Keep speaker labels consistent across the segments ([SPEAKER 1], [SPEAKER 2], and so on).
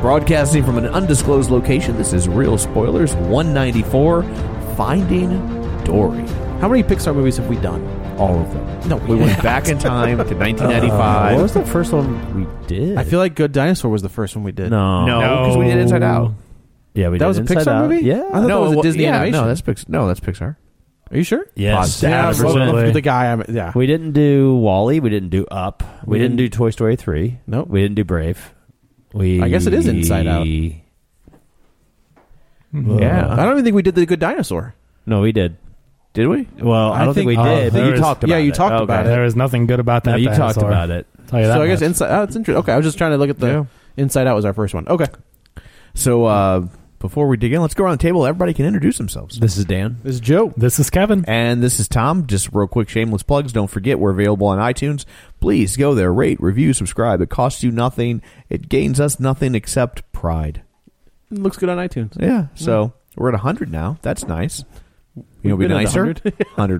[SPEAKER 1] Broadcasting from an undisclosed location, this is Real Spoilers 194 Finding Dory.
[SPEAKER 2] How many Pixar movies have we done?
[SPEAKER 1] All of them.
[SPEAKER 2] No,
[SPEAKER 1] We went back in time to
[SPEAKER 2] Uh,
[SPEAKER 1] 1995.
[SPEAKER 2] what
[SPEAKER 1] No,
[SPEAKER 2] was
[SPEAKER 1] the
[SPEAKER 2] first
[SPEAKER 1] one we did?
[SPEAKER 2] I feel like Good Dinosaur was the first one we did.
[SPEAKER 1] No.
[SPEAKER 2] no, because we did Inside Out.
[SPEAKER 1] Yeah, we
[SPEAKER 2] That did was a Inside Pixar Out. movie?
[SPEAKER 1] Yeah.
[SPEAKER 2] I thought that was a
[SPEAKER 1] well,
[SPEAKER 2] Disney
[SPEAKER 1] yeah,
[SPEAKER 2] animation.
[SPEAKER 1] No, that's Pixar. No, that's Pixar.
[SPEAKER 2] Are you sure?
[SPEAKER 1] Yes.
[SPEAKER 2] Yeah,
[SPEAKER 1] Yeah,
[SPEAKER 2] well,
[SPEAKER 1] absolutely.
[SPEAKER 2] the guy. I'm, yeah,
[SPEAKER 3] We didn't do Wally. We didn't do Up. We,
[SPEAKER 2] We
[SPEAKER 3] didn't,
[SPEAKER 2] didn't-
[SPEAKER 3] do Toy Story three.
[SPEAKER 2] Nope.
[SPEAKER 3] We didn't do Brave. We.
[SPEAKER 2] I guess it is Inside Out.
[SPEAKER 3] Yeah.
[SPEAKER 2] I don't even think we did the Good Dinosaur.
[SPEAKER 3] No, we did.
[SPEAKER 1] Did we?
[SPEAKER 3] Well, I,
[SPEAKER 2] I
[SPEAKER 3] don't think,
[SPEAKER 2] think-
[SPEAKER 3] we
[SPEAKER 4] Oh,
[SPEAKER 3] did. But
[SPEAKER 4] there
[SPEAKER 3] you
[SPEAKER 4] is-
[SPEAKER 3] talked about
[SPEAKER 2] yeah,
[SPEAKER 3] it.
[SPEAKER 2] you talked
[SPEAKER 3] Okay.
[SPEAKER 2] about it.
[SPEAKER 4] There is nothing good about that.
[SPEAKER 3] No, you talked
[SPEAKER 4] dinosaur.
[SPEAKER 3] about it.
[SPEAKER 4] Tell you that
[SPEAKER 2] so I guess
[SPEAKER 4] much.
[SPEAKER 2] Inside. Oh, it's interesting. Okay, I was just trying to look at the
[SPEAKER 1] Yeah.
[SPEAKER 2] Inside Out was our first one. Okay,
[SPEAKER 1] So uh, before we dig in, let's go around the table. Everybody can introduce themselves. This is Dan.
[SPEAKER 2] this is Joe.
[SPEAKER 4] This is Kevin.
[SPEAKER 1] And this is Tom. Just real quick, shameless plugs. Don't forget, we're available on iTunes. Please go there, rate, review, subscribe. It costs you nothing. It gains us nothing except pride.
[SPEAKER 2] It looks good on iTunes.
[SPEAKER 1] Yeah. So we're at 100 now. That's nice. You know,
[SPEAKER 2] We've
[SPEAKER 1] be
[SPEAKER 2] been at
[SPEAKER 1] nicer.
[SPEAKER 2] 100.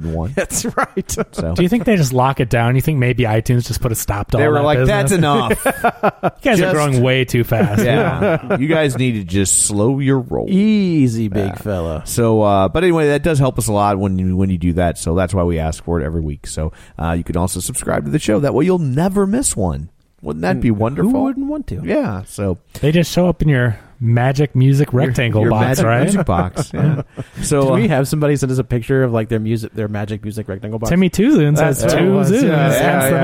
[SPEAKER 1] 101.
[SPEAKER 2] That's right.
[SPEAKER 1] So
[SPEAKER 4] Do you think they just lock it down? You think maybe iTunes just put a stop to
[SPEAKER 1] they
[SPEAKER 4] all
[SPEAKER 1] were
[SPEAKER 4] that
[SPEAKER 1] like,
[SPEAKER 4] business?
[SPEAKER 1] that's enough.
[SPEAKER 4] You guys
[SPEAKER 1] just-
[SPEAKER 4] are growing way too fast.
[SPEAKER 1] yeah. You guys need to just slow your roll.
[SPEAKER 4] E
[SPEAKER 2] Easy, big fella.
[SPEAKER 1] So, uh, but anyway, that does help us a lot when you when you do that. So that's why we ask for it every week. So uh, you can also subscribe to the show. That way, you'll never miss one. Wouldn't that be wonderful?
[SPEAKER 2] Hmm. Who wouldn't want to?
[SPEAKER 1] Yeah. So
[SPEAKER 4] They just show up in your magic music rectangle
[SPEAKER 1] your
[SPEAKER 4] box,
[SPEAKER 1] magic
[SPEAKER 4] right?
[SPEAKER 1] Music box. Yeah.
[SPEAKER 2] Did
[SPEAKER 1] so
[SPEAKER 2] we
[SPEAKER 1] uh,
[SPEAKER 2] have somebody send us a picture of like their music, their magic music rectangle box?
[SPEAKER 4] Timmy Tuzoon says
[SPEAKER 2] That's what it was.
[SPEAKER 4] Tuzoon.
[SPEAKER 2] Yeah,
[SPEAKER 4] hence
[SPEAKER 2] yeah,
[SPEAKER 4] the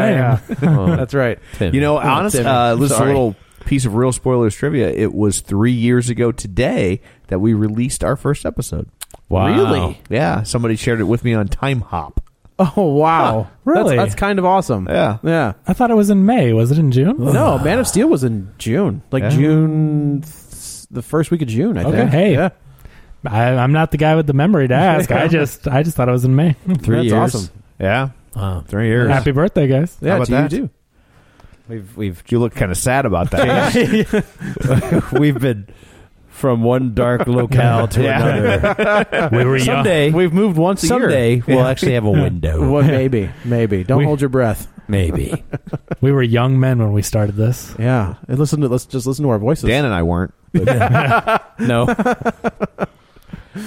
[SPEAKER 2] yeah,
[SPEAKER 4] name.
[SPEAKER 2] yeah. That's right.
[SPEAKER 1] you know,
[SPEAKER 2] Oh,
[SPEAKER 1] honestly,
[SPEAKER 2] Timmy.
[SPEAKER 1] uh, this is a
[SPEAKER 2] Sorry.
[SPEAKER 1] little piece of real spoilers trivia. It was three years ago today that we released our first episode.
[SPEAKER 3] Wow.
[SPEAKER 2] Really?
[SPEAKER 1] Yeah. Somebody shared it with me on Time Hop.
[SPEAKER 2] Oh wow!
[SPEAKER 4] Really?
[SPEAKER 2] That's, that's kind of awesome.
[SPEAKER 1] Yeah.
[SPEAKER 2] yeah.
[SPEAKER 4] I thought it was in May. Was it in June?
[SPEAKER 2] No, Man of Steel was in June, like
[SPEAKER 1] Yeah.
[SPEAKER 2] June, th- the first week of June. I
[SPEAKER 4] Okay.
[SPEAKER 2] think.
[SPEAKER 4] Hey.
[SPEAKER 2] yeah.
[SPEAKER 4] I, I'm not the guy with the memory to ask. I just, I just thought it was in May.
[SPEAKER 2] That's
[SPEAKER 3] years.
[SPEAKER 2] awesome.
[SPEAKER 1] Yeah.
[SPEAKER 3] Wow.
[SPEAKER 1] Three years.
[SPEAKER 4] Happy birthday, guys!
[SPEAKER 2] Yeah,
[SPEAKER 1] about
[SPEAKER 2] to
[SPEAKER 1] that?
[SPEAKER 2] you too.
[SPEAKER 3] We've we've
[SPEAKER 1] You look kind of sad about that.
[SPEAKER 3] we've been from one dark locale to
[SPEAKER 1] Yeah.
[SPEAKER 3] another.
[SPEAKER 4] We were young.
[SPEAKER 3] Someday
[SPEAKER 2] We've moved once a year.
[SPEAKER 3] someday we'll actually have a window.
[SPEAKER 2] Well, maybe, maybe. Don't
[SPEAKER 4] We-
[SPEAKER 2] hold your breath.
[SPEAKER 3] Maybe.
[SPEAKER 4] We were young men when we started this.
[SPEAKER 2] Yeah, and listen to let's just listen to our voices.
[SPEAKER 1] Dan and I weren't.
[SPEAKER 3] No.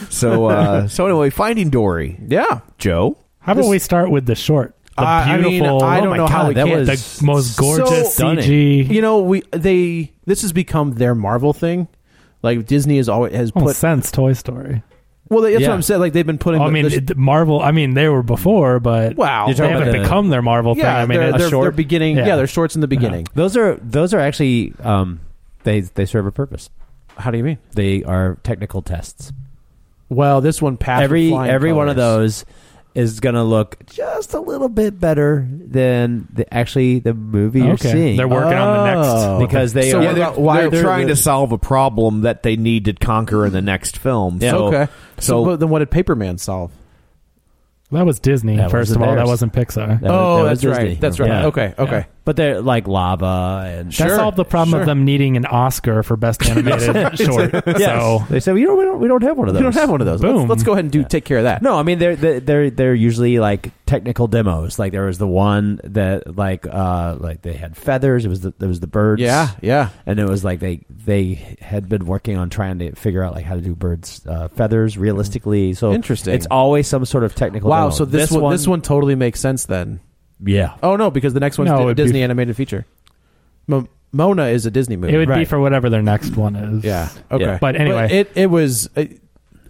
[SPEAKER 1] So uh, so anyway, Finding Dory,
[SPEAKER 2] yeah,
[SPEAKER 1] Joe.
[SPEAKER 4] How about
[SPEAKER 2] This-
[SPEAKER 4] we start with the short? The
[SPEAKER 2] I- I mean,
[SPEAKER 4] beautiful.
[SPEAKER 2] I
[SPEAKER 4] oh
[SPEAKER 2] don't
[SPEAKER 4] my
[SPEAKER 2] know how we
[SPEAKER 4] that
[SPEAKER 2] can't-
[SPEAKER 4] was the most gorgeous
[SPEAKER 2] so
[SPEAKER 4] CG.
[SPEAKER 2] You know, we they this has become their Marvel thing. Like Disney has always has
[SPEAKER 4] Well,
[SPEAKER 2] put.
[SPEAKER 4] since Toy Story.
[SPEAKER 2] Well, that's
[SPEAKER 3] Yeah.
[SPEAKER 2] what I'm saying. Like they've been putting.
[SPEAKER 4] Oh, I
[SPEAKER 2] the-
[SPEAKER 4] mean,
[SPEAKER 2] the-
[SPEAKER 4] it- Marvel. I mean, they were before, but
[SPEAKER 2] Wow.
[SPEAKER 4] they
[SPEAKER 2] You're talking
[SPEAKER 4] haven't
[SPEAKER 3] about the-
[SPEAKER 4] become their Marvel
[SPEAKER 2] yeah,
[SPEAKER 4] thing. I mean,
[SPEAKER 2] they're,
[SPEAKER 4] it's
[SPEAKER 2] they're,
[SPEAKER 4] short.
[SPEAKER 2] they're beginning. Yeah. they're shorts in the beginning.
[SPEAKER 3] Uh, Those are those are actually um, they they serve a purpose.
[SPEAKER 2] How do you mean?
[SPEAKER 3] They are technical tests.
[SPEAKER 2] Well, this one passed. with
[SPEAKER 3] every
[SPEAKER 2] flying
[SPEAKER 3] every one of
[SPEAKER 2] colors.
[SPEAKER 3] those is going to look just a little bit better than the actually the movie you're
[SPEAKER 4] okay.
[SPEAKER 3] seeing. Oh.
[SPEAKER 4] They're working
[SPEAKER 2] Oh.
[SPEAKER 4] on the next.
[SPEAKER 3] because they
[SPEAKER 2] So
[SPEAKER 3] are
[SPEAKER 2] what about-
[SPEAKER 1] Why
[SPEAKER 2] They're-
[SPEAKER 1] they're,
[SPEAKER 2] they're-
[SPEAKER 1] trying to solve a problem that they need to conquer in the next film.
[SPEAKER 3] Yeah.
[SPEAKER 1] So,
[SPEAKER 2] okay. So,
[SPEAKER 1] So,
[SPEAKER 2] but then what did Paperman solve?
[SPEAKER 4] That was Disney.
[SPEAKER 3] That
[SPEAKER 4] first
[SPEAKER 3] wasn't
[SPEAKER 4] of all, that
[SPEAKER 3] theirs.
[SPEAKER 4] wasn't
[SPEAKER 3] That was-
[SPEAKER 4] Pixar.
[SPEAKER 3] that was Disney.
[SPEAKER 2] oh, That's right.
[SPEAKER 3] Yeah.
[SPEAKER 2] Okay. Okay.
[SPEAKER 3] But they're like lava and
[SPEAKER 4] That solved the problem of them needing an Oscar for best animated short. So
[SPEAKER 3] they said, "You know, we don't, we don't have one of
[SPEAKER 4] We
[SPEAKER 3] those.
[SPEAKER 4] don't have one of those. Let's- Boom. let's
[SPEAKER 3] go ahead and do take care of that." No, I mean they're they're they're, they're usually like technical demos. Like there was the one that like uh like they had feathers. It was the there was the birds.
[SPEAKER 2] Yeah, yeah.
[SPEAKER 3] And it was like they they had been working on trying to figure out like how to do birds uh, feathers
[SPEAKER 1] Mm-hmm.
[SPEAKER 3] realistically. So
[SPEAKER 2] Interesting.
[SPEAKER 3] It's always some sort of technical.
[SPEAKER 2] Wow,
[SPEAKER 3] demo.
[SPEAKER 2] so this, one, this one totally makes sense then.
[SPEAKER 3] Yeah.
[SPEAKER 2] Oh no, because the next one's
[SPEAKER 4] No,
[SPEAKER 2] a
[SPEAKER 4] it'd be-
[SPEAKER 2] Disney animated feature. Mo- Mona is a Disney movie.
[SPEAKER 4] it would be for whatever their next one is.
[SPEAKER 2] yeah. Okay.
[SPEAKER 4] But anyway, it,
[SPEAKER 2] it it was uh,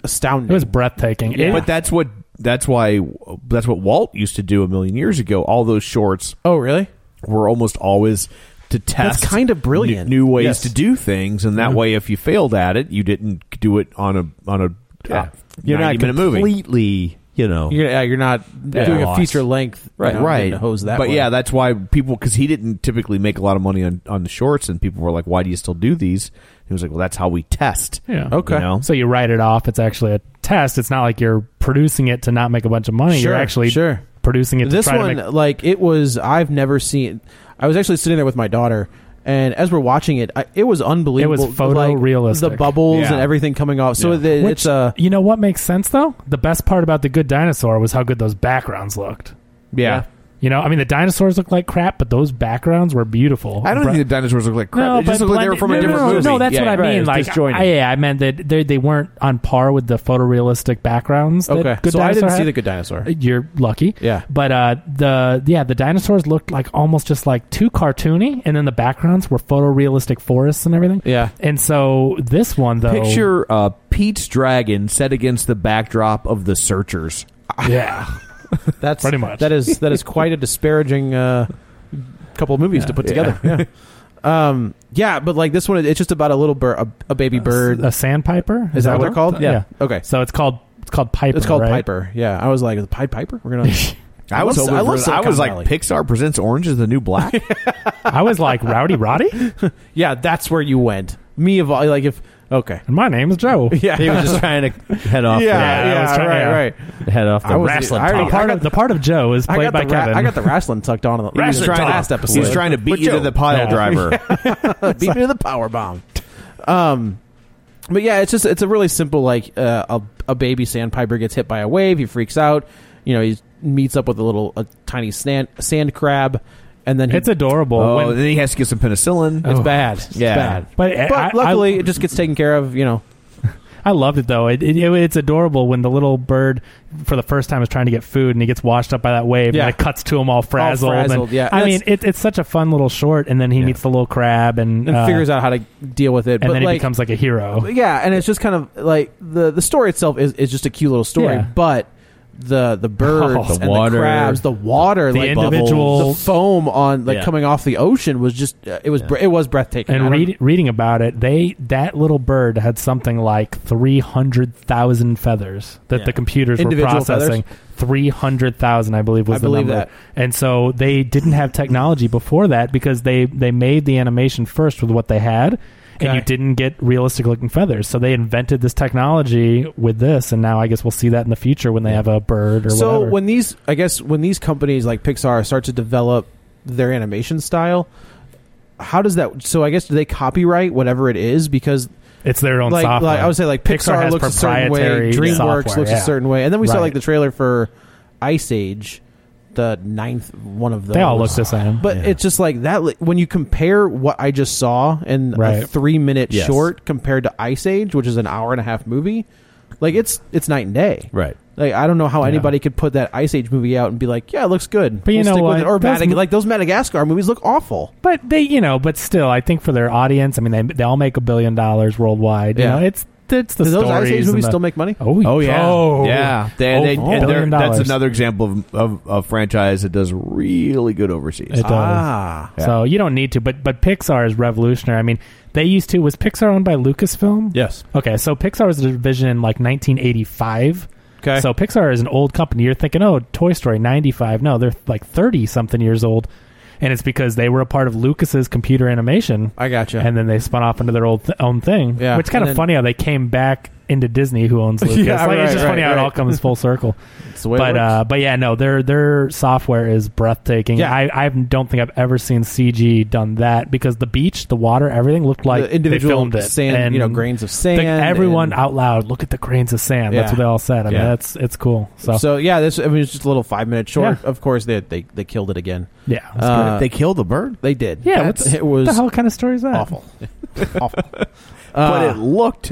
[SPEAKER 2] astounding.
[SPEAKER 4] was breathtaking. It-
[SPEAKER 1] But that's what that's why that's what Walt used to do a million years ago. All those shorts
[SPEAKER 2] oh really?
[SPEAKER 1] were almost always to test
[SPEAKER 2] kind of brilliant.
[SPEAKER 1] new, new ways
[SPEAKER 2] Yes. Mm-hmm.
[SPEAKER 1] to do things, and that way, if you failed at it, you didn't do it on a on a
[SPEAKER 3] Yeah.
[SPEAKER 1] uh,
[SPEAKER 3] You're not
[SPEAKER 1] 90 minute movie.
[SPEAKER 3] completely. You know.
[SPEAKER 2] You're, yeah, you're not
[SPEAKER 3] Yeah.
[SPEAKER 2] doing a
[SPEAKER 3] Lost.
[SPEAKER 2] feature length. you know, getting Hose that.
[SPEAKER 1] but
[SPEAKER 2] way.
[SPEAKER 1] yeah, that's why people because he didn't typically make a lot of money on on the shorts, and people were like, "Why do you still do these?" He was like, "Well, that's how we test."
[SPEAKER 4] yeah.
[SPEAKER 1] Okay. You know?
[SPEAKER 4] So you write it off. It's actually a test. It's not like you're producing it to not make a bunch of money.
[SPEAKER 2] Sure,
[SPEAKER 4] you're actually
[SPEAKER 2] sure.
[SPEAKER 4] producing it to
[SPEAKER 2] this
[SPEAKER 4] try
[SPEAKER 2] one
[SPEAKER 4] to make.
[SPEAKER 2] like it was i've never seen i was actually sitting there with my daughter and as we're watching it I, it was unbelievable
[SPEAKER 4] photorealistic.
[SPEAKER 2] like, the bubbles
[SPEAKER 1] Yeah.
[SPEAKER 2] and everything coming off so the,
[SPEAKER 4] Which,
[SPEAKER 2] it's uh, a
[SPEAKER 4] you know what makes sense though? The best part about the good dinosaur was how good those backgrounds looked.
[SPEAKER 1] Yeah.
[SPEAKER 4] You know, I mean, the dinosaurs look like crap, but those backgrounds were beautiful.
[SPEAKER 1] I don't
[SPEAKER 4] Bru-
[SPEAKER 1] think the dinosaurs look like crap.
[SPEAKER 4] No,
[SPEAKER 1] they just
[SPEAKER 4] but
[SPEAKER 1] look like they were
[SPEAKER 4] blended-
[SPEAKER 1] from a
[SPEAKER 4] no,
[SPEAKER 1] different
[SPEAKER 4] no, no,
[SPEAKER 1] movie.
[SPEAKER 4] No, that's
[SPEAKER 1] Yeah,
[SPEAKER 4] what I
[SPEAKER 1] yeah.
[SPEAKER 4] mean. Like, I, yeah, I meant that they, they weren't on par with the photorealistic backgrounds. that
[SPEAKER 2] okay
[SPEAKER 4] Good
[SPEAKER 2] so i
[SPEAKER 4] Dinosaur
[SPEAKER 2] didn't see
[SPEAKER 4] had.
[SPEAKER 2] the good dinosaur
[SPEAKER 4] You're lucky.
[SPEAKER 2] Yeah.
[SPEAKER 4] But uh, the yeah, the dinosaurs looked like almost just like too cartoony, and then the backgrounds were photorealistic forests and everything.
[SPEAKER 2] Yeah.
[SPEAKER 4] And so this one though,
[SPEAKER 1] Picture uh, Pete's dragon set against the backdrop of the Searchers.
[SPEAKER 4] yeah,
[SPEAKER 2] that's
[SPEAKER 4] Pretty much.
[SPEAKER 2] that is that is quite a disparaging uh couple of movies to put together yeah um yeah but like this one it's just about a little bird a, a baby bird
[SPEAKER 4] a sandpiper.
[SPEAKER 2] Is that what they're called?
[SPEAKER 4] Yeah.
[SPEAKER 2] Yeah. Okay.
[SPEAKER 4] So it's called it's called Piper.
[SPEAKER 2] it's called
[SPEAKER 4] right?
[SPEAKER 2] piper yeah i was like is it pied piper we're gonna
[SPEAKER 1] I was,
[SPEAKER 2] love-
[SPEAKER 1] I,
[SPEAKER 2] I love
[SPEAKER 1] was, I was
[SPEAKER 2] Silicon
[SPEAKER 1] like,
[SPEAKER 2] Valley.
[SPEAKER 1] Pixar presents Orange is the New Black.
[SPEAKER 4] I was like Rowdy Roddy, and
[SPEAKER 2] yeah that's where you went me of all like if okay
[SPEAKER 4] my name's Joe.
[SPEAKER 2] yeah
[SPEAKER 3] He was just trying to head off.
[SPEAKER 2] yeah,
[SPEAKER 4] I
[SPEAKER 2] yeah,
[SPEAKER 4] was trying-
[SPEAKER 2] right,
[SPEAKER 4] yeah.
[SPEAKER 2] right.
[SPEAKER 3] The, head off the
[SPEAKER 2] I was-
[SPEAKER 3] wrestling.
[SPEAKER 2] I already-
[SPEAKER 4] The part
[SPEAKER 2] got
[SPEAKER 4] of the part of Joe is
[SPEAKER 2] I
[SPEAKER 4] played
[SPEAKER 2] got,
[SPEAKER 4] by
[SPEAKER 2] the ra-
[SPEAKER 4] Kevin.
[SPEAKER 2] I got the wrestling tucked on. He was
[SPEAKER 4] Wrestling
[SPEAKER 2] trying
[SPEAKER 4] tucked.
[SPEAKER 2] to, last episode.
[SPEAKER 1] He's trying to beat you to the pile
[SPEAKER 4] Yeah.
[SPEAKER 1] driver.
[SPEAKER 2] beat me to the power bomb. Um, but yeah, it's just it's a really simple like uh, a a baby sandpiper gets hit by a wave, he freaks out. You know, he meets up with a little a tiny sand sand crab, and then he,
[SPEAKER 4] it's adorable.
[SPEAKER 1] oh,
[SPEAKER 4] When-
[SPEAKER 1] then he has to get some penicillin.
[SPEAKER 2] it's bad. It's
[SPEAKER 1] Yeah.
[SPEAKER 2] bad.
[SPEAKER 4] But, uh,
[SPEAKER 2] but
[SPEAKER 4] I-
[SPEAKER 2] luckily,
[SPEAKER 4] I-
[SPEAKER 2] it just gets taken care of. You know,
[SPEAKER 4] I loved it though. It, it, it's adorable when the little bird, for the first time, is trying to get food and he gets washed up by that wave
[SPEAKER 2] Yeah.
[SPEAKER 4] and it cuts to him all frazzled.
[SPEAKER 2] frazzled,
[SPEAKER 4] and,
[SPEAKER 2] yeah.
[SPEAKER 4] I
[SPEAKER 2] That's-
[SPEAKER 4] mean, it, it's such a fun little short, and then he meets the little crab and,
[SPEAKER 2] and
[SPEAKER 4] uh,
[SPEAKER 2] figures out how to deal with it.
[SPEAKER 4] and
[SPEAKER 2] but
[SPEAKER 4] then
[SPEAKER 2] like,
[SPEAKER 4] he becomes like a hero.
[SPEAKER 2] yeah and it's just kind of like the the story itself is, is just a cute little story
[SPEAKER 4] Yeah.
[SPEAKER 2] but the the birds
[SPEAKER 4] Oh, the
[SPEAKER 2] and
[SPEAKER 3] water.
[SPEAKER 2] the crabs the water
[SPEAKER 4] The
[SPEAKER 2] like
[SPEAKER 4] individual-
[SPEAKER 2] the foam on like
[SPEAKER 3] Yeah.
[SPEAKER 2] coming off the ocean was just uh, it was br it was breathtaking I
[SPEAKER 4] And
[SPEAKER 2] don't-
[SPEAKER 4] read, reading about it, they that little bird had something like three hundred thousand feathers that
[SPEAKER 3] Yeah.
[SPEAKER 4] the computers
[SPEAKER 2] Individual
[SPEAKER 4] were processing. Three hundred thousand, I believe, was
[SPEAKER 2] I
[SPEAKER 4] the
[SPEAKER 2] believe
[SPEAKER 4] number.
[SPEAKER 2] that.
[SPEAKER 4] And so they didn't have technology before that because they they made the animation first with what they had, and
[SPEAKER 2] Okay.
[SPEAKER 4] you didn't get realistic looking feathers. So they invented this technology with this, and now I guess we'll see that in the future when they have a bird or
[SPEAKER 2] so
[SPEAKER 4] whatever.
[SPEAKER 2] when these i guess when these companies like pixar start to develop their animation style how does that so i guess do they copyright whatever it is because
[SPEAKER 4] it's their own
[SPEAKER 2] like,
[SPEAKER 4] software.
[SPEAKER 2] like I would say, like Pixar,
[SPEAKER 4] has
[SPEAKER 2] looks a certain way,
[SPEAKER 4] proprietary
[SPEAKER 2] DreamWorks
[SPEAKER 4] software,
[SPEAKER 2] looks
[SPEAKER 4] yeah.
[SPEAKER 2] a certain way, and then we saw
[SPEAKER 4] Right.
[SPEAKER 2] like the trailer for Ice Age, the ninth one of those.
[SPEAKER 4] They all look the same.
[SPEAKER 2] but
[SPEAKER 4] Yeah.
[SPEAKER 2] it's just like that. li- When you compare what I just saw in a
[SPEAKER 4] Right.
[SPEAKER 2] three-minute
[SPEAKER 3] Yes.
[SPEAKER 2] short compared to Ice Age, which is an hour and a half movie, like it's it's night and day.
[SPEAKER 3] Right.
[SPEAKER 2] Like I don't know how anybody could put that Ice Age movie out and be like, yeah, it looks good.
[SPEAKER 4] But you know
[SPEAKER 2] stick with
[SPEAKER 4] what?
[SPEAKER 2] it. Or
[SPEAKER 4] Those
[SPEAKER 2] Madag-
[SPEAKER 4] mo-
[SPEAKER 2] like those Madagascar movies look awful.
[SPEAKER 4] But they, you know, but still, I think for their audience, I mean, they they all make a billion dollars worldwide.
[SPEAKER 2] Yeah.
[SPEAKER 4] You know, it's it's the
[SPEAKER 2] Do those Ice
[SPEAKER 4] stories
[SPEAKER 2] Age
[SPEAKER 4] and
[SPEAKER 2] movies
[SPEAKER 4] the-
[SPEAKER 2] still make money?
[SPEAKER 4] Oh,
[SPEAKER 1] Oh yeah,
[SPEAKER 4] oh,
[SPEAKER 1] yeah. They,
[SPEAKER 4] Oh,
[SPEAKER 1] they-
[SPEAKER 4] oh.
[SPEAKER 1] and they're-
[SPEAKER 4] Billion
[SPEAKER 1] that's
[SPEAKER 4] dollars.
[SPEAKER 1] another example of, of a franchise that does really good overseas.
[SPEAKER 4] It does.
[SPEAKER 2] Ah,
[SPEAKER 4] So you don't need to, but but Pixar is revolutionary. I mean, they used to was Pixar owned by Lucasfilm?
[SPEAKER 2] yes.
[SPEAKER 4] Okay, so Pixar was a division in like 1985.
[SPEAKER 2] Okay.
[SPEAKER 4] So Pixar is an old company. You're thinking, oh, Toy Story 95. No, they're like 30 something years old. And it's because they were a part of Lucas's computer animation.
[SPEAKER 2] I gotcha.
[SPEAKER 4] And then they spun off into their old th- own thing.
[SPEAKER 2] Yeah.
[SPEAKER 4] Which is kind
[SPEAKER 2] And
[SPEAKER 4] of
[SPEAKER 2] then-
[SPEAKER 4] funny how they came back into Disney, who owns Lucas.
[SPEAKER 2] Yeah,
[SPEAKER 4] like,
[SPEAKER 2] right,
[SPEAKER 4] it's just
[SPEAKER 2] right,
[SPEAKER 4] funny how it
[SPEAKER 2] right.
[SPEAKER 4] all comes full circle.
[SPEAKER 2] the way it
[SPEAKER 4] but
[SPEAKER 2] works.
[SPEAKER 4] uh, but yeah, no, their their software is breathtaking.
[SPEAKER 2] Yeah.
[SPEAKER 4] I, I don't think I've ever seen CG done that because the beach, the water, everything looked like
[SPEAKER 2] The individual
[SPEAKER 4] they filmed it.
[SPEAKER 2] sand, you know, grains of
[SPEAKER 4] the-
[SPEAKER 2] sand
[SPEAKER 4] everyone
[SPEAKER 2] and-
[SPEAKER 4] out loud, look at the grains of sand. That's
[SPEAKER 2] Yeah.
[SPEAKER 4] what they all said. I mean,
[SPEAKER 2] Yeah.
[SPEAKER 4] that's it's cool. So,
[SPEAKER 2] yeah, this I mean it's just a little five minute short. Of course they they they killed it again.
[SPEAKER 4] Yeah, that's
[SPEAKER 2] Uh,
[SPEAKER 4] good.
[SPEAKER 1] They killed the bird.
[SPEAKER 2] they did.
[SPEAKER 4] yeah,
[SPEAKER 2] That's-
[SPEAKER 4] what's,
[SPEAKER 2] it was
[SPEAKER 4] what the hell kind of story is that?
[SPEAKER 2] awful. awful.
[SPEAKER 1] but
[SPEAKER 2] Uh,
[SPEAKER 1] it looked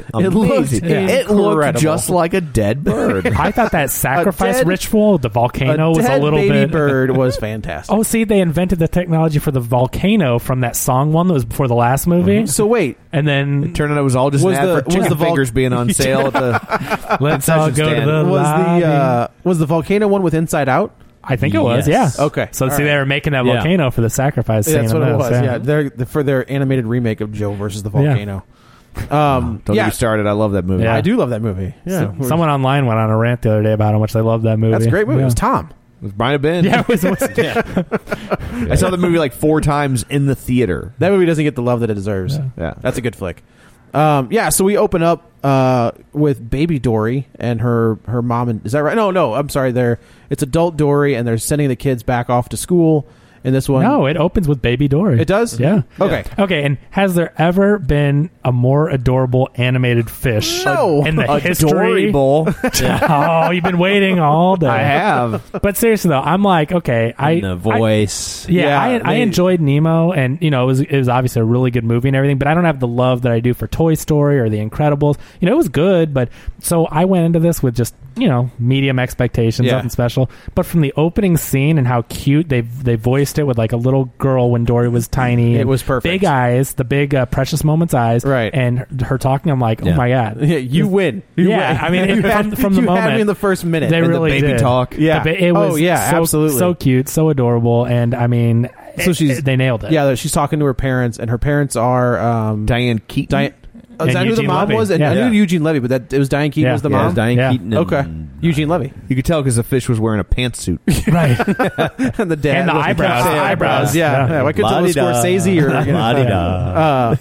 [SPEAKER 2] it looked
[SPEAKER 1] amazing. It looked
[SPEAKER 2] incredible.
[SPEAKER 1] just like a dead bird.
[SPEAKER 4] I thought that sacrifice
[SPEAKER 2] dead-
[SPEAKER 4] ritual, the volcano, was a
[SPEAKER 2] dead
[SPEAKER 4] little
[SPEAKER 2] baby
[SPEAKER 4] bit.
[SPEAKER 2] bird was fantastic.
[SPEAKER 4] Oh, see, they invented the technology for the volcano from that song one that was before the last movie,
[SPEAKER 2] So wait,
[SPEAKER 4] and then
[SPEAKER 1] Turned out it was all just
[SPEAKER 2] Was
[SPEAKER 1] an ad
[SPEAKER 2] the-
[SPEAKER 1] for chicken
[SPEAKER 2] was the vol-
[SPEAKER 1] fingers being on sale at the.
[SPEAKER 4] let's all
[SPEAKER 1] concession
[SPEAKER 4] go to
[SPEAKER 1] stand.
[SPEAKER 4] the
[SPEAKER 2] was
[SPEAKER 4] lobby.
[SPEAKER 2] the uh, was the volcano one with Inside Out?
[SPEAKER 4] I think it was,
[SPEAKER 3] Yes.
[SPEAKER 4] yeah.
[SPEAKER 2] Okay,
[SPEAKER 4] So
[SPEAKER 2] all
[SPEAKER 4] see,
[SPEAKER 2] right.
[SPEAKER 4] they were making that
[SPEAKER 3] Yeah.
[SPEAKER 4] volcano for the sacrifice.
[SPEAKER 2] Yeah,
[SPEAKER 4] scene
[SPEAKER 2] that's
[SPEAKER 4] in
[SPEAKER 2] what it
[SPEAKER 4] this,
[SPEAKER 2] was.
[SPEAKER 4] Yeah.
[SPEAKER 2] Yeah, They're, the- for their animated remake of Joe versus the volcano. Um,
[SPEAKER 1] Oh, Don't get
[SPEAKER 2] yeah,
[SPEAKER 1] me started. I love that movie.
[SPEAKER 4] Yeah.
[SPEAKER 2] I do love that movie. Yeah,
[SPEAKER 4] So- someone online went on a rant the other day about how much they love that movie.
[SPEAKER 2] that's a great movie.
[SPEAKER 4] Yeah.
[SPEAKER 2] It was Tom.
[SPEAKER 1] With Brian Ben.
[SPEAKER 4] Yeah, it was- it was-
[SPEAKER 1] I saw the movie like four times in the theater.
[SPEAKER 2] That movie doesn't get the love that it deserves.
[SPEAKER 1] Yeah.
[SPEAKER 2] That's a good flick. Um, yeah, so we open up uh, with baby Dory and her her mom and is that right? No, no, I'm sorry. They're it's adult Dory and they're sending the kids back off to school. In this one,
[SPEAKER 4] no, it opens with Baby Dory.
[SPEAKER 2] It does?
[SPEAKER 4] Yeah.
[SPEAKER 2] Okay.
[SPEAKER 4] Okay. And has there ever been a more adorable animated fish?
[SPEAKER 2] No.
[SPEAKER 4] In the history.
[SPEAKER 1] Adorable.
[SPEAKER 4] oh, you've been waiting all day.
[SPEAKER 1] I have.
[SPEAKER 4] But seriously though, I'm like, okay, I
[SPEAKER 3] in the voice.
[SPEAKER 4] I- yeah,
[SPEAKER 2] Yeah,
[SPEAKER 4] I, I
[SPEAKER 2] they-
[SPEAKER 4] enjoyed Nemo, and you know, it was it was obviously a really good movie and everything. But I don't have the love that I do for Toy Story or The Incredibles. You know, it was good, but so I went into this with just you know medium expectations,
[SPEAKER 2] Yeah.
[SPEAKER 4] nothing special. But from the opening scene and how cute they they voiced it with like a little girl when Dory was tiny,
[SPEAKER 2] It
[SPEAKER 4] and
[SPEAKER 2] was perfect.
[SPEAKER 4] Big eyes, the big uh, precious moments eyes,
[SPEAKER 2] Right.
[SPEAKER 4] And her, her talking, I'm like, oh
[SPEAKER 3] Yeah.
[SPEAKER 4] my god,
[SPEAKER 2] Yeah, you win. You
[SPEAKER 4] Yeah,
[SPEAKER 2] win.
[SPEAKER 4] I mean, it-
[SPEAKER 2] You
[SPEAKER 4] from- from the
[SPEAKER 2] you had
[SPEAKER 4] moment,
[SPEAKER 2] me in the first minute.
[SPEAKER 4] they
[SPEAKER 2] And the
[SPEAKER 4] really
[SPEAKER 2] baby
[SPEAKER 4] did.
[SPEAKER 1] talk.
[SPEAKER 2] Yeah.
[SPEAKER 4] The ba- it was
[SPEAKER 2] Oh, yeah,
[SPEAKER 4] so,
[SPEAKER 2] absolutely.
[SPEAKER 4] so cute, so adorable, and I mean,
[SPEAKER 2] So
[SPEAKER 4] it-
[SPEAKER 2] she's-
[SPEAKER 4] it- they nailed it.
[SPEAKER 2] Yeah, she's talking to her parents, and her parents are um,
[SPEAKER 1] Diane Keaton.
[SPEAKER 2] Diane. Oh,
[SPEAKER 4] And
[SPEAKER 2] is that who the
[SPEAKER 4] Eugene
[SPEAKER 2] mom
[SPEAKER 4] Levy.
[SPEAKER 2] was? And
[SPEAKER 4] Yeah.
[SPEAKER 2] I knew
[SPEAKER 4] Yeah.
[SPEAKER 2] Eugene Levy, but that it was Diane Keaton
[SPEAKER 4] Yeah.
[SPEAKER 2] was the
[SPEAKER 4] Yeah,
[SPEAKER 2] mom.
[SPEAKER 4] it
[SPEAKER 3] It's Diane
[SPEAKER 4] Yeah.
[SPEAKER 3] Keaton. and-
[SPEAKER 2] Okay, Eugene Levy
[SPEAKER 1] You could tell because the fish was wearing a pantsuit.
[SPEAKER 4] right.
[SPEAKER 2] and the dad
[SPEAKER 4] And the
[SPEAKER 2] was-
[SPEAKER 4] eyebrows.
[SPEAKER 2] Yeah,
[SPEAKER 4] Eyebrows.
[SPEAKER 2] Yeah,
[SPEAKER 4] Yeah.
[SPEAKER 2] yeah. I could tell it was
[SPEAKER 3] La-di-da.
[SPEAKER 2] Scorsese or you know,
[SPEAKER 3] La-di-da.
[SPEAKER 2] uh,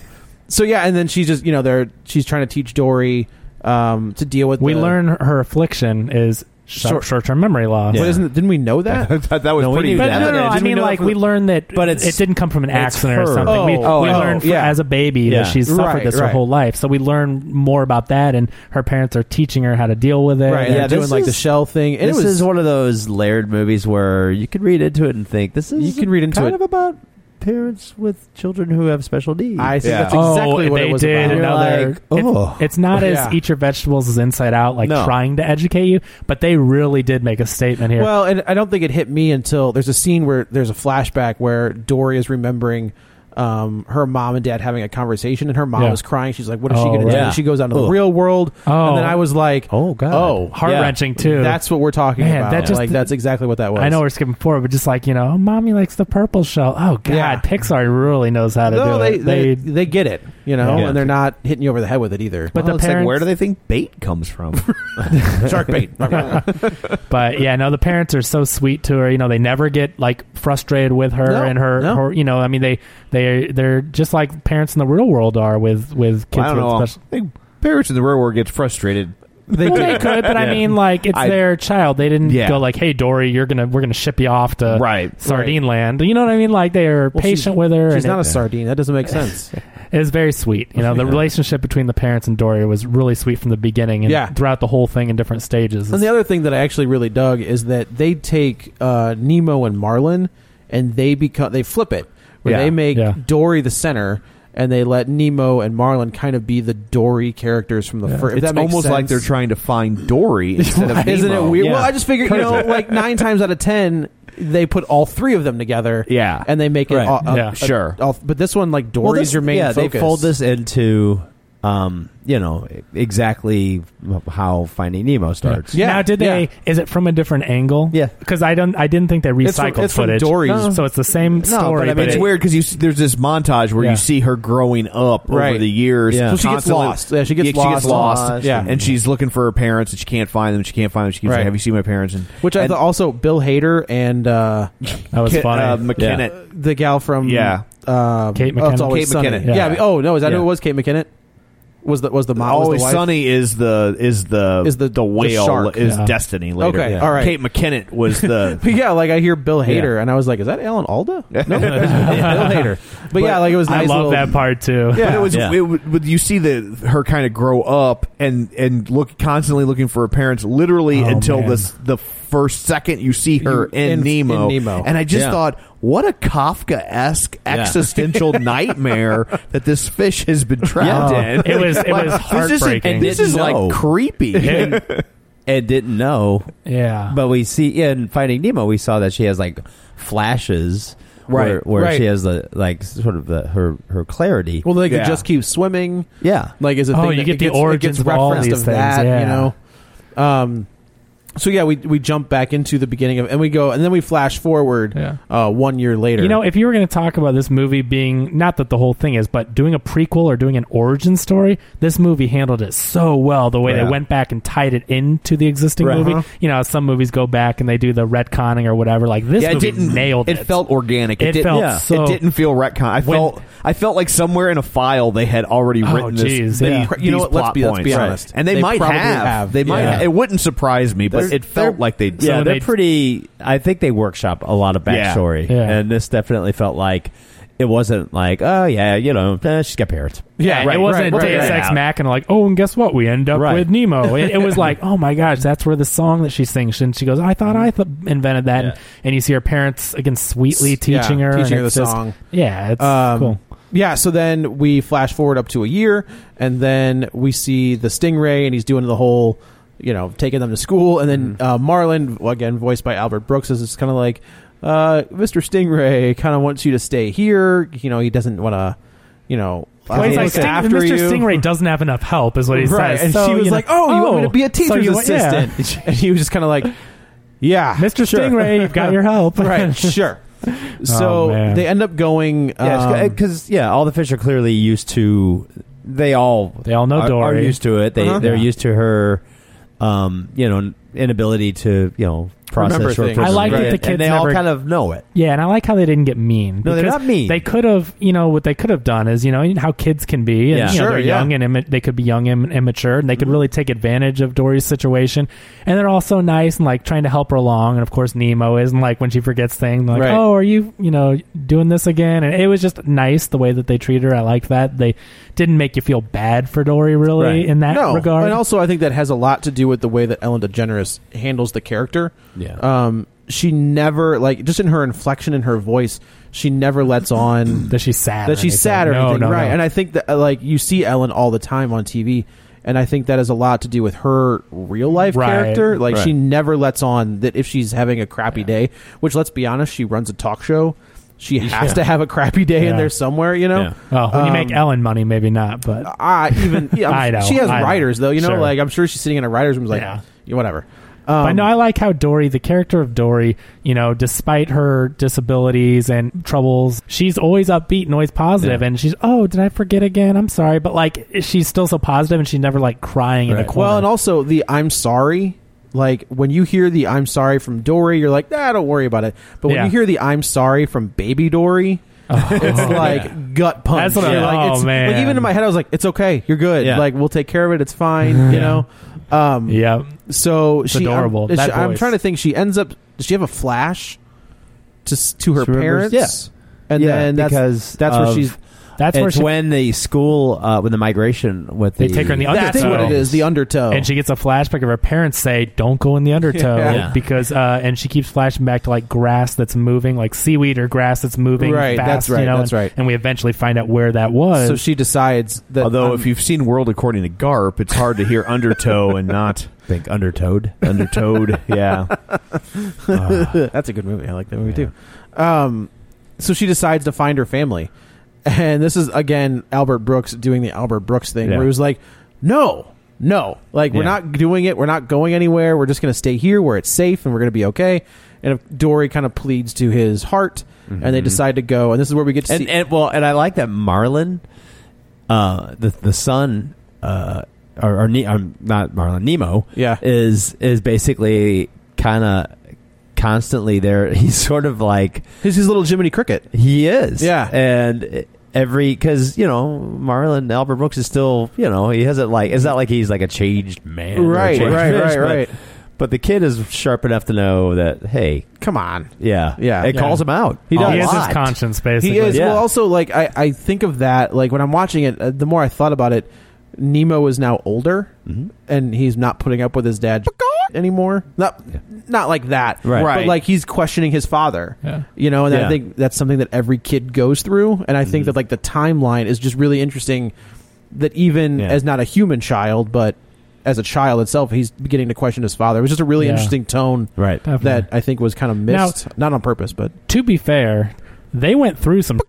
[SPEAKER 2] so yeah, and then she's just you know they're she's trying to teach Dory um, to deal with.
[SPEAKER 4] we
[SPEAKER 2] the,
[SPEAKER 4] learn her affliction is
[SPEAKER 2] Short-
[SPEAKER 4] short term memory loss.
[SPEAKER 2] But isn't didn't we know that?
[SPEAKER 1] that, that was
[SPEAKER 3] No, we
[SPEAKER 1] pretty
[SPEAKER 3] knew
[SPEAKER 4] But
[SPEAKER 3] that.
[SPEAKER 1] bad.
[SPEAKER 4] no, no, no, I
[SPEAKER 2] Didn't we
[SPEAKER 4] mean,
[SPEAKER 2] know
[SPEAKER 4] like
[SPEAKER 2] from-
[SPEAKER 4] we learned that,
[SPEAKER 3] But
[SPEAKER 4] but
[SPEAKER 3] it's-
[SPEAKER 4] it didn't come from an
[SPEAKER 3] it's
[SPEAKER 4] accident or
[SPEAKER 3] her.
[SPEAKER 4] something. we
[SPEAKER 2] Oh,
[SPEAKER 4] we
[SPEAKER 2] oh,
[SPEAKER 4] learned fr-
[SPEAKER 2] yeah.
[SPEAKER 4] as a baby
[SPEAKER 3] Yeah.
[SPEAKER 4] that she suffered
[SPEAKER 2] Right,
[SPEAKER 4] this her
[SPEAKER 2] right.
[SPEAKER 4] whole life, so we learn more about that, and her parents are teaching her how to deal with it.
[SPEAKER 2] Right,
[SPEAKER 4] And
[SPEAKER 2] yeah,
[SPEAKER 3] this
[SPEAKER 2] doing like the
[SPEAKER 3] is-
[SPEAKER 2] shell thing. And
[SPEAKER 3] This
[SPEAKER 2] it was
[SPEAKER 3] is one of those layered movies where you can read into it and think this is
[SPEAKER 2] You can read into
[SPEAKER 3] kind
[SPEAKER 2] it.
[SPEAKER 3] of about parents with children who have special needs.
[SPEAKER 2] I think
[SPEAKER 1] Yeah.
[SPEAKER 2] that's
[SPEAKER 4] Oh,
[SPEAKER 2] exactly what
[SPEAKER 4] they
[SPEAKER 2] it was
[SPEAKER 4] did
[SPEAKER 2] about.
[SPEAKER 3] You're
[SPEAKER 4] another.
[SPEAKER 3] like,
[SPEAKER 4] it's-
[SPEAKER 3] oh.
[SPEAKER 4] it's, not as
[SPEAKER 2] Yeah.
[SPEAKER 4] eat your vegetables as inside out, like
[SPEAKER 3] No.
[SPEAKER 4] trying to educate you, but they really did make a statement here.
[SPEAKER 2] Well, and I don't think it hit me until there's a scene where there's a flashback where Dory is remembering um, her mom and dad having a conversation, and her mom
[SPEAKER 4] Yeah.
[SPEAKER 2] is crying. She's like, "What is she
[SPEAKER 4] Oh,
[SPEAKER 2] going to
[SPEAKER 4] right.
[SPEAKER 2] do?"
[SPEAKER 3] Yeah.
[SPEAKER 2] And she goes out into the
[SPEAKER 3] Ugh.
[SPEAKER 2] real world,
[SPEAKER 4] Oh.
[SPEAKER 2] and then I was like,
[SPEAKER 3] Oh, God.
[SPEAKER 2] oh,
[SPEAKER 4] Heart wrenching too.
[SPEAKER 2] That's what we're talking
[SPEAKER 4] Man,
[SPEAKER 2] about.
[SPEAKER 4] that just-
[SPEAKER 2] like that's exactly what that was.
[SPEAKER 4] I know we're skipping forward, but just like you know, mommy likes the purple shell. Oh God,
[SPEAKER 2] Yeah.
[SPEAKER 4] Pixar really knows how to
[SPEAKER 2] no,
[SPEAKER 4] do
[SPEAKER 2] they,
[SPEAKER 4] it.
[SPEAKER 2] they, they get it, you know,
[SPEAKER 3] Yeah.
[SPEAKER 2] and they're not hitting you over the head with it either.
[SPEAKER 4] but
[SPEAKER 1] Well,
[SPEAKER 4] the
[SPEAKER 1] it's like,
[SPEAKER 4] parents,
[SPEAKER 1] where do they think bait comes from?
[SPEAKER 2] shark bait.
[SPEAKER 4] but yeah, no, the parents are so sweet to her. You know, they never get like frustrated with her
[SPEAKER 2] No,
[SPEAKER 4] and her,
[SPEAKER 2] no.
[SPEAKER 4] her- You know, I mean, they they they're just like parents in the real world are with with kids
[SPEAKER 1] I don't
[SPEAKER 4] with
[SPEAKER 1] know. I
[SPEAKER 4] special.
[SPEAKER 1] think parents in the real world get frustrated.
[SPEAKER 4] They, well, they could, but I
[SPEAKER 1] Yeah.
[SPEAKER 4] mean, like it's
[SPEAKER 1] I-
[SPEAKER 4] their child. They didn't
[SPEAKER 1] Yeah.
[SPEAKER 4] go like, "Hey, Dory, you're gonna we're gonna ship you off to
[SPEAKER 1] Right,
[SPEAKER 4] Sardine Land." You know what I mean? Like they are patient with her.
[SPEAKER 2] She's
[SPEAKER 4] and
[SPEAKER 2] not
[SPEAKER 4] it-
[SPEAKER 2] a sardine. That doesn't make sense.
[SPEAKER 4] It was very sweet. You know, the relationship between the parents and Dory was really sweet from the beginning and
[SPEAKER 2] Yeah.
[SPEAKER 4] throughout the whole thing in different stages.
[SPEAKER 2] And the other thing that I actually really dug is that they take uh, Nemo and Marlin, and they become they flip it where
[SPEAKER 1] Yeah,
[SPEAKER 2] they make
[SPEAKER 4] yeah.
[SPEAKER 2] Dory the center, and they let Nemo and Marlin kind of be the Dory characters from the first.
[SPEAKER 1] It's almost like they're trying to find Dory instead of
[SPEAKER 2] Isn't it
[SPEAKER 1] Nemo.
[SPEAKER 2] weird?
[SPEAKER 3] Yeah.
[SPEAKER 2] Well, I just figured you know, like nine times out of ten, they put all three of them together.
[SPEAKER 1] Yeah.
[SPEAKER 2] and they make it.
[SPEAKER 3] Right.
[SPEAKER 2] All, a-
[SPEAKER 4] Yeah.
[SPEAKER 2] a-
[SPEAKER 1] Sure.
[SPEAKER 2] all- but this one, like Dory's
[SPEAKER 3] this-
[SPEAKER 2] your main.
[SPEAKER 3] Yeah, they
[SPEAKER 2] focus.
[SPEAKER 3] fold this into, um, you know, exactly how Finding Nemo starts.
[SPEAKER 2] Yeah,
[SPEAKER 4] now, did they?
[SPEAKER 2] yeah.
[SPEAKER 4] Is it from a different angle?
[SPEAKER 3] Yeah.
[SPEAKER 4] because I don't. I didn't think they recycled
[SPEAKER 2] It's from- it's from
[SPEAKER 4] footage.
[SPEAKER 2] Dory's-
[SPEAKER 4] No. so it's the same story.
[SPEAKER 1] I mean, it's
[SPEAKER 4] it-
[SPEAKER 1] weird because you see, there's this montage where
[SPEAKER 4] Yeah.
[SPEAKER 1] you see her growing up over
[SPEAKER 2] Right.
[SPEAKER 1] the years.
[SPEAKER 3] Yeah. So she gets
[SPEAKER 1] Constantly-
[SPEAKER 2] lost. Yeah, she gets lost.
[SPEAKER 1] lost.
[SPEAKER 2] Yeah.
[SPEAKER 1] and she's looking for her parents, and she can't find them. She can't find them. She keeps
[SPEAKER 2] Right.
[SPEAKER 1] saying, "Have you seen my parents?" And
[SPEAKER 2] Which I
[SPEAKER 1] and,
[SPEAKER 2] thought also Bill Hader and uh,
[SPEAKER 4] That was
[SPEAKER 1] Ki-
[SPEAKER 4] funny.
[SPEAKER 1] Uh, McKinnon.
[SPEAKER 2] the gal from
[SPEAKER 1] Yeah.
[SPEAKER 2] um,
[SPEAKER 4] Kate
[SPEAKER 2] Oh, it's
[SPEAKER 4] McKinnon.
[SPEAKER 2] always
[SPEAKER 1] Kate
[SPEAKER 2] Sunny.
[SPEAKER 1] McKinnon.
[SPEAKER 2] Yeah.
[SPEAKER 1] Yeah.
[SPEAKER 2] Oh no, is that
[SPEAKER 1] Yeah.
[SPEAKER 2] who it was? Kate McKinnon. was the was the mom was the
[SPEAKER 1] Always
[SPEAKER 2] wife?
[SPEAKER 1] Sunny is the is the
[SPEAKER 2] Is the-
[SPEAKER 1] the
[SPEAKER 2] the
[SPEAKER 1] whale
[SPEAKER 2] shark.
[SPEAKER 1] is
[SPEAKER 2] Yeah.
[SPEAKER 1] Destiny later.
[SPEAKER 2] Okay, all right.
[SPEAKER 1] Kate McKinnon was the
[SPEAKER 2] But yeah, like I hear Bill Hader,
[SPEAKER 1] Yeah.
[SPEAKER 2] and I was like, "Is that Alan Alda?" No, Bill Hader. But, yeah, like it was.
[SPEAKER 4] I
[SPEAKER 2] nice
[SPEAKER 4] love
[SPEAKER 2] little-
[SPEAKER 4] that part too.
[SPEAKER 1] But it was,
[SPEAKER 3] Yeah.
[SPEAKER 1] it would- would- you see the her kind of grow up and and look constantly looking for her parents, literally
[SPEAKER 4] Oh,
[SPEAKER 1] until
[SPEAKER 4] man.
[SPEAKER 1] the the first second you see her
[SPEAKER 2] You-
[SPEAKER 1] in,
[SPEAKER 2] in-
[SPEAKER 1] Nemo.
[SPEAKER 2] in Nemo.
[SPEAKER 1] And I just
[SPEAKER 3] Yeah.
[SPEAKER 1] thought, what a Kafka esque existential nightmare that this fish has been trapped
[SPEAKER 4] Yeah.
[SPEAKER 1] in.
[SPEAKER 4] It was- it was
[SPEAKER 1] This, isn't-
[SPEAKER 4] heartbreaking.
[SPEAKER 1] this is like creepy.
[SPEAKER 3] Ed didn't know,
[SPEAKER 4] Yeah.
[SPEAKER 3] but we see in Finding Nemo, we saw that she has like flashes, Where,
[SPEAKER 1] Right,
[SPEAKER 3] where
[SPEAKER 2] right.
[SPEAKER 3] she has the like sort of the her her clarity.
[SPEAKER 2] Well, they could
[SPEAKER 1] Yeah.
[SPEAKER 2] just keep swimming.
[SPEAKER 3] yeah,
[SPEAKER 2] Like is a
[SPEAKER 4] Oh,
[SPEAKER 2] thing
[SPEAKER 4] you
[SPEAKER 2] that
[SPEAKER 4] get
[SPEAKER 2] it
[SPEAKER 4] the
[SPEAKER 2] gets,
[SPEAKER 4] origins
[SPEAKER 2] it
[SPEAKER 4] of
[SPEAKER 2] gets
[SPEAKER 4] all
[SPEAKER 2] referenced
[SPEAKER 4] these
[SPEAKER 2] of
[SPEAKER 4] things,
[SPEAKER 2] that,
[SPEAKER 4] yeah.
[SPEAKER 2] you know. Um, so yeah, we we jump back into the beginning of, and we go, and then we flash forward
[SPEAKER 4] Yeah.
[SPEAKER 2] uh, one year later.
[SPEAKER 4] You know, if you were going to talk about this movie being not that the whole thing is, but doing a prequel or doing an origin story, this movie handled it so well. The way
[SPEAKER 3] Yeah.
[SPEAKER 4] they went back and tied it into the existing
[SPEAKER 1] Right.
[SPEAKER 4] movie.
[SPEAKER 1] Uh-huh.
[SPEAKER 4] You know, some movies go back and they do the retconning or whatever. Like this
[SPEAKER 1] Yeah, it
[SPEAKER 4] movie
[SPEAKER 1] didn't
[SPEAKER 4] nailed it.
[SPEAKER 1] It felt organic. It,
[SPEAKER 4] It
[SPEAKER 1] didn't,
[SPEAKER 4] felt
[SPEAKER 1] yeah.
[SPEAKER 4] so-
[SPEAKER 1] It didn't feel retcon. I
[SPEAKER 4] When-
[SPEAKER 1] felt I felt like somewhere in a file they had already
[SPEAKER 4] Oh,
[SPEAKER 1] written
[SPEAKER 4] geez,
[SPEAKER 1] this. the-
[SPEAKER 4] yeah.
[SPEAKER 1] these
[SPEAKER 2] You know what, let's
[SPEAKER 1] plot
[SPEAKER 2] be- let's
[SPEAKER 1] points.
[SPEAKER 2] be honest.
[SPEAKER 1] And they,
[SPEAKER 2] They
[SPEAKER 1] might have.
[SPEAKER 2] probably have.
[SPEAKER 1] They might.
[SPEAKER 3] Yeah.
[SPEAKER 1] Have. It wouldn't surprise me, but
[SPEAKER 3] They're-
[SPEAKER 1] it felt
[SPEAKER 3] they're-
[SPEAKER 1] like they.
[SPEAKER 3] yeah,
[SPEAKER 4] So
[SPEAKER 3] they're
[SPEAKER 4] they-
[SPEAKER 3] pretty. I think they workshop a lot of
[SPEAKER 1] Yeah.
[SPEAKER 3] backstory,
[SPEAKER 4] Yeah.
[SPEAKER 3] and this definitely felt like it wasn't like oh yeah, you know, eh, she's got parents.
[SPEAKER 4] yeah,
[SPEAKER 2] right,
[SPEAKER 4] it wasn't
[SPEAKER 2] right,
[SPEAKER 4] Deus
[SPEAKER 2] right.
[SPEAKER 4] Ex Machina. Like, oh, and guess what? We end up
[SPEAKER 3] Right.
[SPEAKER 4] with Nemo. It, it was like, oh my gosh, that's where the song that she sings. And she goes, I thought I th- invented that. And, and you see her parents again sweetly
[SPEAKER 2] Yeah,
[SPEAKER 4] teaching her, and
[SPEAKER 2] teaching her the
[SPEAKER 4] it's just-
[SPEAKER 2] song.
[SPEAKER 4] Yeah, it's
[SPEAKER 2] Um,
[SPEAKER 4] cool.
[SPEAKER 2] Yeah, so then we flash forward up to a year, and then we see the stingray, and he's doing the whole, you know, taking them to school, and
[SPEAKER 4] Mm-hmm.
[SPEAKER 2] then uh, Marlin, well, again voiced by Albert Brooks, is kind of like, uh, Mr. Stingray kind of wants you to stay here. You know, he doesn't want to, you know,
[SPEAKER 4] Well, he's
[SPEAKER 2] uh,
[SPEAKER 4] like,
[SPEAKER 2] look
[SPEAKER 4] Sting,
[SPEAKER 2] after
[SPEAKER 4] Mr.
[SPEAKER 2] you.
[SPEAKER 4] Stingray doesn't have enough help, is what he
[SPEAKER 2] right?
[SPEAKER 4] says.
[SPEAKER 2] And
[SPEAKER 4] So,
[SPEAKER 2] she was
[SPEAKER 4] you know,
[SPEAKER 2] like, "Oh, you want me to be a
[SPEAKER 4] so
[SPEAKER 2] teacher's
[SPEAKER 4] you want- yeah.
[SPEAKER 2] assistant?" and he was just kind of like, "Yeah,
[SPEAKER 4] Mr.
[SPEAKER 2] sure."
[SPEAKER 4] Stingray, you've got your help.
[SPEAKER 2] right? Sure." So
[SPEAKER 4] Oh, man.
[SPEAKER 2] they end up going.
[SPEAKER 3] Yeah,
[SPEAKER 2] um,
[SPEAKER 3] because yeah, all the fish are clearly used to. They all
[SPEAKER 4] They all know
[SPEAKER 3] are,
[SPEAKER 4] Dory.
[SPEAKER 3] are used to it. They
[SPEAKER 2] Uh-huh.
[SPEAKER 3] they're
[SPEAKER 4] Yeah.
[SPEAKER 3] used to her, um, you know, inability to you know process
[SPEAKER 2] Remember
[SPEAKER 3] short
[SPEAKER 2] things.
[SPEAKER 3] term
[SPEAKER 2] I
[SPEAKER 4] like that
[SPEAKER 3] memory.
[SPEAKER 4] the
[SPEAKER 3] and,
[SPEAKER 4] kids
[SPEAKER 3] they all
[SPEAKER 4] never-
[SPEAKER 3] kind of know it.
[SPEAKER 4] Yeah, and I like how they didn't get mean.
[SPEAKER 3] No, they're
[SPEAKER 4] because
[SPEAKER 3] not mean.
[SPEAKER 4] They could have, you know, what they could have done is, you know, how kids can be.
[SPEAKER 3] Yeah.
[SPEAKER 4] And, you know,
[SPEAKER 2] Sure,
[SPEAKER 4] they're
[SPEAKER 2] yeah. Mm-hmm.
[SPEAKER 4] young and imma- they could be young and immature, and they could really take advantage of Dory's situation. And they're also nice and like trying to help her along. And of course, Nemo is, and like when she forgets things, like,
[SPEAKER 2] Right.
[SPEAKER 4] oh, are you, you know, doing this again? And it was just nice the way that they treated her. I liked that they didn't make you feel bad for Dory really
[SPEAKER 3] Right.
[SPEAKER 4] in that
[SPEAKER 2] no,
[SPEAKER 4] regard.
[SPEAKER 2] and also I think that has a lot to do with the way that Ellen DeGeneres handles the character.
[SPEAKER 3] Yeah.
[SPEAKER 2] Um, she never like just in her inflection in her voice, she never lets on
[SPEAKER 4] that she's sad. or
[SPEAKER 2] that she's
[SPEAKER 4] anything.
[SPEAKER 2] sad or
[SPEAKER 4] No,
[SPEAKER 2] anything,
[SPEAKER 4] no,
[SPEAKER 2] right?
[SPEAKER 4] no.
[SPEAKER 2] And I think that uh, like you see Ellen all the time on TV, and I think that has a lot to do with her real life
[SPEAKER 4] Right.
[SPEAKER 2] character. Like she
[SPEAKER 3] Right.
[SPEAKER 2] never lets on that if she's having a crappy day, which let's be honest, she runs a talk show. She has to have a crappy day in
[SPEAKER 4] Yeah.
[SPEAKER 2] there somewhere, you know.
[SPEAKER 3] Yeah.
[SPEAKER 4] Oh, when you make
[SPEAKER 2] Um,
[SPEAKER 4] Ellen money, maybe not, but
[SPEAKER 2] I even yeah, I'm-
[SPEAKER 4] I know,
[SPEAKER 2] she has
[SPEAKER 4] I know.
[SPEAKER 2] writers though. You know,
[SPEAKER 4] Sure.
[SPEAKER 2] like I'm sure she's sitting in a writer's room, like
[SPEAKER 4] Yeah.
[SPEAKER 2] yeah, whatever. Um,
[SPEAKER 4] but
[SPEAKER 3] Um,
[SPEAKER 4] no, I like how Dory, the character of Dory, you know, despite her disabilities and troubles, she's always upbeat and always positive, And she's, oh, did I forget again? I'm sorry, but like she's still so positive, and she's never like crying in a
[SPEAKER 3] Right.
[SPEAKER 4] corner.
[SPEAKER 2] Well, and also the I'm sorry. Like when you hear the I'm sorry from Dory, you're like, nah, don't worry about it. But when
[SPEAKER 4] Yeah.
[SPEAKER 2] you hear the I'm sorry from Baby Dory,
[SPEAKER 4] Oh,
[SPEAKER 2] it's like gut punch.
[SPEAKER 4] That's what I-
[SPEAKER 2] You're like,
[SPEAKER 4] oh,
[SPEAKER 2] it's-
[SPEAKER 4] man.
[SPEAKER 2] Like even in my head, I was like, it's okay, you're good.
[SPEAKER 3] Yeah.
[SPEAKER 2] Like we'll take care of it. It's fine. You know. Um,
[SPEAKER 4] yeah,
[SPEAKER 2] So she, I'm-
[SPEAKER 4] adorable.
[SPEAKER 2] is
[SPEAKER 4] That
[SPEAKER 2] she- I'm
[SPEAKER 4] voice.
[SPEAKER 2] trying to think. She ends up. Does she have a flash? To s- to her
[SPEAKER 3] She remembers-
[SPEAKER 2] parents. And
[SPEAKER 3] Yeah,
[SPEAKER 2] then that's,
[SPEAKER 3] because
[SPEAKER 2] that's where
[SPEAKER 3] of-
[SPEAKER 2] she's.
[SPEAKER 4] that's where
[SPEAKER 3] it's
[SPEAKER 4] she
[SPEAKER 3] when the school uh, when the migration with
[SPEAKER 4] They
[SPEAKER 3] the,
[SPEAKER 4] take her in the
[SPEAKER 2] That's
[SPEAKER 4] undertow.
[SPEAKER 2] what it is. The undertow.
[SPEAKER 4] and she gets a flashback of her parents say, "Don't go in the undertow,"
[SPEAKER 3] Yeah.
[SPEAKER 4] because uh, and she keeps flashing back to like grass that's moving, like seaweed or grass that's moving.
[SPEAKER 2] Right,
[SPEAKER 4] fast,
[SPEAKER 2] that's right,
[SPEAKER 4] You know,
[SPEAKER 2] that's
[SPEAKER 4] and,
[SPEAKER 2] right.
[SPEAKER 4] And we eventually find out where that was.
[SPEAKER 2] so she decides that.
[SPEAKER 1] Although,
[SPEAKER 2] um,
[SPEAKER 1] if you've seen World According to Garp, it's hard to hear undertow and not
[SPEAKER 3] think undertowed.
[SPEAKER 1] undertowed. Yeah,
[SPEAKER 2] That's a good movie. I like that movie too. Um, so she decides to find her family, and this is again Albert Brooks doing the Albert Brooks thing, where
[SPEAKER 3] Yeah.
[SPEAKER 2] he was like, "No, no, like we're
[SPEAKER 3] Yeah.
[SPEAKER 2] not doing it. We're not going anywhere. We're just going to stay here where it's safe, and we're going to be okay." And if Dory kind of pleads to his heart, and they decide to go, Mm-hmm. and this is where we get to
[SPEAKER 3] and,
[SPEAKER 2] see.
[SPEAKER 3] and well, and I like that Marlin, uh, the the son, uh, or, or ne- I'm not Marlin Nemo.
[SPEAKER 2] Yeah.
[SPEAKER 3] is is basically kind of constantly there. He's sort of like
[SPEAKER 2] He's his little Jiminy Cricket.
[SPEAKER 3] he is.
[SPEAKER 2] Yeah.
[SPEAKER 3] and every because you know Marlon Albert Brooks is still you know he hasn't like it's not like he's like a changed man, or a
[SPEAKER 2] Right,
[SPEAKER 3] changed
[SPEAKER 2] right, right,
[SPEAKER 3] but-
[SPEAKER 2] right.
[SPEAKER 3] But the kid is sharp enough to know that hey,
[SPEAKER 2] come on,
[SPEAKER 3] yeah,
[SPEAKER 2] Yeah.
[SPEAKER 3] it
[SPEAKER 2] Yeah.
[SPEAKER 3] calls him out.
[SPEAKER 2] He
[SPEAKER 3] a
[SPEAKER 2] does. He is his
[SPEAKER 3] lot.
[SPEAKER 4] conscience basically.
[SPEAKER 2] He is.
[SPEAKER 3] Yeah.
[SPEAKER 2] Well, also, like I, I think of that. Like when I'm watching it, uh, the more I thought about it, Nemo is now older,
[SPEAKER 3] Mm-hmm.
[SPEAKER 2] and he's not putting up with his dad anymore. Not, not like that.
[SPEAKER 3] Right.
[SPEAKER 2] But
[SPEAKER 3] Right.
[SPEAKER 2] like he's questioning his father.
[SPEAKER 4] Yeah.
[SPEAKER 2] You know, and
[SPEAKER 3] Yeah. Mm-hmm.
[SPEAKER 2] I think that's something that every kid goes through. And I think that like the timeline is just really interesting. That even
[SPEAKER 3] Yeah.
[SPEAKER 2] as not a human child, but as a child itself, he's beginning to question his father. It was just a really
[SPEAKER 4] Yeah.
[SPEAKER 2] interesting tone
[SPEAKER 3] Right.
[SPEAKER 4] Definitely.
[SPEAKER 2] that I think was kind of
[SPEAKER 4] Now-
[SPEAKER 2] missed, not on purpose, but
[SPEAKER 4] to be fair, they went through some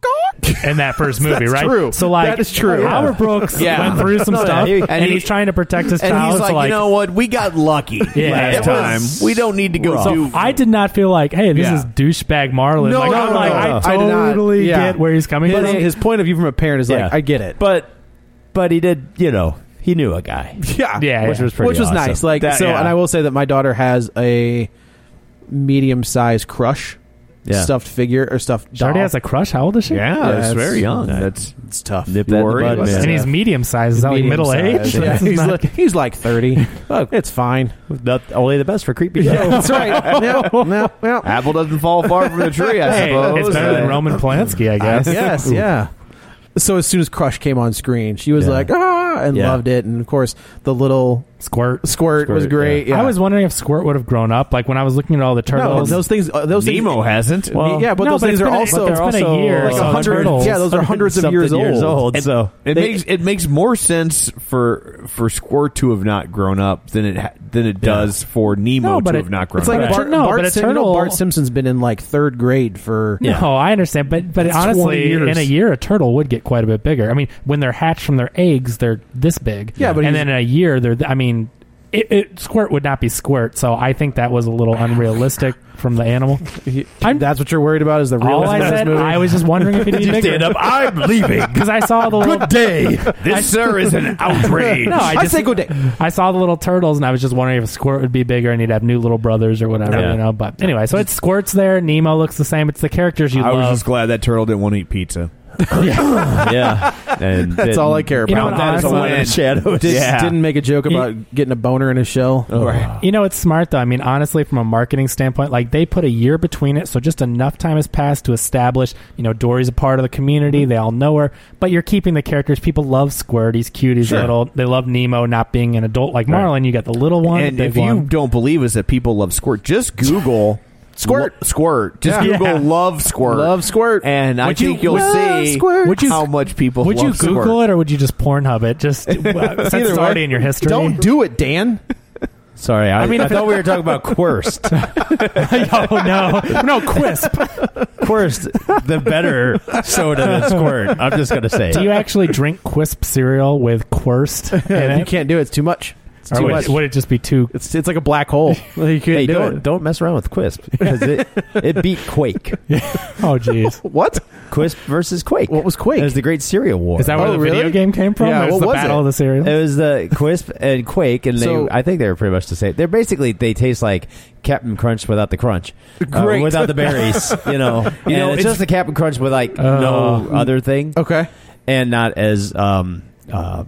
[SPEAKER 4] in that first movie,
[SPEAKER 2] That's
[SPEAKER 4] right?
[SPEAKER 2] true.
[SPEAKER 4] So like
[SPEAKER 2] That is true.
[SPEAKER 4] Howard Brooks
[SPEAKER 2] Yeah.
[SPEAKER 4] went through some
[SPEAKER 3] No,
[SPEAKER 4] stuff,
[SPEAKER 3] yeah, he-
[SPEAKER 4] and,
[SPEAKER 3] and he-
[SPEAKER 4] he's trying to protect his
[SPEAKER 1] And
[SPEAKER 4] child.
[SPEAKER 1] he's
[SPEAKER 4] so,
[SPEAKER 1] like, you know what? We got lucky
[SPEAKER 4] Yeah.
[SPEAKER 1] last
[SPEAKER 4] It
[SPEAKER 1] time.
[SPEAKER 4] was
[SPEAKER 1] We don't need to go
[SPEAKER 4] So
[SPEAKER 1] do.
[SPEAKER 4] I did not feel like, hey, this
[SPEAKER 1] Yeah.
[SPEAKER 4] is douchebag Marlon.
[SPEAKER 1] No,
[SPEAKER 4] like,
[SPEAKER 1] no,
[SPEAKER 4] I'm
[SPEAKER 1] no,
[SPEAKER 4] like,
[SPEAKER 1] no.
[SPEAKER 4] I
[SPEAKER 2] I did not.
[SPEAKER 4] totally
[SPEAKER 2] Yeah.
[SPEAKER 4] get where he's coming
[SPEAKER 2] his,
[SPEAKER 4] from.
[SPEAKER 2] his point of view from a parent is like,
[SPEAKER 3] Yeah.
[SPEAKER 2] I get it.
[SPEAKER 3] But but he did you know he knew a guy.
[SPEAKER 2] yeah,
[SPEAKER 4] Yeah,
[SPEAKER 3] Which
[SPEAKER 4] yeah.
[SPEAKER 3] was pretty
[SPEAKER 2] which was
[SPEAKER 3] awesome.
[SPEAKER 2] nice. Like
[SPEAKER 3] That-
[SPEAKER 2] so,
[SPEAKER 3] yeah.
[SPEAKER 2] and I will say that my daughter has a medium-sized crush
[SPEAKER 3] Yeah.
[SPEAKER 2] stuffed figure or stuffed.
[SPEAKER 4] she already
[SPEAKER 2] doll.
[SPEAKER 4] has a crush. How old is she?
[SPEAKER 1] yeah,
[SPEAKER 2] Yeah,
[SPEAKER 1] it's
[SPEAKER 2] it's-
[SPEAKER 1] very young.
[SPEAKER 3] Yeah.
[SPEAKER 1] That's
[SPEAKER 2] It's tough.
[SPEAKER 3] Nip that in the
[SPEAKER 1] Worried
[SPEAKER 3] bud,
[SPEAKER 1] about
[SPEAKER 3] man.
[SPEAKER 1] that.
[SPEAKER 4] And he's medium sized. Is that like middle
[SPEAKER 2] Medium-sized.
[SPEAKER 4] age?
[SPEAKER 2] Yeah,
[SPEAKER 4] That's
[SPEAKER 2] he's,
[SPEAKER 4] not-
[SPEAKER 2] like, he's like thirty. it's fine.
[SPEAKER 3] Not only the best for creepy. Yeah.
[SPEAKER 2] That's right. no, no, no.
[SPEAKER 1] apple doesn't fall far from the tree. I
[SPEAKER 4] Hey,
[SPEAKER 1] suppose.
[SPEAKER 4] it's better than
[SPEAKER 1] Uh,
[SPEAKER 4] Roman Polanski, I guess.
[SPEAKER 2] yes, yeah. So as soon as Crush came on screen, she was
[SPEAKER 3] Yeah.
[SPEAKER 2] like ah and
[SPEAKER 3] Yeah.
[SPEAKER 2] loved it, and of course the little
[SPEAKER 4] Squirt.
[SPEAKER 2] squirt, was
[SPEAKER 3] Squirt,
[SPEAKER 2] great. Yeah.
[SPEAKER 4] I was wondering if Squirt would have grown up. Like when I was looking at all the
[SPEAKER 2] no,
[SPEAKER 4] turtles.
[SPEAKER 2] those things. uh, those things-
[SPEAKER 1] Nemo hasn't.
[SPEAKER 3] Well,
[SPEAKER 2] yeah, but
[SPEAKER 4] No,
[SPEAKER 2] those
[SPEAKER 4] but
[SPEAKER 2] things
[SPEAKER 4] it's
[SPEAKER 2] are
[SPEAKER 4] been a-
[SPEAKER 2] also
[SPEAKER 4] but it's been a
[SPEAKER 2] also
[SPEAKER 4] year,
[SPEAKER 2] Like
[SPEAKER 4] so
[SPEAKER 2] a hundred,
[SPEAKER 4] turtles-
[SPEAKER 2] yeah, those are hundreds of
[SPEAKER 3] something
[SPEAKER 2] years, old.
[SPEAKER 3] old. so
[SPEAKER 1] It
[SPEAKER 2] Oh. They-
[SPEAKER 1] makes it makes more sense for for Squirt to have not grown up than it ha- than it does for Nemo
[SPEAKER 4] No, but
[SPEAKER 1] to
[SPEAKER 4] it-
[SPEAKER 1] have not grown
[SPEAKER 2] It's like
[SPEAKER 1] up.
[SPEAKER 4] Right.
[SPEAKER 2] Bart,
[SPEAKER 4] No,
[SPEAKER 2] Bart
[SPEAKER 4] but a
[SPEAKER 2] Sim- you know
[SPEAKER 4] turtle-
[SPEAKER 2] Bart Simpson's been in like third grade for.
[SPEAKER 4] No, I understand, but but
[SPEAKER 2] It's 20
[SPEAKER 4] honestly,
[SPEAKER 2] years.
[SPEAKER 4] in a year, a turtle would get quite a bit bigger. I mean, when they're hatched from their eggs, they're this big.
[SPEAKER 2] Yeah, but
[SPEAKER 4] and
[SPEAKER 2] he's-
[SPEAKER 4] then in a year, they're. th- I mean, it, it squirt would not be squirt. So I think that was a little unrealistic from the animal. I'm-
[SPEAKER 2] that's what you're worried about is the real.
[SPEAKER 4] All I said, I was just wondering if he'd be bigger.
[SPEAKER 1] I'm leaving.
[SPEAKER 4] because I saw the little.
[SPEAKER 1] day. This sir is an outrage.
[SPEAKER 4] No, I
[SPEAKER 2] I
[SPEAKER 4] just
[SPEAKER 2] say good day.
[SPEAKER 4] I saw the little turtles, and I was just wondering if Squirt would be bigger, and he'd have new little brothers or whatever,
[SPEAKER 3] Yeah.
[SPEAKER 4] you know. But anyway, so it's Squirt's there. Nemo looks the same. It's the characters you
[SPEAKER 1] I
[SPEAKER 4] love.
[SPEAKER 1] was just glad that turtle didn't want to eat pizza.
[SPEAKER 3] yeah, and
[SPEAKER 2] That's all I care
[SPEAKER 4] You know
[SPEAKER 2] about.
[SPEAKER 4] what, That is a honestly- win.
[SPEAKER 3] Shadows.
[SPEAKER 2] Did,
[SPEAKER 3] yeah.
[SPEAKER 2] Didn't make a joke about getting a boner in his shell.
[SPEAKER 4] You know, it's smart though. I mean, honestly, from a marketing standpoint, like they put a year between it, so just enough time has passed to establish. You know, Dory's a part of the community; they all know her. But you're keeping the characters. People love Squirt; he's cute. He's
[SPEAKER 1] Sure.
[SPEAKER 4] little. They love Nemo not being an adult like Marlin. You got the little one,
[SPEAKER 1] and
[SPEAKER 4] the
[SPEAKER 1] if
[SPEAKER 4] big
[SPEAKER 1] you
[SPEAKER 4] one.
[SPEAKER 1] don't believe us that people love Squirt, just Google
[SPEAKER 2] Squirt.
[SPEAKER 1] Lo- squirt. Just
[SPEAKER 4] Yeah.
[SPEAKER 1] Google
[SPEAKER 4] Yeah.
[SPEAKER 1] love Squirt.
[SPEAKER 2] Love Squirt.
[SPEAKER 1] And I
[SPEAKER 4] Would
[SPEAKER 1] think
[SPEAKER 4] you-
[SPEAKER 1] you'll
[SPEAKER 4] Love
[SPEAKER 1] see
[SPEAKER 4] Squirt. Would you-
[SPEAKER 1] how much people
[SPEAKER 4] would
[SPEAKER 1] love
[SPEAKER 4] you Google
[SPEAKER 1] Squirt.
[SPEAKER 4] it or would you just Pornhub it? Just uh, since it's
[SPEAKER 2] way,
[SPEAKER 4] already in your history.
[SPEAKER 2] Don't do it, Dan.
[SPEAKER 3] Sorry, I, mean, I thought we were talking about Quirst.
[SPEAKER 4] oh no, no Quisp.
[SPEAKER 3] Quirst, the better soda than Squirt. I'm just gonna say.
[SPEAKER 4] Do you actually drink Quisp cereal with Quirst? in
[SPEAKER 2] you
[SPEAKER 4] it?
[SPEAKER 2] can't do it. It's too much. It's
[SPEAKER 4] Or
[SPEAKER 2] too
[SPEAKER 4] would,
[SPEAKER 2] much.
[SPEAKER 4] would it just be too?
[SPEAKER 2] It's it's like a black hole. You can't
[SPEAKER 3] hey,
[SPEAKER 2] do
[SPEAKER 3] not
[SPEAKER 2] it.
[SPEAKER 3] don't mess around with Quisp because it it beat Quake.
[SPEAKER 4] Oh jeez.
[SPEAKER 2] What?
[SPEAKER 3] Quisp versus Quake.
[SPEAKER 2] What was Quake?
[SPEAKER 3] It was the Great Cereal War.
[SPEAKER 4] Is that where
[SPEAKER 2] Oh,
[SPEAKER 4] the video
[SPEAKER 2] really?
[SPEAKER 4] game came from?
[SPEAKER 2] Yeah,
[SPEAKER 4] It's
[SPEAKER 2] what
[SPEAKER 4] the
[SPEAKER 2] was
[SPEAKER 4] Battle
[SPEAKER 2] it?
[SPEAKER 4] of the Cereals?
[SPEAKER 3] It was the Quisp and Quake, and
[SPEAKER 2] So-
[SPEAKER 3] they, I think they were pretty much the same. They're basically they taste like Captain Crunch without the crunch, Uh,
[SPEAKER 2] Great.
[SPEAKER 3] without the berries. You know, you
[SPEAKER 2] know,
[SPEAKER 3] know, it's,
[SPEAKER 2] it's-
[SPEAKER 3] just the Captain Crunch with like no other thing,
[SPEAKER 2] Okay.
[SPEAKER 3] and not as um, uh,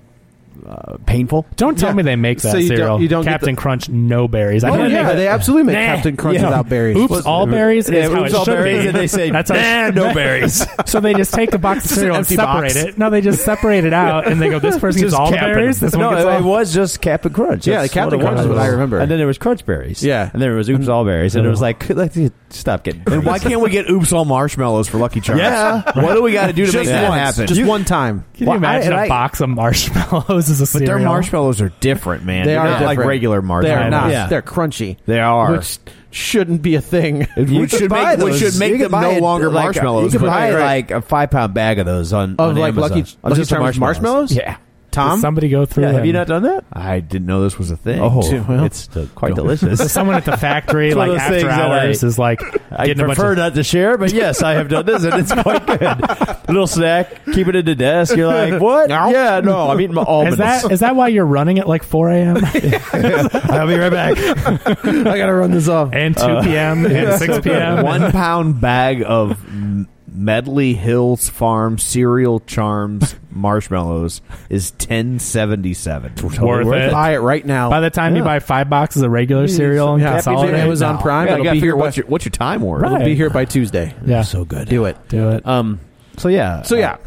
[SPEAKER 3] uh, painful.
[SPEAKER 4] Don't tell
[SPEAKER 2] Yeah.
[SPEAKER 4] me they make that
[SPEAKER 2] So you don't-
[SPEAKER 4] cereal.
[SPEAKER 2] you don't get
[SPEAKER 4] Captain
[SPEAKER 2] the-
[SPEAKER 4] Crunch, no berries. I
[SPEAKER 2] Oh
[SPEAKER 4] know
[SPEAKER 2] yeah,
[SPEAKER 4] make-
[SPEAKER 2] they absolutely make
[SPEAKER 4] Nah.
[SPEAKER 2] Captain Crunch
[SPEAKER 3] Yeah.
[SPEAKER 2] without berries.
[SPEAKER 4] Oops, all berries
[SPEAKER 3] Yeah,
[SPEAKER 4] is how
[SPEAKER 3] oops,
[SPEAKER 4] it
[SPEAKER 3] all
[SPEAKER 4] should
[SPEAKER 3] berries,
[SPEAKER 4] be.
[SPEAKER 3] and they say,
[SPEAKER 4] That's how
[SPEAKER 3] "Nah, no berries."
[SPEAKER 4] so they just take the box of cereal and
[SPEAKER 2] empty
[SPEAKER 4] separate
[SPEAKER 2] box.
[SPEAKER 4] it. No, they just separate it out, and they go, "This person gets all the
[SPEAKER 3] Cap'n.
[SPEAKER 4] berries. This one
[SPEAKER 3] no,
[SPEAKER 4] gets
[SPEAKER 3] it, it
[SPEAKER 4] all."
[SPEAKER 3] was just Captain Crunch.
[SPEAKER 2] Yeah,
[SPEAKER 3] That's
[SPEAKER 2] the Cap'n
[SPEAKER 3] what it
[SPEAKER 2] Crunch
[SPEAKER 4] is what I
[SPEAKER 2] remember.
[SPEAKER 3] And then there was Crunch Berries.
[SPEAKER 2] Yeah.
[SPEAKER 3] and then there was Oops All Berries, and it was like, like stop getting.
[SPEAKER 1] And why can't we get oops all marshmallows for Lucky Charms?
[SPEAKER 3] Yeah.
[SPEAKER 1] What do we got to do to make that
[SPEAKER 2] once.
[SPEAKER 1] happen?
[SPEAKER 2] Just
[SPEAKER 1] You-
[SPEAKER 2] one time.
[SPEAKER 4] Can
[SPEAKER 3] Well,
[SPEAKER 4] you
[SPEAKER 3] I-
[SPEAKER 4] imagine
[SPEAKER 3] and
[SPEAKER 4] a
[SPEAKER 3] I-
[SPEAKER 4] box of marshmallows as a
[SPEAKER 1] But
[SPEAKER 4] cereal?
[SPEAKER 1] their marshmallows are different, man.
[SPEAKER 2] They
[SPEAKER 1] They're
[SPEAKER 2] are
[SPEAKER 1] not like
[SPEAKER 2] different.
[SPEAKER 1] regular
[SPEAKER 2] They
[SPEAKER 1] marshmallows.
[SPEAKER 2] are not.
[SPEAKER 3] Yeah.
[SPEAKER 2] They're crunchy.
[SPEAKER 1] They are.
[SPEAKER 2] Which shouldn't be a thing.
[SPEAKER 1] We should make, we should make them no longer marshmallows.
[SPEAKER 3] You can
[SPEAKER 1] but-
[SPEAKER 3] buy
[SPEAKER 1] Right.
[SPEAKER 3] like a five pound bag of those on
[SPEAKER 2] Of
[SPEAKER 3] on
[SPEAKER 2] like
[SPEAKER 3] Amazon.
[SPEAKER 2] Lucky-
[SPEAKER 3] On
[SPEAKER 2] Lucky
[SPEAKER 3] just the
[SPEAKER 2] Charms marshmallows?
[SPEAKER 3] Yeah,
[SPEAKER 4] Does
[SPEAKER 2] Tom,
[SPEAKER 4] somebody go through.
[SPEAKER 3] yeah. Have you
[SPEAKER 4] and-
[SPEAKER 3] not done that?
[SPEAKER 1] I didn't know this was a thing.
[SPEAKER 3] Oh,
[SPEAKER 2] too. Well,
[SPEAKER 3] it's uh, quite delicious.
[SPEAKER 4] Someone at the factory,
[SPEAKER 3] It's one
[SPEAKER 4] like
[SPEAKER 3] of those
[SPEAKER 4] after
[SPEAKER 3] things that I-
[SPEAKER 4] hours, is like
[SPEAKER 3] I
[SPEAKER 4] getting a bunch
[SPEAKER 3] prefer
[SPEAKER 4] of
[SPEAKER 3] not to share, but yes, I have done this, and it's quite good. A little snack, keep it in the desk. You're like, what? Yeah, no, I'm eating my almonds.
[SPEAKER 4] Is that is that why you're running at like 4 a.m.
[SPEAKER 3] I'll be right back. Uh,
[SPEAKER 2] I gotta run this off.
[SPEAKER 4] and 2 p.m. and 6 p.m.
[SPEAKER 1] one pound bag of m- Medley Hills Farm cereal charms marshmallows is ten seventy seven.
[SPEAKER 4] Worth worth it. it.
[SPEAKER 2] Buy it right now.
[SPEAKER 4] By the time you buy five boxes of regular cereal and
[SPEAKER 2] Yeah, it's on
[SPEAKER 4] consolidate,
[SPEAKER 2] Amazon
[SPEAKER 4] No.
[SPEAKER 2] Prime.
[SPEAKER 1] Yeah, I
[SPEAKER 2] it'll
[SPEAKER 1] gotta
[SPEAKER 2] be here
[SPEAKER 1] figure out
[SPEAKER 2] by,
[SPEAKER 1] what's your what's your time worth.
[SPEAKER 4] Right.
[SPEAKER 2] it'll be here by Tuesday.
[SPEAKER 4] Yeah,
[SPEAKER 3] so good.
[SPEAKER 2] Do it.
[SPEAKER 4] do it.
[SPEAKER 2] Um.
[SPEAKER 3] So yeah.
[SPEAKER 2] So yeah.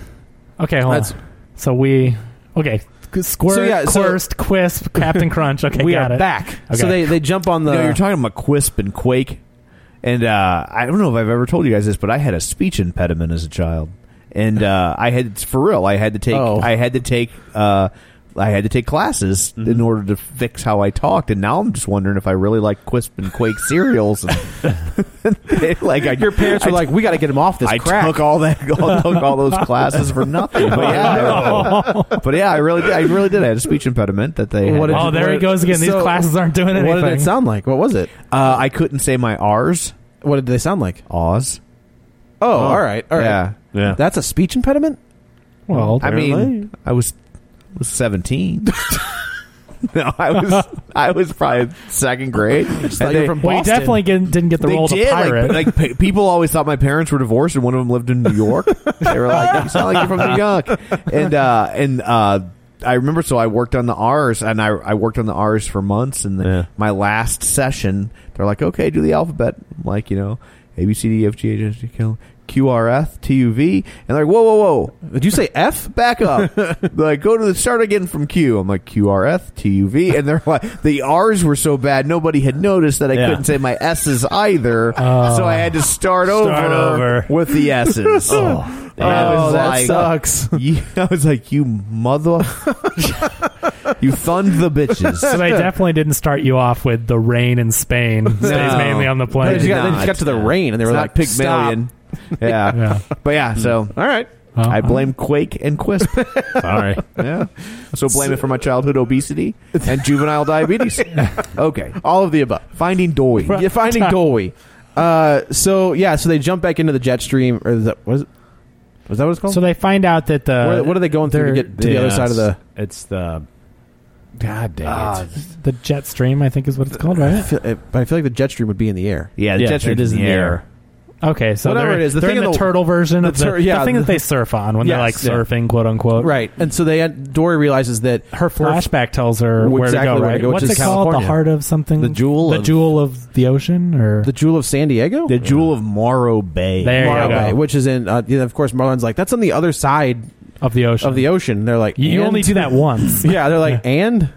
[SPEAKER 4] Okay, hold
[SPEAKER 2] That's-
[SPEAKER 4] on. So we okay. Squirt,
[SPEAKER 2] So, yeah, so-
[SPEAKER 4] Quirst, Quisp, Captain Crunch. Okay,
[SPEAKER 2] we
[SPEAKER 4] got
[SPEAKER 2] are
[SPEAKER 4] it.
[SPEAKER 2] back.
[SPEAKER 4] Okay.
[SPEAKER 2] So they they jump on the.
[SPEAKER 1] you know, you're talking about Quisp and Quake, and uh, I don't know if I've ever told you guys this, but I had a speech impediment as a child, and uh, I had for real, I had to take,
[SPEAKER 2] Oh.
[SPEAKER 1] I had to take, uh, I had to take classes
[SPEAKER 2] Mm-hmm.
[SPEAKER 1] in order to fix how I talked, and now I'm just wondering if I really like Quisp and Quake cereals. And, like I,
[SPEAKER 2] your parents
[SPEAKER 1] I
[SPEAKER 2] were like, we got to get him off this
[SPEAKER 1] I
[SPEAKER 2] crack.
[SPEAKER 1] took all that, all, took all those classes for nothing. But yeah, I- but yeah, I really, did, I really did. I had a speech impediment that they. had
[SPEAKER 2] What
[SPEAKER 1] to-
[SPEAKER 2] did
[SPEAKER 4] Oh,
[SPEAKER 2] you-
[SPEAKER 4] there
[SPEAKER 2] what
[SPEAKER 4] he
[SPEAKER 2] did-
[SPEAKER 4] goes again. These
[SPEAKER 2] so,
[SPEAKER 4] classes aren't doing anything.
[SPEAKER 2] What did it sound like? What was it?
[SPEAKER 1] uh, I couldn't say my R's.
[SPEAKER 2] What did they sound like?
[SPEAKER 1] Oz.
[SPEAKER 2] Oh, all right, all right.
[SPEAKER 1] Yeah.
[SPEAKER 3] Yeah.
[SPEAKER 2] That's a speech impediment.
[SPEAKER 4] Well,
[SPEAKER 1] I mean, I was was seventeen. no, I was I was probably second grade.
[SPEAKER 2] thought you were from
[SPEAKER 4] well, you
[SPEAKER 2] Boston.
[SPEAKER 4] definitely get, didn't get the
[SPEAKER 1] they
[SPEAKER 4] role
[SPEAKER 1] did
[SPEAKER 4] of
[SPEAKER 1] like-
[SPEAKER 4] pirate.
[SPEAKER 1] like, pe- people always thought my parents were divorced and one of them lived in New York. they were like, "You sound like you're from New York," and uh, and uh, I remember. So I worked on the R's and I I worked on the R's for months. And the,
[SPEAKER 3] Yeah.
[SPEAKER 1] my last session, they're like, "Okay, do the alphabet." I'm like you know, A B C D E F G H I J K L Q R S T U V, and they're like, "Whoa, whoa, whoa."
[SPEAKER 2] Did you say F?
[SPEAKER 1] back up. They're like, go to the start again from Q. I'm like, Q R F T U V. And they're like, the R's were so bad, nobody had noticed that I
[SPEAKER 3] Yeah.
[SPEAKER 1] couldn't say my S's either.
[SPEAKER 4] Oh.
[SPEAKER 1] so I had to start,
[SPEAKER 3] Start over.
[SPEAKER 1] with the S's.
[SPEAKER 3] Oh.
[SPEAKER 1] And I was
[SPEAKER 2] that
[SPEAKER 1] like-
[SPEAKER 2] sucks.
[SPEAKER 1] You- I was like, you mother. you thunned the bitches.
[SPEAKER 4] so they definitely didn't start you off with the rain in Spain. Stays mainly on the
[SPEAKER 2] They
[SPEAKER 4] plane.
[SPEAKER 2] just, got,
[SPEAKER 1] did
[SPEAKER 2] they just
[SPEAKER 1] not.
[SPEAKER 2] got to the rain and they
[SPEAKER 1] It's
[SPEAKER 2] were
[SPEAKER 1] not
[SPEAKER 2] like, Pygmalion. Hmm.
[SPEAKER 1] Yeah.
[SPEAKER 4] Yeah. Uh-huh.
[SPEAKER 1] But yeah, so.
[SPEAKER 2] All right.
[SPEAKER 4] Well,
[SPEAKER 1] I blame Quake and Quisp.
[SPEAKER 3] Sorry.
[SPEAKER 1] Yeah. So blame it for my childhood obesity and juvenile diabetes. Okay.
[SPEAKER 2] All of the above.
[SPEAKER 1] Finding Dory.
[SPEAKER 2] You're finding Dowie. Uh, so yeah, so they jump back into the jet stream, or is that was it? Was that what it's called?
[SPEAKER 4] So they find out that the
[SPEAKER 2] What- what are they going through to
[SPEAKER 4] they're-
[SPEAKER 2] get- To the other side
[SPEAKER 4] Uh,
[SPEAKER 2] of the- Ah,
[SPEAKER 3] It's the. God dang it.
[SPEAKER 4] the jet stream? I think is what it's called,
[SPEAKER 2] I
[SPEAKER 4] right?
[SPEAKER 2] feel, I- Uh, but I feel like the jet stream would be in the air.
[SPEAKER 1] Yeah, the
[SPEAKER 3] yeah,
[SPEAKER 1] jet stream
[SPEAKER 3] it is in the air.
[SPEAKER 4] Okay, so
[SPEAKER 2] Whatever
[SPEAKER 4] they're-
[SPEAKER 2] it is, the
[SPEAKER 4] they're
[SPEAKER 2] thing
[SPEAKER 4] in
[SPEAKER 2] in
[SPEAKER 4] the,
[SPEAKER 2] the-
[SPEAKER 4] turtle version
[SPEAKER 2] the
[SPEAKER 4] of the,
[SPEAKER 2] tur- yeah,
[SPEAKER 4] the thing that
[SPEAKER 2] the-
[SPEAKER 4] they surf on when they're like
[SPEAKER 2] Yes, yeah.
[SPEAKER 4] surfing, quote unquote.
[SPEAKER 2] Right, and so they uh, Dory realizes that
[SPEAKER 4] Her flashback tells her
[SPEAKER 2] Exactly
[SPEAKER 4] where to go.
[SPEAKER 2] where to
[SPEAKER 4] Right?
[SPEAKER 2] go, which
[SPEAKER 4] What's
[SPEAKER 2] is
[SPEAKER 4] it called? The
[SPEAKER 2] California.
[SPEAKER 4] heart of something.
[SPEAKER 1] The jewel
[SPEAKER 4] The
[SPEAKER 1] of-
[SPEAKER 4] jewel of the ocean, or
[SPEAKER 2] the Jewel of San Diego,
[SPEAKER 1] The Jewel of Morro Bay.
[SPEAKER 4] There
[SPEAKER 2] Morro
[SPEAKER 4] you
[SPEAKER 2] Bay,
[SPEAKER 4] go.
[SPEAKER 2] which is in. Uh, yeah, of course, Marlon's like that's on the other side
[SPEAKER 4] of the ocean.
[SPEAKER 2] of the ocean. And they're like,
[SPEAKER 4] You
[SPEAKER 2] "And?"
[SPEAKER 4] only do that once.
[SPEAKER 2] Yeah, they're like, and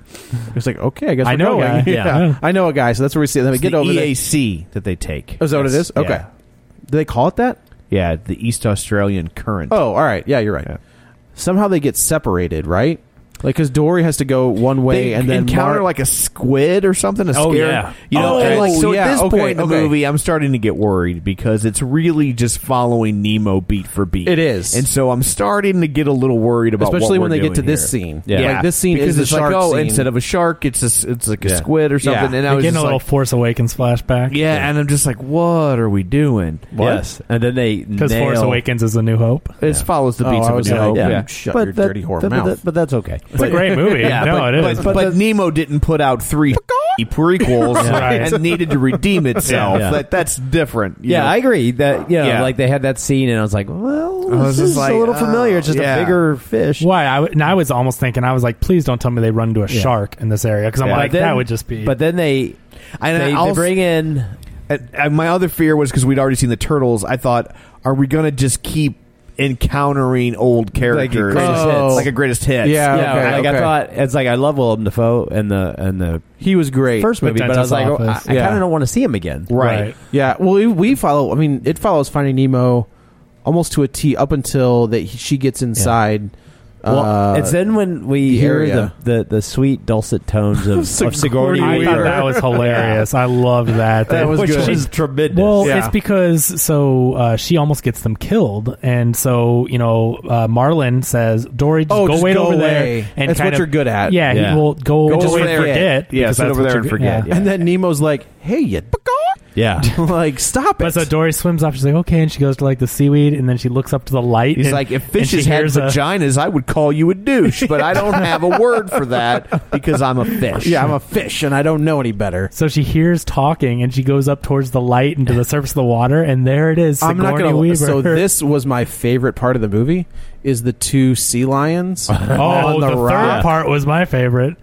[SPEAKER 2] it's like, okay, I guess
[SPEAKER 4] I
[SPEAKER 2] we're
[SPEAKER 4] know a
[SPEAKER 2] going.
[SPEAKER 4] guy. Yeah.
[SPEAKER 2] I know a guy. So that's where we see them.
[SPEAKER 1] It's
[SPEAKER 2] Get
[SPEAKER 1] the
[SPEAKER 2] over
[SPEAKER 3] E
[SPEAKER 2] there.
[SPEAKER 1] EAC that they take.
[SPEAKER 2] Oh, is that what it is?
[SPEAKER 1] Yeah.
[SPEAKER 2] Okay. Do they call it that?
[SPEAKER 1] Yeah, the East Australian Current.
[SPEAKER 2] Oh, all right. Yeah, you're right.
[SPEAKER 1] Yeah.
[SPEAKER 2] Somehow they get separated, right? Like, because Dory has to go one way
[SPEAKER 1] they
[SPEAKER 2] and then
[SPEAKER 1] encounter
[SPEAKER 2] Mar-
[SPEAKER 1] like a squid or something. A
[SPEAKER 3] Oh,
[SPEAKER 1] scare,
[SPEAKER 3] yeah.
[SPEAKER 1] you know.
[SPEAKER 2] Oh,
[SPEAKER 1] and, like, so
[SPEAKER 2] yeah,
[SPEAKER 1] at this
[SPEAKER 2] okay,
[SPEAKER 1] point in the
[SPEAKER 2] okay.
[SPEAKER 1] movie, I'm starting to get worried because it's really just following Nemo beat for beat.
[SPEAKER 2] It is.
[SPEAKER 1] and so I'm starting to get a little worried about. what
[SPEAKER 2] especially when
[SPEAKER 1] we're
[SPEAKER 2] they get to
[SPEAKER 1] doing
[SPEAKER 2] this
[SPEAKER 1] here.
[SPEAKER 2] scene.
[SPEAKER 3] Yeah.
[SPEAKER 2] like this scene
[SPEAKER 1] because
[SPEAKER 2] is the
[SPEAKER 1] it's
[SPEAKER 2] shark
[SPEAKER 1] like, oh,
[SPEAKER 2] scene.
[SPEAKER 1] instead of a shark, it's a, s- it's like a
[SPEAKER 3] Yeah.
[SPEAKER 1] squid or something.
[SPEAKER 2] Yeah.
[SPEAKER 1] And I
[SPEAKER 4] You're
[SPEAKER 1] was
[SPEAKER 4] getting a
[SPEAKER 1] just
[SPEAKER 4] little
[SPEAKER 1] like,
[SPEAKER 4] Force Awakens flashback.
[SPEAKER 1] yeah, and I'm just like, what are we doing?
[SPEAKER 3] Yes. And then they
[SPEAKER 4] because
[SPEAKER 3] nail-
[SPEAKER 4] Force Awakens is a New Hope.
[SPEAKER 1] It follows the
[SPEAKER 2] Oh,
[SPEAKER 1] beats
[SPEAKER 2] I
[SPEAKER 1] of a
[SPEAKER 2] was
[SPEAKER 1] New
[SPEAKER 2] like,
[SPEAKER 1] Hope.
[SPEAKER 2] yeah.
[SPEAKER 1] Yeah.
[SPEAKER 2] Shut
[SPEAKER 3] But
[SPEAKER 2] your
[SPEAKER 3] that-
[SPEAKER 2] dirty whore
[SPEAKER 3] but,
[SPEAKER 2] mouth.
[SPEAKER 3] But, but that's okay.
[SPEAKER 4] It's a great movie. no,
[SPEAKER 1] but,
[SPEAKER 4] it
[SPEAKER 1] but-
[SPEAKER 4] is.
[SPEAKER 1] But, Nemo didn't put out three prequels
[SPEAKER 4] Right.
[SPEAKER 1] and needed to redeem itself.
[SPEAKER 3] Yeah.
[SPEAKER 1] That that's different. you
[SPEAKER 3] yeah,
[SPEAKER 1] know?
[SPEAKER 3] I agree. That you know,
[SPEAKER 1] Yeah.
[SPEAKER 3] like they had that scene, and I was like, well, this
[SPEAKER 1] I was just
[SPEAKER 3] is
[SPEAKER 1] like,
[SPEAKER 3] a little
[SPEAKER 1] oh,
[SPEAKER 3] familiar. It's just
[SPEAKER 1] yeah.
[SPEAKER 3] a bigger fish.
[SPEAKER 4] Why? I, w- and I was almost thinking, I was like, please don't tell me they run into a shark in this area because I'm
[SPEAKER 1] Yeah.
[SPEAKER 4] like,
[SPEAKER 3] Then-
[SPEAKER 4] that would just be.
[SPEAKER 3] But then they,
[SPEAKER 1] And
[SPEAKER 3] they,
[SPEAKER 1] I also-
[SPEAKER 3] they bring in.
[SPEAKER 1] And- and my other fear was because we'd already seen the turtles. I thought, are we gonna just keep encountering old characters
[SPEAKER 3] greatest
[SPEAKER 1] Like
[SPEAKER 3] hits.
[SPEAKER 1] like a greatest hits?
[SPEAKER 2] Yeah,
[SPEAKER 3] yeah,
[SPEAKER 2] okay,
[SPEAKER 3] like
[SPEAKER 2] okay.
[SPEAKER 3] I thought it's like I love Willem Dafoe and the and the
[SPEAKER 2] he was great.
[SPEAKER 3] first movie, but I was like, oh, I, I
[SPEAKER 4] Dentist's
[SPEAKER 2] office.
[SPEAKER 3] kind
[SPEAKER 2] Yeah.
[SPEAKER 3] of don't want to see him again.
[SPEAKER 1] Right.
[SPEAKER 2] Yeah, well, we- we follow. I mean, it follows Finding Nemo almost to a T up until that he- she gets inside.
[SPEAKER 3] Well,
[SPEAKER 2] uh,
[SPEAKER 3] it's then when we
[SPEAKER 2] the
[SPEAKER 3] hear
[SPEAKER 2] area.
[SPEAKER 3] the, the, the sweet dulcet tones of, of Sigourney
[SPEAKER 4] I thought
[SPEAKER 3] Weaver.
[SPEAKER 4] that was hilarious. I loved that.
[SPEAKER 3] That was
[SPEAKER 4] Which
[SPEAKER 3] good.
[SPEAKER 4] is-
[SPEAKER 3] tremendous.
[SPEAKER 4] well,
[SPEAKER 2] Yeah.
[SPEAKER 4] it's because so uh, she almost gets them killed, and so you know uh, Marlin says, "Dory, just
[SPEAKER 2] Oh,
[SPEAKER 4] go
[SPEAKER 2] just
[SPEAKER 4] wait
[SPEAKER 2] go
[SPEAKER 4] over
[SPEAKER 2] away.
[SPEAKER 4] there." And
[SPEAKER 2] That's
[SPEAKER 4] kind
[SPEAKER 2] what
[SPEAKER 4] of-
[SPEAKER 2] you're good at.
[SPEAKER 4] Yeah,
[SPEAKER 3] Yeah.
[SPEAKER 4] he will go,
[SPEAKER 1] Go
[SPEAKER 4] away
[SPEAKER 1] over
[SPEAKER 4] and
[SPEAKER 1] there.
[SPEAKER 4] forget.
[SPEAKER 1] Yeah,
[SPEAKER 4] because
[SPEAKER 1] sit
[SPEAKER 4] that's
[SPEAKER 1] over
[SPEAKER 4] what
[SPEAKER 1] there
[SPEAKER 4] you're
[SPEAKER 1] and
[SPEAKER 4] good-
[SPEAKER 1] forget.
[SPEAKER 4] yeah.
[SPEAKER 2] and then Nemo's like, "Hey, you."
[SPEAKER 3] Yeah.
[SPEAKER 2] like stop it.
[SPEAKER 4] But so Dory swims off. She's like, okay, and she goes to like the seaweed, and then she looks up to the light.
[SPEAKER 1] He's
[SPEAKER 4] and-
[SPEAKER 1] like, if
[SPEAKER 4] and
[SPEAKER 1] fishes
[SPEAKER 4] she
[SPEAKER 1] had
[SPEAKER 4] hears a-
[SPEAKER 1] vaginas, I would call you a douche, but I don't have a word for that because I'm a fish.
[SPEAKER 2] yeah, I'm a fish and I don't know any better.
[SPEAKER 4] so she hears talking, and she goes up towards the light and to the surface of the water, and there it is.
[SPEAKER 2] I'm not
[SPEAKER 4] Sigourney
[SPEAKER 2] gonna.
[SPEAKER 4] Weaver.
[SPEAKER 2] So this was my favorite part of the movie is the two sea lions.
[SPEAKER 4] Oh,
[SPEAKER 2] on
[SPEAKER 4] the, third
[SPEAKER 2] rock.
[SPEAKER 4] part was my favorite.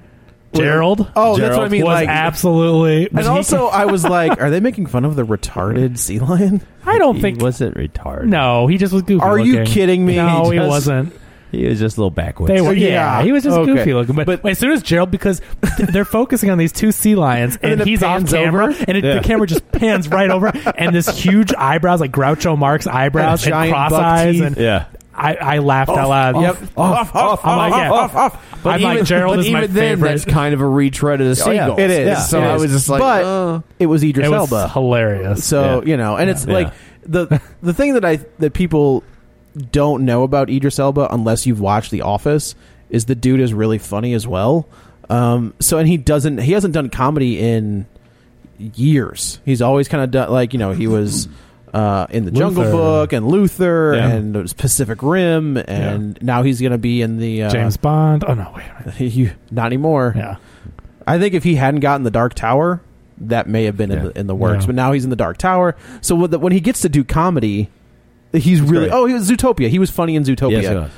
[SPEAKER 4] Gerald.
[SPEAKER 2] Oh, that's what I mean.
[SPEAKER 4] was
[SPEAKER 2] like
[SPEAKER 4] absolutely.
[SPEAKER 2] And also, I was like, "Are they making fun of the retarded sea lion?"
[SPEAKER 4] I don't
[SPEAKER 3] He
[SPEAKER 4] think.
[SPEAKER 3] wasn't retarded.
[SPEAKER 4] No, he just was goofy.
[SPEAKER 2] Are you
[SPEAKER 4] looking.
[SPEAKER 2] kidding me?
[SPEAKER 4] No, he
[SPEAKER 2] Just-
[SPEAKER 4] wasn't.
[SPEAKER 3] He was just a little backwards.
[SPEAKER 4] They were,
[SPEAKER 2] Yeah.
[SPEAKER 4] yeah. he was just
[SPEAKER 2] Okay.
[SPEAKER 4] goofy looking. But, as soon as Gerald, because th- they're focusing on these two sea lions,
[SPEAKER 2] And then
[SPEAKER 4] and,
[SPEAKER 2] it
[SPEAKER 4] he's off
[SPEAKER 2] pans
[SPEAKER 4] camera,
[SPEAKER 2] over.
[SPEAKER 4] and it,
[SPEAKER 3] Yeah.
[SPEAKER 4] the camera just pans right over, and this huge eyebrows, like Groucho Marx eyebrows,
[SPEAKER 2] And
[SPEAKER 4] and,
[SPEAKER 2] giant
[SPEAKER 4] cross
[SPEAKER 2] buck
[SPEAKER 4] eyes,
[SPEAKER 2] teeth.
[SPEAKER 4] and
[SPEAKER 3] Yeah.
[SPEAKER 4] I, I laughed out loud.
[SPEAKER 2] Yep. Off, off,
[SPEAKER 4] I'm
[SPEAKER 2] off,
[SPEAKER 4] like, yeah.
[SPEAKER 2] off, off, off.
[SPEAKER 4] I'm like, Gerald
[SPEAKER 1] but
[SPEAKER 4] is my
[SPEAKER 1] even then,
[SPEAKER 4] favorite.
[SPEAKER 1] That's kind of a retread of the
[SPEAKER 3] Oh, yeah.
[SPEAKER 1] seagull.
[SPEAKER 2] It is.
[SPEAKER 3] Yeah,
[SPEAKER 1] So
[SPEAKER 2] It
[SPEAKER 1] I
[SPEAKER 2] is.
[SPEAKER 1] was just like,
[SPEAKER 2] but
[SPEAKER 1] uh.
[SPEAKER 2] it was Idris
[SPEAKER 4] it was
[SPEAKER 2] Elba.
[SPEAKER 4] hilarious.
[SPEAKER 2] So
[SPEAKER 3] Yeah.
[SPEAKER 2] you know, and it's
[SPEAKER 3] Yeah.
[SPEAKER 2] like the the thing that I that people don't know about Idris Elba unless you've watched The Office is the dude is really funny as well. Um, so and he doesn't he hasn't done comedy in years. He's always kind of done like you know he was. Uh, in the Jungle
[SPEAKER 4] Luther.
[SPEAKER 2] Book and Luther
[SPEAKER 3] Yeah.
[SPEAKER 2] and it was Pacific Rim and now he's going to be in the uh,
[SPEAKER 4] James Bond. Oh no, wait. a minute.
[SPEAKER 2] you, not anymore.
[SPEAKER 4] Yeah.
[SPEAKER 2] I think if he hadn't gotten the Dark Tower, that may have been in,
[SPEAKER 3] Yeah.
[SPEAKER 2] the, in the works.
[SPEAKER 4] Yeah.
[SPEAKER 2] But now he's in the Dark Tower, so with the- when he gets to do comedy, he's really
[SPEAKER 3] great.
[SPEAKER 2] oh he was Zootopia. He was funny in Zootopia.
[SPEAKER 3] Yes, he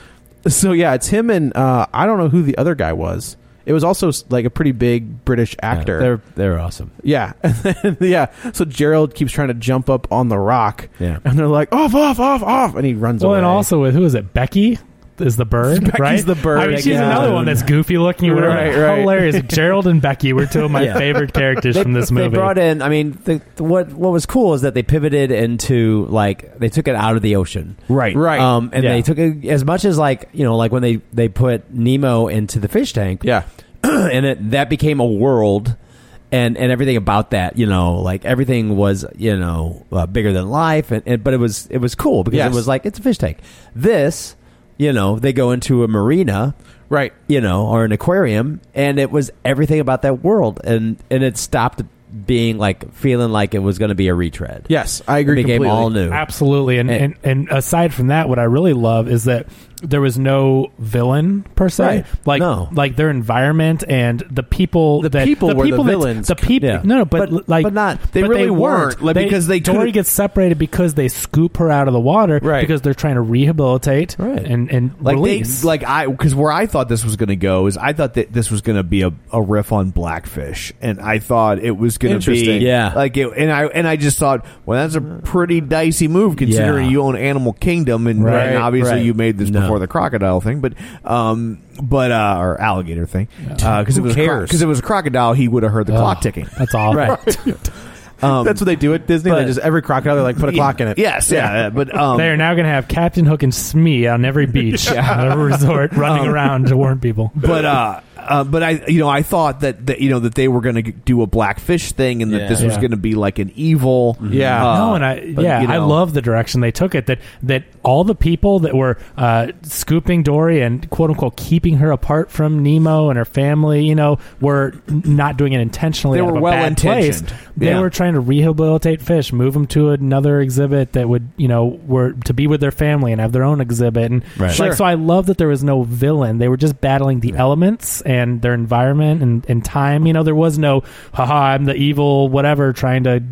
[SPEAKER 3] was.
[SPEAKER 2] so yeah, it's him and uh, I don't know who the other guy was. It was also s- like a pretty big British
[SPEAKER 3] Yeah,
[SPEAKER 2] actor.
[SPEAKER 3] they're they're awesome.
[SPEAKER 2] Yeah, yeah. So Gerald keeps trying to jump up on the rock,
[SPEAKER 3] Yeah.
[SPEAKER 2] and they're like off, off, off, off, and he runs
[SPEAKER 4] Well,
[SPEAKER 2] away.
[SPEAKER 4] and also with who is it? Becky is the bird,
[SPEAKER 2] Becky's
[SPEAKER 4] right?
[SPEAKER 2] the bird,
[SPEAKER 4] I mean, she's
[SPEAKER 2] yeah.
[SPEAKER 4] another one that's goofy looking. Whatever.
[SPEAKER 2] Right, right.
[SPEAKER 4] Hilarious. Gerald and Becky were two of my
[SPEAKER 3] Yeah.
[SPEAKER 4] favorite characters
[SPEAKER 3] They-
[SPEAKER 4] from this
[SPEAKER 3] They
[SPEAKER 4] movie.
[SPEAKER 3] brought in. I mean, the, the- what what was cool is that they pivoted into like they took it out of the ocean,
[SPEAKER 1] Right.
[SPEAKER 2] Right.
[SPEAKER 3] Um, and
[SPEAKER 1] Yeah.
[SPEAKER 3] they took it as much as like you know, like when they they put Nemo into the fish tank,
[SPEAKER 2] yeah,
[SPEAKER 3] and it that became a world. And, and everything about that, you know, like everything was, you know, uh, bigger than life. And, and but it was it was cool because
[SPEAKER 2] Yes.
[SPEAKER 3] it was like it's a fish tank. This, you know, they go into a marina
[SPEAKER 2] right.
[SPEAKER 3] you know, or an aquarium, and it was everything about that world, and and it stopped being like feeling like it was going to be a retread.
[SPEAKER 2] Yes, I
[SPEAKER 3] it
[SPEAKER 2] agree.
[SPEAKER 3] became
[SPEAKER 2] completely.
[SPEAKER 3] all new.
[SPEAKER 4] Absolutely. And,
[SPEAKER 3] And-
[SPEAKER 4] and and aside from that, what I really love is that there was no villain per se.
[SPEAKER 3] Right.
[SPEAKER 4] Like
[SPEAKER 3] No.
[SPEAKER 4] like their environment and the people
[SPEAKER 2] The
[SPEAKER 4] that
[SPEAKER 2] people were the
[SPEAKER 4] that-
[SPEAKER 2] villains.
[SPEAKER 4] The people
[SPEAKER 3] Yeah.
[SPEAKER 4] no, but,
[SPEAKER 3] But-
[SPEAKER 4] like
[SPEAKER 3] but not-
[SPEAKER 1] they
[SPEAKER 4] but
[SPEAKER 1] really weren't, like, because they
[SPEAKER 4] Dory
[SPEAKER 1] couldn't-
[SPEAKER 4] gets separated because they scoop her out of the water
[SPEAKER 2] Right.
[SPEAKER 4] because they're trying to rehabilitate
[SPEAKER 3] Right.
[SPEAKER 4] and and
[SPEAKER 1] like they,
[SPEAKER 4] release.
[SPEAKER 1] like I because where I thought this was going to go is I thought that this was going to be a, a riff on Blackfish, and I thought it was going to be
[SPEAKER 2] Interesting.
[SPEAKER 3] Yeah.
[SPEAKER 1] like it, and I and I just thought well that's a pretty dicey move considering
[SPEAKER 3] Yeah.
[SPEAKER 1] you own Animal Kingdom and,
[SPEAKER 3] Right,
[SPEAKER 1] and obviously
[SPEAKER 3] right.
[SPEAKER 1] you made this
[SPEAKER 3] No.
[SPEAKER 1] before the crocodile thing, but um but uh or alligator thing because
[SPEAKER 2] Who
[SPEAKER 1] it was
[SPEAKER 2] cares?
[SPEAKER 1] because it was a crocodile he would have heard the clock ticking Um,
[SPEAKER 4] That's all right.
[SPEAKER 2] That's what they do at Disney. they
[SPEAKER 1] but-
[SPEAKER 2] just every crocodile they like put a clock in it.
[SPEAKER 1] yes yeah, but um
[SPEAKER 4] They are now going to have Captain Hook and Smee on every beach, on every resort, running around to warn people.
[SPEAKER 1] but uh, uh, but I, you know, I thought that, that you know that they were going to do a blackfish thing, and that
[SPEAKER 3] Yeah.
[SPEAKER 1] this was
[SPEAKER 4] Yeah.
[SPEAKER 1] going to be like an evil.
[SPEAKER 2] Yeah.
[SPEAKER 1] uh,
[SPEAKER 4] no, and I
[SPEAKER 1] but,
[SPEAKER 4] yeah,
[SPEAKER 1] you
[SPEAKER 4] I
[SPEAKER 1] know.
[SPEAKER 4] love the direction they took it. That that all the people that were uh, scooping Dory and quote unquote keeping her apart from Nemo and her family, you know, were n- not doing it intentionally.
[SPEAKER 1] They
[SPEAKER 4] out
[SPEAKER 1] were
[SPEAKER 4] of a
[SPEAKER 1] well
[SPEAKER 4] bad place.
[SPEAKER 1] intentioned.
[SPEAKER 4] They
[SPEAKER 1] Yeah.
[SPEAKER 4] were trying to rehabilitate fish, move them to another exhibit that would you know were to be with their family and have their own exhibit. And
[SPEAKER 3] Right.
[SPEAKER 4] like
[SPEAKER 3] Sure.
[SPEAKER 4] so, I love that there was no villain. They were just battling the elements and their environment and, and time. You know, there was no haha, I'm the evil whatever trying to.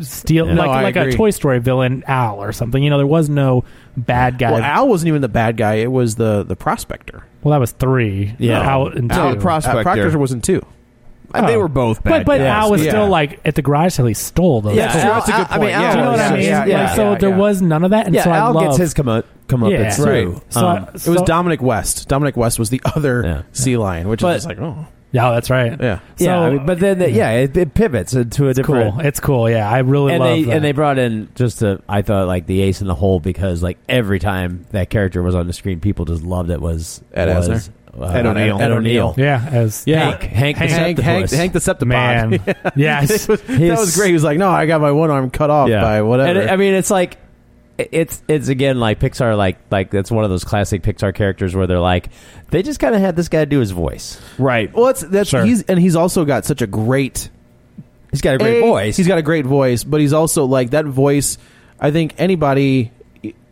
[SPEAKER 4] Steal
[SPEAKER 3] Yeah.
[SPEAKER 4] like
[SPEAKER 2] No, I
[SPEAKER 4] like
[SPEAKER 2] agree.
[SPEAKER 4] a Toy Story villain Al or something. You know, there was no bad guy.
[SPEAKER 2] Well, Al wasn't even the bad guy. It was the the prospector.
[SPEAKER 4] Well, that was three.
[SPEAKER 3] Yeah.
[SPEAKER 4] Al and
[SPEAKER 1] Al
[SPEAKER 4] two.
[SPEAKER 1] the prospect- Prospector.
[SPEAKER 2] Uh, Proctor wasn't too.
[SPEAKER 1] And they
[SPEAKER 4] Oh.
[SPEAKER 1] were both bad.
[SPEAKER 4] but but
[SPEAKER 1] guys.
[SPEAKER 4] Al was
[SPEAKER 2] Yeah.
[SPEAKER 4] still like at the garage sale. He stole those.
[SPEAKER 3] Yeah,
[SPEAKER 4] toys.
[SPEAKER 3] Al-
[SPEAKER 2] that's a good
[SPEAKER 3] I mean,
[SPEAKER 2] point.
[SPEAKER 3] Al
[SPEAKER 4] Do you know
[SPEAKER 3] was
[SPEAKER 4] what I
[SPEAKER 3] just-
[SPEAKER 4] mean?
[SPEAKER 3] yeah,
[SPEAKER 4] like,
[SPEAKER 3] yeah,
[SPEAKER 4] so
[SPEAKER 3] yeah.
[SPEAKER 4] there was none of that, and
[SPEAKER 3] yeah,
[SPEAKER 4] so I
[SPEAKER 3] Al
[SPEAKER 4] love,
[SPEAKER 3] gets his come up, come up.
[SPEAKER 4] Yeah.
[SPEAKER 3] It's
[SPEAKER 2] Right.
[SPEAKER 3] too.
[SPEAKER 4] So,
[SPEAKER 3] Um,
[SPEAKER 2] It was
[SPEAKER 4] so-
[SPEAKER 2] Dominic West. Dominic West was the other
[SPEAKER 3] Yeah.
[SPEAKER 2] sea lion, which
[SPEAKER 3] But-
[SPEAKER 2] is just like oh
[SPEAKER 4] Yeah, that's right.
[SPEAKER 2] yeah.
[SPEAKER 4] So,
[SPEAKER 3] yeah, I mean, but then the, yeah, it, it pivots into a different.
[SPEAKER 4] cool. It's cool. Yeah, I really
[SPEAKER 3] And
[SPEAKER 4] love
[SPEAKER 3] they
[SPEAKER 4] that.
[SPEAKER 3] and they brought in just a I thought like the ace in the hole because like every time that character was on the screen, people just loved it was
[SPEAKER 2] Ed
[SPEAKER 3] was,
[SPEAKER 2] Asner.
[SPEAKER 3] uh,
[SPEAKER 2] Ed O'Neill.
[SPEAKER 3] Ed O'Neill.
[SPEAKER 4] yeah, as
[SPEAKER 3] Yeah. Hank- Hank the
[SPEAKER 2] Hank
[SPEAKER 3] Decepticons.
[SPEAKER 2] Hank, Hank the Septipod.
[SPEAKER 4] man. yes,
[SPEAKER 2] that was great. He was like, no, I got my one arm cut off by whatever.
[SPEAKER 3] And it- I mean, it's like it's it's again like Pixar, like like that's one of those classic Pixar characters where they're like they just kind of had this guy do his voice.
[SPEAKER 2] right. Well, that's that's
[SPEAKER 4] Sure.
[SPEAKER 2] he's and he's also got such a great
[SPEAKER 3] He's got a great voice.
[SPEAKER 2] He's got a great voice, but he's also like that voice. I think anybody, you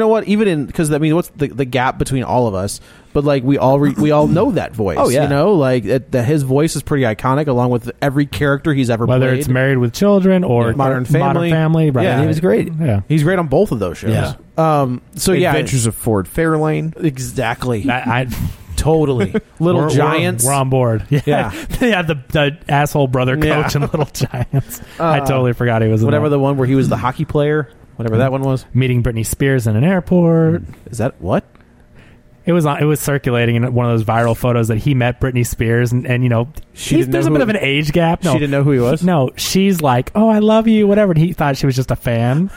[SPEAKER 2] know what? Even in because I mean, what's the, the gap between all of us? But like we all re, we all know that voice.
[SPEAKER 3] Oh, yeah.
[SPEAKER 2] you know, like that that his voice is pretty iconic, along with every character he's ever
[SPEAKER 4] Whether
[SPEAKER 2] played.
[SPEAKER 4] it's Married with Children or
[SPEAKER 2] Modern Family.
[SPEAKER 4] Family, right?
[SPEAKER 2] Yeah, he was
[SPEAKER 3] great.
[SPEAKER 4] Yeah.
[SPEAKER 2] he's great on both of those shows.
[SPEAKER 3] Yeah.
[SPEAKER 2] Um. So yeah,
[SPEAKER 1] Adventures of Ford Fairlane.
[SPEAKER 2] exactly.
[SPEAKER 4] I, I,
[SPEAKER 2] totally. Little
[SPEAKER 4] we're- we're-
[SPEAKER 2] Giants.
[SPEAKER 4] We're, on board. Yeah.
[SPEAKER 2] Yeah.
[SPEAKER 4] yeah, the, the asshole brother
[SPEAKER 2] Yeah. Uh,
[SPEAKER 4] coach in Little Giants. I totally forgot he was in
[SPEAKER 2] whatever
[SPEAKER 4] that.
[SPEAKER 2] the one where he was the hockey player. Whatever that one was.
[SPEAKER 4] meeting Britney Spears in an airport.
[SPEAKER 2] Is that what?
[SPEAKER 4] It was on, it was circulating in one of those viral photos that he met Britney Spears and, and you know
[SPEAKER 2] She didn't
[SPEAKER 4] he's-
[SPEAKER 2] know
[SPEAKER 4] there's a
[SPEAKER 2] who-
[SPEAKER 4] bit of an age gap. No,
[SPEAKER 2] She didn't know who he was?
[SPEAKER 4] No, she's like, oh, I love you, whatever. And he thought she was just a fan,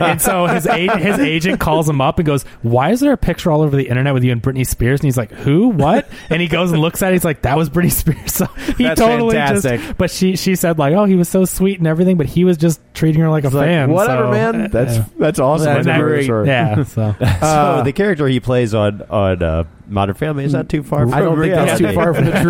[SPEAKER 4] and so his a- his agent calls him up and goes, why is there a picture all over the internet with you and Britney Spears? And he's like, who, what? And he goes and looks at it. He's like, that was Britney Spears. So he
[SPEAKER 2] That's
[SPEAKER 4] totally
[SPEAKER 2] fantastic.
[SPEAKER 4] just. But she she said like, oh, he was so sweet and everything, but he was just treating her like a fan.
[SPEAKER 2] whatever,
[SPEAKER 4] so-
[SPEAKER 2] man.
[SPEAKER 1] That's
[SPEAKER 4] Yeah.
[SPEAKER 1] that's awesome.
[SPEAKER 2] uh, That's
[SPEAKER 1] I never
[SPEAKER 2] great.
[SPEAKER 1] saw it.
[SPEAKER 4] yeah. So
[SPEAKER 2] uh,
[SPEAKER 3] so the character he plays on on uh, Modern Family is not too far. From
[SPEAKER 2] I don't think that's too
[SPEAKER 3] reality.
[SPEAKER 2] far from the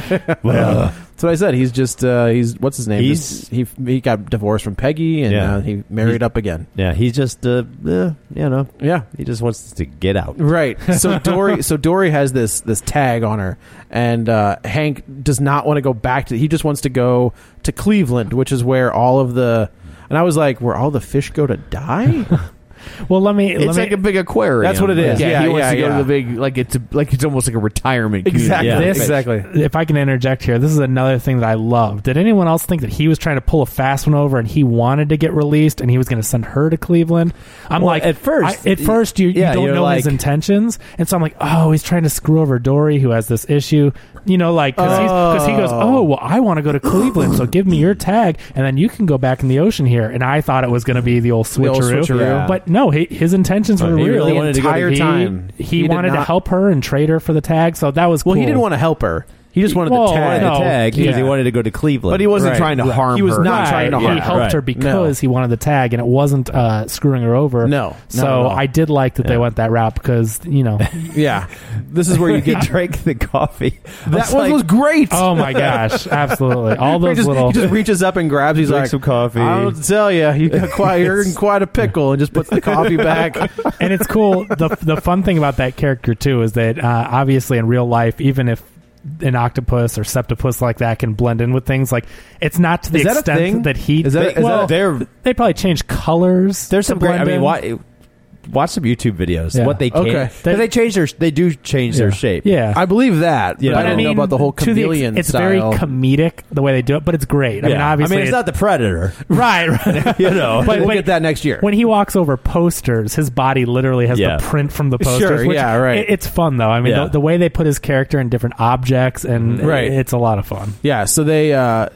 [SPEAKER 3] Well,
[SPEAKER 2] That's what I said. He's just uh, he's what's his name?
[SPEAKER 3] He's-
[SPEAKER 2] he he got divorced from Peggy and
[SPEAKER 3] Yeah.
[SPEAKER 2] uh, he married
[SPEAKER 3] He's-
[SPEAKER 2] up again.
[SPEAKER 3] yeah, he's just uh, eh, you know
[SPEAKER 2] Yeah.
[SPEAKER 3] he just wants to get out.
[SPEAKER 2] Right. So Dory so Dory has this this tag on her and uh, Hank does not want to go back to he just wants to go to Cleveland, which is where all of the and I was like, where all the fish go to die?
[SPEAKER 4] well, let me let
[SPEAKER 1] It's
[SPEAKER 4] me
[SPEAKER 1] like a big aquarium.
[SPEAKER 2] That's what it is.
[SPEAKER 1] Yeah,
[SPEAKER 2] Yeah,
[SPEAKER 1] he wants
[SPEAKER 2] yeah,
[SPEAKER 1] to go
[SPEAKER 2] yeah.
[SPEAKER 1] to the big like it's a, like it's almost like a retirement. community.
[SPEAKER 3] Yeah.
[SPEAKER 4] This-
[SPEAKER 2] exactly.
[SPEAKER 4] if I can interject here, this is another thing that I love. Did anyone else think that he was trying to pull a fast one over and he wanted to get released and he was going to send her to Cleveland? I'm
[SPEAKER 3] Well,
[SPEAKER 4] like,
[SPEAKER 3] at first-
[SPEAKER 4] I- at first you,
[SPEAKER 3] Yeah,
[SPEAKER 4] you
[SPEAKER 3] you're
[SPEAKER 4] don't know his
[SPEAKER 3] like-
[SPEAKER 4] intentions, and so I'm like, oh, he's trying to screw over Dory who has this issue, you know, like because he goes, oh, well, I want to go to Cleveland, so give me your tag, and then you can go back in the ocean here. And I thought it was going to be the old switcheroo,
[SPEAKER 2] old switcheroo.
[SPEAKER 3] Yeah.
[SPEAKER 4] but no, he, his intentions were
[SPEAKER 3] he
[SPEAKER 4] real.
[SPEAKER 3] really wanted to go to
[SPEAKER 4] He-
[SPEAKER 3] time.
[SPEAKER 4] He,
[SPEAKER 2] He did
[SPEAKER 4] wanted to
[SPEAKER 2] not-
[SPEAKER 4] help her and trade her for the tag, so that was
[SPEAKER 2] Well,
[SPEAKER 4] cool.
[SPEAKER 2] he didn't want to help her. He just wanted
[SPEAKER 4] Well,
[SPEAKER 2] the tag.
[SPEAKER 3] the
[SPEAKER 4] no.
[SPEAKER 3] tag because he
[SPEAKER 4] yeah.
[SPEAKER 3] wanted to go to Cleveland,
[SPEAKER 1] But he wasn't
[SPEAKER 2] Right.
[SPEAKER 1] trying to
[SPEAKER 2] Right.
[SPEAKER 1] harm
[SPEAKER 2] He was
[SPEAKER 1] her.
[SPEAKER 2] not
[SPEAKER 4] Right.
[SPEAKER 2] trying to
[SPEAKER 4] He
[SPEAKER 2] harm
[SPEAKER 4] helped
[SPEAKER 3] Right.
[SPEAKER 4] her because he wanted the tag, and it wasn't uh, screwing her over.
[SPEAKER 2] No, not at
[SPEAKER 4] so
[SPEAKER 2] all.
[SPEAKER 4] I did like that they went that route because you know.
[SPEAKER 2] Yeah.
[SPEAKER 3] This is where you get drank the coffee.
[SPEAKER 2] That one was great.
[SPEAKER 4] oh my gosh! Absolutely, all
[SPEAKER 2] He
[SPEAKER 4] those
[SPEAKER 2] just,
[SPEAKER 4] little.
[SPEAKER 2] he just reaches up and grabs. He's
[SPEAKER 3] Drink
[SPEAKER 2] like
[SPEAKER 3] some coffee.
[SPEAKER 2] I'll tell you, you got quite, you're in quite a pickle, and just puts the coffee back.
[SPEAKER 4] and it's cool. the The fun thing about that character too is that uh, obviously in real life, even if an octopus or septopus like that can blend in with things, like it's not to the
[SPEAKER 2] Is that a
[SPEAKER 4] extent
[SPEAKER 2] thing?
[SPEAKER 4] that he.
[SPEAKER 2] Is that- is that-
[SPEAKER 4] well,
[SPEAKER 3] there,
[SPEAKER 4] they probably change colors.
[SPEAKER 3] there's
[SPEAKER 4] to
[SPEAKER 3] some great. I
[SPEAKER 4] blend
[SPEAKER 3] mean,
[SPEAKER 4] in.
[SPEAKER 3] watch, watch some YouTube videos.
[SPEAKER 4] Yeah.
[SPEAKER 3] What they can,
[SPEAKER 2] Okay.
[SPEAKER 3] 'cause they, change their, they do change their shape.
[SPEAKER 4] Yeah.
[SPEAKER 2] I believe that.
[SPEAKER 3] Yeah.
[SPEAKER 2] but I
[SPEAKER 3] But
[SPEAKER 2] don't
[SPEAKER 3] I
[SPEAKER 2] know
[SPEAKER 4] mean,
[SPEAKER 2] about the whole
[SPEAKER 4] to ex-
[SPEAKER 2] chameleon
[SPEAKER 4] it's very
[SPEAKER 2] style.
[SPEAKER 4] comedic the way they do it, but it's great. I mean,
[SPEAKER 3] Yeah.
[SPEAKER 4] obviously,
[SPEAKER 3] I mean, it's not the predator.
[SPEAKER 4] right. right.
[SPEAKER 3] You know,
[SPEAKER 4] But
[SPEAKER 2] we'll
[SPEAKER 4] when-
[SPEAKER 2] get that next year.
[SPEAKER 4] when he walks over posters, his body literally has
[SPEAKER 3] Yeah.
[SPEAKER 4] the print from the posters.
[SPEAKER 2] Sure,
[SPEAKER 4] which
[SPEAKER 2] yeah, right.
[SPEAKER 4] it- it's fun though. I mean,
[SPEAKER 3] Yeah.
[SPEAKER 4] the, the way they put his character in different objects and
[SPEAKER 2] Mm-hmm. Right.
[SPEAKER 4] it's a lot of fun.
[SPEAKER 2] yeah, so they uh,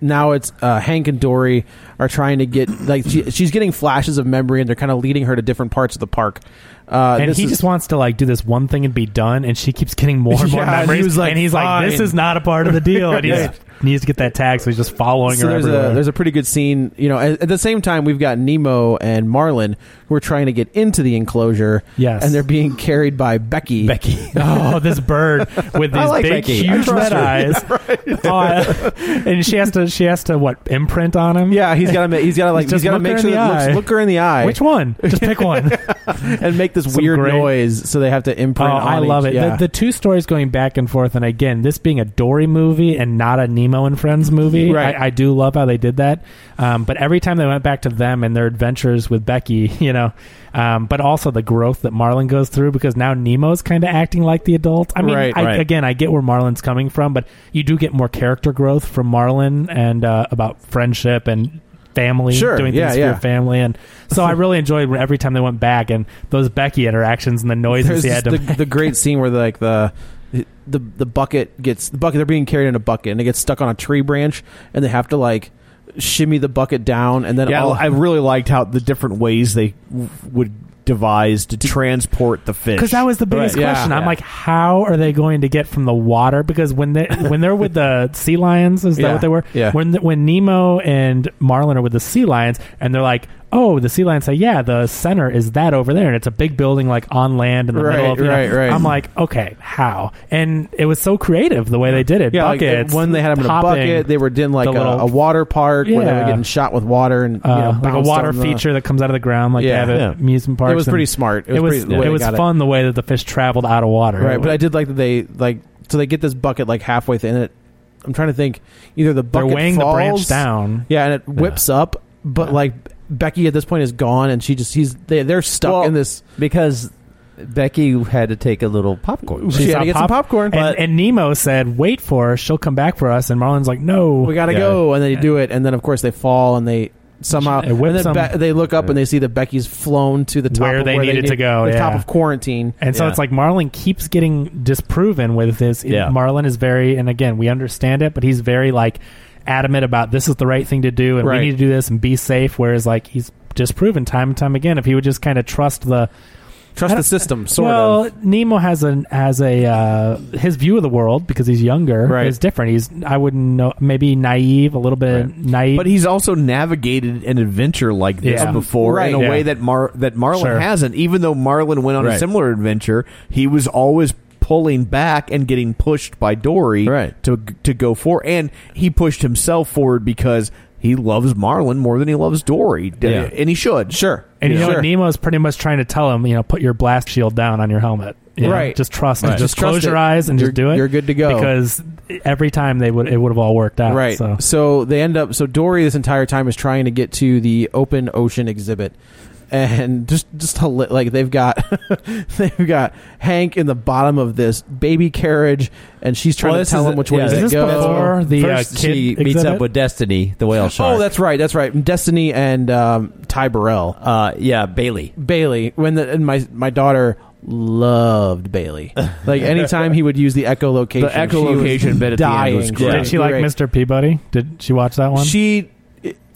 [SPEAKER 2] now it's uh, Hank and Dory are trying to get like she, she's getting flashes of memory, and they're kind of leading her to different parts of the park. Uh,
[SPEAKER 4] And
[SPEAKER 2] this
[SPEAKER 4] he
[SPEAKER 2] is-
[SPEAKER 4] just wants to like do this one thing and be done, and she keeps getting more and more
[SPEAKER 2] Yeah, and he
[SPEAKER 4] memories.
[SPEAKER 2] was like,
[SPEAKER 4] and he's like, "This
[SPEAKER 2] "Fine."
[SPEAKER 4] is not a part of the deal." And he just needs to get that tag, so he's just following
[SPEAKER 2] so
[SPEAKER 4] her
[SPEAKER 2] there's
[SPEAKER 4] everywhere.
[SPEAKER 2] a there's a pretty good scene. You know, at, at the same time, we've got Nemo and Marlin who are trying to get into the enclosure.
[SPEAKER 4] Yes.
[SPEAKER 2] and they're being carried by Becky.
[SPEAKER 3] Becky.
[SPEAKER 4] Oh, this bird with
[SPEAKER 3] I
[SPEAKER 4] these
[SPEAKER 3] like
[SPEAKER 4] big,
[SPEAKER 3] Becky. I
[SPEAKER 4] huge
[SPEAKER 3] trust
[SPEAKER 4] red
[SPEAKER 3] her.
[SPEAKER 4] eyes, Uh, and she has to she has to what imprint on him?
[SPEAKER 2] Yeah, he's got to he's got to like
[SPEAKER 4] Just
[SPEAKER 2] he's got to
[SPEAKER 4] look
[SPEAKER 2] make
[SPEAKER 4] her in
[SPEAKER 2] sure
[SPEAKER 4] the
[SPEAKER 2] that
[SPEAKER 4] eye.
[SPEAKER 2] looks, look her in the eye.
[SPEAKER 4] Which one? Just pick one.
[SPEAKER 2] and make this
[SPEAKER 4] Some
[SPEAKER 2] weird
[SPEAKER 4] great-
[SPEAKER 2] noise, so they have to
[SPEAKER 4] Oh,
[SPEAKER 2] imprint. on
[SPEAKER 4] I love
[SPEAKER 2] each-
[SPEAKER 4] it.
[SPEAKER 2] Yeah.
[SPEAKER 4] The, the two stories going back and forth, and again, this being a Dory movie and not a Nemo and Friends movie,
[SPEAKER 2] Right.
[SPEAKER 4] I, I do love how they did that. Um, but every time they went back to them and their adventures with Becky, you know, um, but also the growth that Marlin goes through because now Nemo's kind of acting like the adult. I mean,
[SPEAKER 2] Right,
[SPEAKER 4] I,
[SPEAKER 3] right.
[SPEAKER 4] again, I get where Marlin's coming from, but you do get more character growth from Marlin and uh, about friendship and family
[SPEAKER 2] Sure,
[SPEAKER 4] doing
[SPEAKER 2] yeah,
[SPEAKER 4] things for
[SPEAKER 2] yeah.
[SPEAKER 4] your family and so i really enjoyed when every time they went back and those becky interactions and the
[SPEAKER 2] There's
[SPEAKER 4] noises he had to
[SPEAKER 2] the, the great scene where like the the the bucket gets the bucket. They're being carried in a bucket, and it gets stuck on a tree branch, and they have to like shimmy the bucket down, and then
[SPEAKER 1] Yeah,
[SPEAKER 4] Oh.
[SPEAKER 2] all,
[SPEAKER 1] I really liked how the different ways they w- would devise to transport the fish.
[SPEAKER 4] Because that was the biggest
[SPEAKER 2] Right, yeah.
[SPEAKER 4] question. I'm
[SPEAKER 2] Yeah.
[SPEAKER 4] like, how are they going to get from the water? Because when they when they're with the sea lions, is that
[SPEAKER 2] Yeah,
[SPEAKER 4] what they were?
[SPEAKER 2] yeah.
[SPEAKER 4] When the, when Nemo and Marlin are with the sea lions, and they're like, oh, the sea lion say, yeah, the center is that over there, and it's a big building like on land in the
[SPEAKER 2] Right,
[SPEAKER 4] middle of you know.
[SPEAKER 2] right, right.
[SPEAKER 4] I'm like, okay, how? And it was so creative the way they did it.
[SPEAKER 2] Yeah, like,
[SPEAKER 4] Buckets.
[SPEAKER 2] when they had them in a
[SPEAKER 4] hopping,
[SPEAKER 2] bucket, they were doing like
[SPEAKER 4] the
[SPEAKER 2] a,
[SPEAKER 4] little-
[SPEAKER 2] a water park where they
[SPEAKER 4] Yeah.
[SPEAKER 2] were getting shot with water and you know,
[SPEAKER 4] uh, like a
[SPEAKER 2] bounced
[SPEAKER 4] water
[SPEAKER 2] on the-
[SPEAKER 4] feature that comes out of the ground, like
[SPEAKER 2] Yeah.
[SPEAKER 4] they have
[SPEAKER 2] Yeah.
[SPEAKER 4] at amusement
[SPEAKER 2] It was
[SPEAKER 4] parks. and
[SPEAKER 2] pretty smart. It was
[SPEAKER 4] It was,
[SPEAKER 2] pretty- the way
[SPEAKER 4] it
[SPEAKER 2] they
[SPEAKER 4] was
[SPEAKER 2] got it.
[SPEAKER 4] fun the way that the fish traveled out of water.
[SPEAKER 2] Right, but I did like that they like so they get this bucket like halfway through, and it. I'm trying to think. Either the
[SPEAKER 4] They're
[SPEAKER 2] bucket
[SPEAKER 4] weighing the branch
[SPEAKER 2] falls-
[SPEAKER 4] down.
[SPEAKER 2] yeah, and it whips up, but like Becky at this point is gone, and she just he's they, they're stuck
[SPEAKER 3] Well,
[SPEAKER 2] in this.
[SPEAKER 3] because Becky had to take a little popcorn.
[SPEAKER 2] She had to get some popcorn,
[SPEAKER 4] and,
[SPEAKER 2] but
[SPEAKER 4] and Nemo said, "Wait for her; she'll come back for us." And Marlin's like, "No,
[SPEAKER 2] we got to
[SPEAKER 3] Yeah.
[SPEAKER 2] go, and they do it, and then of course they fall, and they somehow
[SPEAKER 4] It whips
[SPEAKER 2] and then
[SPEAKER 4] them.
[SPEAKER 2] Be- they look up and they see that Becky's flown to the top
[SPEAKER 4] Where
[SPEAKER 2] of
[SPEAKER 4] they needed to go,
[SPEAKER 2] the
[SPEAKER 4] yeah.
[SPEAKER 2] top of quarantine.
[SPEAKER 4] And so
[SPEAKER 3] Yeah.
[SPEAKER 4] it's like Marlin keeps getting disproven with this.
[SPEAKER 3] Yeah.
[SPEAKER 4] Marlin is very, and again, we understand it, but he's very like adamant about this is the right thing to do, and
[SPEAKER 2] Right.
[SPEAKER 4] we need to do this and be safe. Whereas like he's disproven time and time again. If he would just kind of trust the
[SPEAKER 2] Trust
[SPEAKER 4] I
[SPEAKER 2] the
[SPEAKER 4] don't-
[SPEAKER 2] system, sort of.
[SPEAKER 4] well, Nemo has an has a uh, his view of the world because he's younger
[SPEAKER 2] Right.
[SPEAKER 4] is different. He's I wouldn't know maybe naive a little bit naive,
[SPEAKER 1] But he's also navigated an adventure like this
[SPEAKER 4] Yeah.
[SPEAKER 1] before
[SPEAKER 2] Right.
[SPEAKER 1] in a
[SPEAKER 4] Yeah.
[SPEAKER 1] way that Mar- that Marlon
[SPEAKER 4] Sure.
[SPEAKER 1] hasn't. Even though Marlon went on a
[SPEAKER 3] Right.
[SPEAKER 1] similar adventure, he was always pulling back and getting pushed by Dory
[SPEAKER 3] Right.
[SPEAKER 1] to to go forward, and he pushed himself forward because he loves Marlon more than he loves Dory, D-
[SPEAKER 3] Yeah.
[SPEAKER 1] and he should.
[SPEAKER 2] sure,
[SPEAKER 4] and you
[SPEAKER 2] Yeah.
[SPEAKER 4] know
[SPEAKER 2] Sure.
[SPEAKER 4] what Nemo's pretty much trying to tell him you know put your blast shield down on your helmet, You know,
[SPEAKER 2] Right.
[SPEAKER 4] Just trust and
[SPEAKER 2] Right.
[SPEAKER 4] just,
[SPEAKER 2] Just trust
[SPEAKER 4] close your
[SPEAKER 2] it.
[SPEAKER 4] eyes and
[SPEAKER 2] You're-
[SPEAKER 4] just do it.
[SPEAKER 2] you're good to go.
[SPEAKER 4] because every time they would it would have all worked out.
[SPEAKER 2] Right.
[SPEAKER 4] So.
[SPEAKER 2] So. they end up. So Dory this entire time is trying to get to the open ocean exhibit, and just just a li- like they've got they've got Hank in the bottom of this baby carriage, and she's trying
[SPEAKER 3] Well,
[SPEAKER 2] to
[SPEAKER 3] this
[SPEAKER 2] tell
[SPEAKER 3] is
[SPEAKER 2] him
[SPEAKER 3] a-
[SPEAKER 2] which way
[SPEAKER 3] yeah,
[SPEAKER 2] to
[SPEAKER 3] this
[SPEAKER 4] is
[SPEAKER 2] go.
[SPEAKER 4] before the
[SPEAKER 3] First,
[SPEAKER 4] uh, kid
[SPEAKER 3] she meets
[SPEAKER 4] exhibit?
[SPEAKER 3] up with Destiny, the whale shark.
[SPEAKER 2] Oh, that's right. That's right. Destiny and um, Ty Burrell,
[SPEAKER 3] uh, yeah, Bailey.
[SPEAKER 2] Bailey. When the, and my my daughter loved Bailey. Like anytime he would use the echolocation,
[SPEAKER 1] The
[SPEAKER 2] she was
[SPEAKER 1] echolocation bit at the end
[SPEAKER 2] dying.
[SPEAKER 1] was great.
[SPEAKER 3] Yeah.
[SPEAKER 4] Did she like
[SPEAKER 2] Great.
[SPEAKER 4] Mr. Peabody? Did she watch that one?
[SPEAKER 2] She,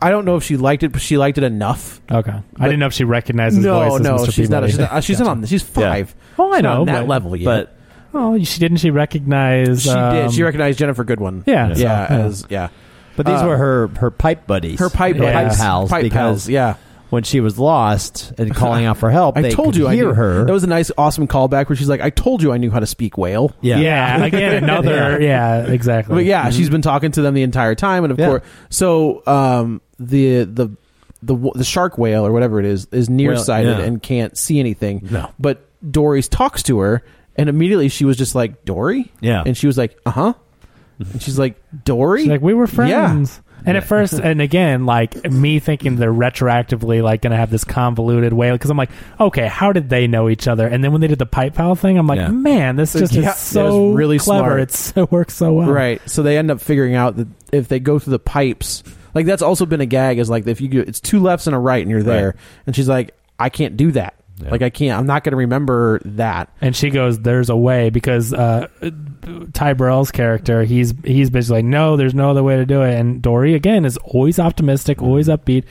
[SPEAKER 2] I don't know if she liked it, but she liked it enough.
[SPEAKER 4] okay. I didn't know if she recognized his
[SPEAKER 2] No,
[SPEAKER 4] voice
[SPEAKER 2] no,
[SPEAKER 4] as Mr.
[SPEAKER 2] she's not.
[SPEAKER 4] Peabody.
[SPEAKER 2] She's not. uh, She's not on. She's
[SPEAKER 3] Yeah.
[SPEAKER 2] five.
[SPEAKER 4] Oh, I
[SPEAKER 2] She's not
[SPEAKER 4] know,
[SPEAKER 2] on that
[SPEAKER 4] but-
[SPEAKER 2] level yet.
[SPEAKER 3] But
[SPEAKER 4] Oh, she didn't. She recognize.
[SPEAKER 2] she
[SPEAKER 4] um,
[SPEAKER 2] did. She recognized Jennifer Goodwin.
[SPEAKER 4] Yeah.
[SPEAKER 2] yeah,
[SPEAKER 4] So, yeah.
[SPEAKER 2] as- yeah.
[SPEAKER 3] but these
[SPEAKER 2] Uh,
[SPEAKER 3] were her her pipe buddies,
[SPEAKER 2] Her pipe,
[SPEAKER 4] Yeah.
[SPEAKER 3] pipe
[SPEAKER 2] buddies.
[SPEAKER 3] pals,
[SPEAKER 2] pipe
[SPEAKER 3] because
[SPEAKER 2] pals, yeah.
[SPEAKER 3] when she was lost and calling out for help,
[SPEAKER 2] I
[SPEAKER 3] they
[SPEAKER 2] told
[SPEAKER 3] could
[SPEAKER 2] you I
[SPEAKER 3] hear
[SPEAKER 2] knew-
[SPEAKER 3] her.
[SPEAKER 2] That was a nice, awesome callback where she's like, "I told you I knew how to speak whale."
[SPEAKER 3] yeah,
[SPEAKER 4] Yeah, again, another. yeah. exactly.
[SPEAKER 2] But yeah, she's been talking to them the entire time, and of
[SPEAKER 3] Mm-hmm. Yeah.
[SPEAKER 2] course, so um, the the the w- the shark whale or whatever it is is nearsighted
[SPEAKER 3] yeah.
[SPEAKER 2] and can't see anything.
[SPEAKER 3] No.
[SPEAKER 2] but Dory's talks to her, and immediately she was just like Dory.
[SPEAKER 3] Yeah.
[SPEAKER 2] and she was like, uh huh. And she's like Dory.
[SPEAKER 4] She's like we were
[SPEAKER 2] Yeah.
[SPEAKER 4] friends. And at first, and again, like me thinking they're retroactively like going to have this convoluted way because I'm like, okay, how did they know each other? And then when they did the pipe pal thing, I'm like,
[SPEAKER 3] Yeah.
[SPEAKER 4] man, this just
[SPEAKER 2] Yeah, it
[SPEAKER 4] is
[SPEAKER 2] was
[SPEAKER 4] so
[SPEAKER 2] really
[SPEAKER 4] clever.
[SPEAKER 2] smart.
[SPEAKER 4] It's it works so well,
[SPEAKER 2] Right. So they end up figuring out that if they go through the pipes, like that's also been a gag. Is like if you go, it's two lefts and a right, and you're there.
[SPEAKER 3] Right.
[SPEAKER 2] And she's like, I can't do that. Like I can't. I'm not going to remember that.
[SPEAKER 4] And she goes, "There's a way," because uh, Ty Burrell's character, he's he's basically like, "No, there's no other way to do it." And Dory again is always optimistic,
[SPEAKER 2] Mm-hmm.
[SPEAKER 4] always upbeat,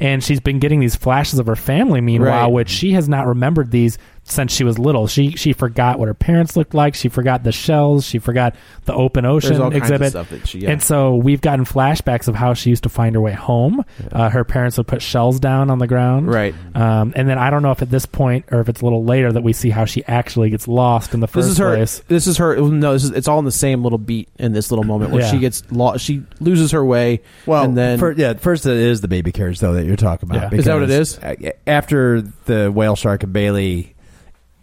[SPEAKER 4] and she's been getting these flashes of her family. Meanwhile,
[SPEAKER 2] Right.
[SPEAKER 4] which she has not remembered these since she was little. She she forgot what her parents looked like. She forgot the shells. She forgot the open ocean
[SPEAKER 2] There's all kinds
[SPEAKER 4] exhibit.
[SPEAKER 2] of stuff that she. Yeah.
[SPEAKER 4] And so we've gotten flashbacks of how she used to find her way home. Uh, her parents would put shells down on the ground.
[SPEAKER 2] Right.
[SPEAKER 4] Um, and then I don't know if at this point or if it's a little later that we see how she actually gets lost in the first
[SPEAKER 2] this is her.
[SPEAKER 4] place.
[SPEAKER 2] This is her. No, this is. It's all in the same little beat in this little moment where
[SPEAKER 4] Yeah.
[SPEAKER 2] she gets lost. She loses her way.
[SPEAKER 3] Well,
[SPEAKER 2] and then
[SPEAKER 3] fir- yeah,
[SPEAKER 2] uh,
[SPEAKER 3] first it is the baby carriage though that you're talking about.
[SPEAKER 4] Yeah.
[SPEAKER 2] Is that what it
[SPEAKER 3] because, uh, After the whale shark and Bailey,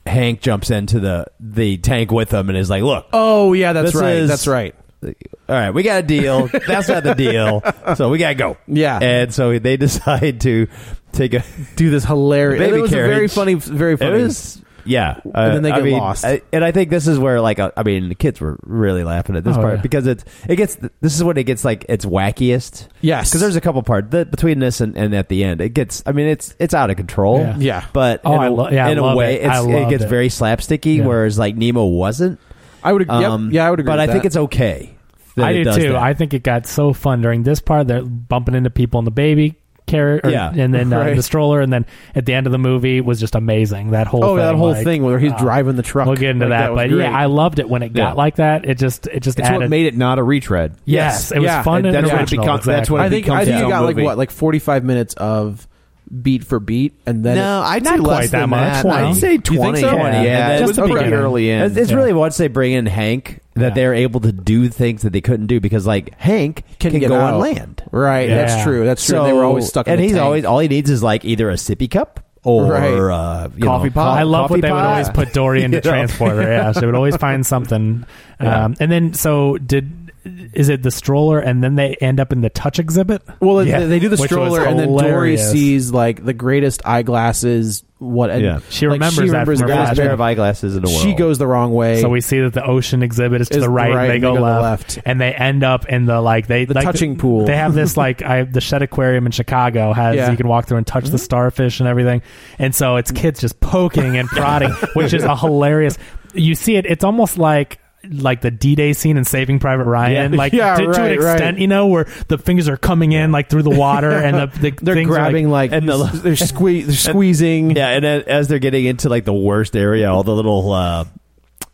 [SPEAKER 3] Hank jumps into the the tank with them and is like, "Look,
[SPEAKER 2] oh yeah, that's
[SPEAKER 3] This
[SPEAKER 2] right.
[SPEAKER 3] is-
[SPEAKER 2] that's right.
[SPEAKER 3] all right, we got a deal. That's not the deal. So we gotta go."
[SPEAKER 2] Yeah.
[SPEAKER 3] and so they decide to take a
[SPEAKER 2] Do this hilarious.
[SPEAKER 3] Baby
[SPEAKER 2] it was a very
[SPEAKER 3] carriage.
[SPEAKER 2] funny. Very
[SPEAKER 3] It
[SPEAKER 2] funny.
[SPEAKER 3] was, yeah. uh,
[SPEAKER 2] And then they
[SPEAKER 3] I
[SPEAKER 2] get
[SPEAKER 3] mean,
[SPEAKER 2] lost.
[SPEAKER 3] I- and I think this is where, like, uh, I mean, the kids were really laughing at this
[SPEAKER 4] Oh,
[SPEAKER 3] part
[SPEAKER 4] yeah.
[SPEAKER 3] because it's it gets this is when it gets like its wackiest.
[SPEAKER 2] Yes.
[SPEAKER 3] because there's a couple part that between this and, and at the end, it gets. I mean, it's it's out of control.
[SPEAKER 4] Yeah.
[SPEAKER 2] Yeah.
[SPEAKER 3] but
[SPEAKER 4] Oh,
[SPEAKER 3] in
[SPEAKER 4] I
[SPEAKER 3] a,
[SPEAKER 4] lo- yeah, I
[SPEAKER 3] in a
[SPEAKER 4] love
[SPEAKER 3] way,
[SPEAKER 4] it. I
[SPEAKER 3] It's, it
[SPEAKER 4] loved
[SPEAKER 3] gets
[SPEAKER 4] it.
[SPEAKER 3] very slapsticky,
[SPEAKER 4] Yeah.
[SPEAKER 3] whereas like Nemo wasn't. Um,
[SPEAKER 2] I would. Yep, yeah, Um, I would agree.
[SPEAKER 3] But
[SPEAKER 2] with
[SPEAKER 3] I think
[SPEAKER 2] that.
[SPEAKER 3] it's okay. that
[SPEAKER 4] I
[SPEAKER 3] it
[SPEAKER 4] do
[SPEAKER 3] does
[SPEAKER 4] too.
[SPEAKER 3] that.
[SPEAKER 4] I think it got so fun during this part. They're bumping into people in the baby carriage,
[SPEAKER 3] Yeah.
[SPEAKER 4] and then uh,
[SPEAKER 2] Right.
[SPEAKER 4] the stroller, and then at the end of the movie was just amazing. That whole
[SPEAKER 2] Oh,
[SPEAKER 4] thing,
[SPEAKER 2] that whole
[SPEAKER 4] like,
[SPEAKER 2] thing where he's
[SPEAKER 4] uh,
[SPEAKER 2] driving the truck.
[SPEAKER 4] We'll get into
[SPEAKER 2] Like,
[SPEAKER 4] that,
[SPEAKER 2] was
[SPEAKER 4] but
[SPEAKER 2] great.
[SPEAKER 4] yeah, I loved it when it got
[SPEAKER 3] Yeah.
[SPEAKER 4] like that. It just it just
[SPEAKER 1] It's
[SPEAKER 4] added
[SPEAKER 1] what made it not a retread.
[SPEAKER 4] Yes, it was
[SPEAKER 2] Yeah,
[SPEAKER 4] fun
[SPEAKER 1] and
[SPEAKER 4] and
[SPEAKER 1] that's what it
[SPEAKER 4] original.
[SPEAKER 1] becomes- that's
[SPEAKER 4] exactly.
[SPEAKER 1] what it
[SPEAKER 2] I think
[SPEAKER 1] becomes
[SPEAKER 2] I think
[SPEAKER 1] its
[SPEAKER 2] you
[SPEAKER 1] own
[SPEAKER 2] got like
[SPEAKER 1] movie.
[SPEAKER 2] what like 45 minutes of beat for beat, and then
[SPEAKER 1] No,
[SPEAKER 2] it-
[SPEAKER 1] I'd say less than that. I'd say
[SPEAKER 2] You think
[SPEAKER 1] 20.
[SPEAKER 2] so?
[SPEAKER 1] Yeah.
[SPEAKER 3] Yeah,
[SPEAKER 1] Yeah,
[SPEAKER 3] that
[SPEAKER 1] just
[SPEAKER 3] was
[SPEAKER 1] the
[SPEAKER 3] pretty
[SPEAKER 1] beginning.
[SPEAKER 3] early in. It's, it's really once they bring in Hank that they're able to do things that they couldn't do because like Hank can,
[SPEAKER 2] get
[SPEAKER 3] go
[SPEAKER 2] out.
[SPEAKER 3] on land.
[SPEAKER 2] Right,
[SPEAKER 3] Yeah.
[SPEAKER 2] that's true. That's true.
[SPEAKER 3] So-
[SPEAKER 2] they were always stuck. in
[SPEAKER 3] and
[SPEAKER 2] the
[SPEAKER 3] he's
[SPEAKER 2] tank.
[SPEAKER 3] always all he needs is like either a sippy cup or
[SPEAKER 2] Right.
[SPEAKER 3] uh, you
[SPEAKER 1] Coffee
[SPEAKER 3] know,
[SPEAKER 1] pot.
[SPEAKER 4] I love
[SPEAKER 1] coffee
[SPEAKER 4] what they would
[SPEAKER 1] pot.
[SPEAKER 4] always put Dory in the
[SPEAKER 3] You know?
[SPEAKER 4] transporter. Yeah, they would always find something. Um, and then, so did is it the stroller, and then they end up in the touch exhibit?
[SPEAKER 2] Well,
[SPEAKER 4] Yeah.
[SPEAKER 2] they, they do the
[SPEAKER 4] Which was
[SPEAKER 2] stroller, and then Dory
[SPEAKER 4] hilarious.
[SPEAKER 2] sees like the greatest eyeglasses. What? And
[SPEAKER 3] Yeah.
[SPEAKER 4] She
[SPEAKER 2] like,
[SPEAKER 4] remembers that from her
[SPEAKER 3] Best
[SPEAKER 4] flashback.
[SPEAKER 2] that.
[SPEAKER 3] pair of eyeglasses in the world.
[SPEAKER 2] She goes the wrong way.
[SPEAKER 4] So we see that the ocean exhibit is to
[SPEAKER 2] Is
[SPEAKER 4] the right, and they go,
[SPEAKER 2] to the
[SPEAKER 4] left,
[SPEAKER 2] left.
[SPEAKER 4] and they end up in the like they
[SPEAKER 2] The
[SPEAKER 4] like,
[SPEAKER 2] touching pool.
[SPEAKER 4] They have this like I the Shed Aquarium in Chicago has
[SPEAKER 2] Yeah. Mm-hmm. Mm.
[SPEAKER 4] you can walk through and touch the starfish and everything, and so it's kids just poking and prodding, which is a hilarious. You see it; it's almost like. Like the D Day scene in Saving Private Ryan,
[SPEAKER 2] Yeah.
[SPEAKER 4] like
[SPEAKER 2] Yeah,
[SPEAKER 4] to, to an
[SPEAKER 2] right, right.
[SPEAKER 4] extent, you know, where the fingers are coming in like through the water and the, the
[SPEAKER 2] they're
[SPEAKER 4] things are,
[SPEAKER 2] grabbing
[SPEAKER 4] like,
[SPEAKER 2] like,
[SPEAKER 3] and the-
[SPEAKER 2] they're, sque- they're squeezing.
[SPEAKER 3] yeah, and then as they're getting into like the worst area, all the little uh,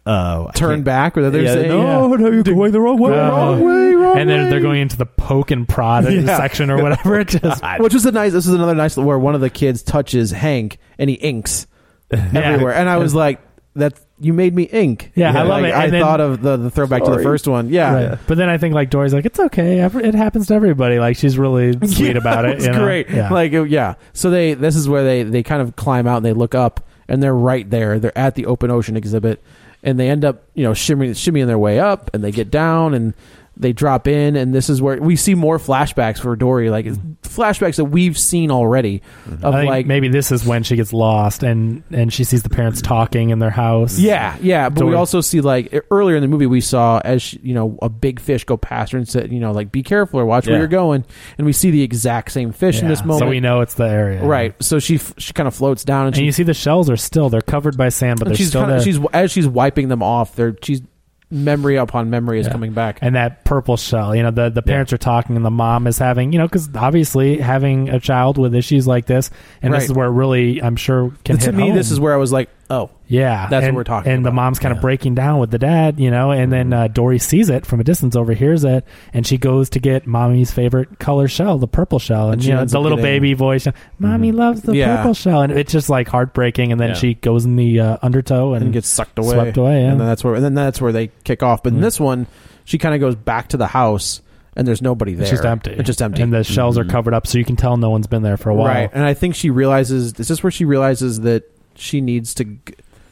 [SPEAKER 3] uh, I
[SPEAKER 2] Turn
[SPEAKER 3] can't-
[SPEAKER 2] back, or they're
[SPEAKER 3] Yeah,
[SPEAKER 2] saying,
[SPEAKER 3] no,
[SPEAKER 2] "Oh, no, you're going the wrong way,
[SPEAKER 4] Uh,
[SPEAKER 2] wrong way, wrong
[SPEAKER 4] and
[SPEAKER 2] way."
[SPEAKER 4] then they're going into the poke and prod
[SPEAKER 2] Yeah. Oh,
[SPEAKER 4] section or whatever. It just
[SPEAKER 2] Which was a nice. This is another nice where one of the kids touches Hank and he inks everywhere, and I was like, "That's you made me ink."
[SPEAKER 4] Yeah, I love
[SPEAKER 2] Like,
[SPEAKER 4] it.
[SPEAKER 2] I
[SPEAKER 4] And then-
[SPEAKER 2] thought of the, the throwback to the first one. Yeah,
[SPEAKER 4] Right. But then I think like Dory's like, it's okay. ev- It happens to everybody. Like she's really sweet
[SPEAKER 2] Yeah,
[SPEAKER 4] about it.
[SPEAKER 2] It's
[SPEAKER 4] you know?
[SPEAKER 2] great.
[SPEAKER 4] Yeah.
[SPEAKER 2] Like uh, yeah. So they this is where they they kind of climb out and they look up and they're right there. They're at the open ocean exhibit and they end up you know shimmying shimmying their way up and they get down and they drop in and this is where we see more flashbacks for Dory like it's flashbacks that we've seen already of
[SPEAKER 4] Mm-hmm. I think
[SPEAKER 2] like
[SPEAKER 4] maybe this is when she gets lost and and she sees the parents talking in their house.
[SPEAKER 2] Yeah, yeah, but we
[SPEAKER 4] Dory.
[SPEAKER 2] also see like e- earlier in the movie we saw as she, you know a big fish go past her and said you know like be careful or watch where
[SPEAKER 3] Yeah.
[SPEAKER 2] you're going, and we see the exact same fish in
[SPEAKER 4] Yeah.
[SPEAKER 2] this moment.
[SPEAKER 4] So we know it's the area.
[SPEAKER 2] right? So she f- she kind of floats down and,
[SPEAKER 4] And
[SPEAKER 2] she
[SPEAKER 4] you see the shells are still they're covered by sand, but
[SPEAKER 2] And
[SPEAKER 4] they're
[SPEAKER 2] she's
[SPEAKER 4] still
[SPEAKER 2] kinda,
[SPEAKER 4] there.
[SPEAKER 2] she's as she's wiping them off. They're she's memory upon memory is
[SPEAKER 4] Yeah.
[SPEAKER 2] coming back.
[SPEAKER 4] and that purple shell, you know, the the parents are talking and the mom is having, you know, because obviously having a child with issues like this, and
[SPEAKER 2] Right.
[SPEAKER 4] this is where it really I'm sure can
[SPEAKER 2] to
[SPEAKER 4] hit
[SPEAKER 2] me,
[SPEAKER 4] home.
[SPEAKER 2] this is where I was like, oh,
[SPEAKER 4] Yeah,
[SPEAKER 2] That's what
[SPEAKER 4] and-
[SPEAKER 2] we're talking
[SPEAKER 4] And the
[SPEAKER 2] about.
[SPEAKER 4] mom's kind
[SPEAKER 2] Yeah.
[SPEAKER 4] of breaking down with the dad, you know. And then uh, Dory sees it from a distance, overhears it, and she goes to get mommy's favorite color shell, the purple shell,
[SPEAKER 2] And
[SPEAKER 4] and,
[SPEAKER 2] she
[SPEAKER 4] you know
[SPEAKER 2] ends
[SPEAKER 4] the
[SPEAKER 2] up
[SPEAKER 4] little
[SPEAKER 2] getting-
[SPEAKER 4] baby voice, "Mommy loves the
[SPEAKER 2] Mm-hmm. Yeah.
[SPEAKER 4] purple shell," and it's just like heartbreaking. And then
[SPEAKER 3] Yeah.
[SPEAKER 4] she goes in the uh, undertow and,
[SPEAKER 2] and gets sucked away,
[SPEAKER 4] swept away. Yeah. Mm.
[SPEAKER 2] and then that's where and then that's where they kick off. But in this one, she kind of goes back to the house, and there's nobody there.
[SPEAKER 4] it's just empty.
[SPEAKER 2] It's just empty. Mm-hmm.
[SPEAKER 4] and the shells are covered up, so you can tell no one's been there for a while.
[SPEAKER 2] Right. And I think she realizes is this where she realizes that she needs to. g-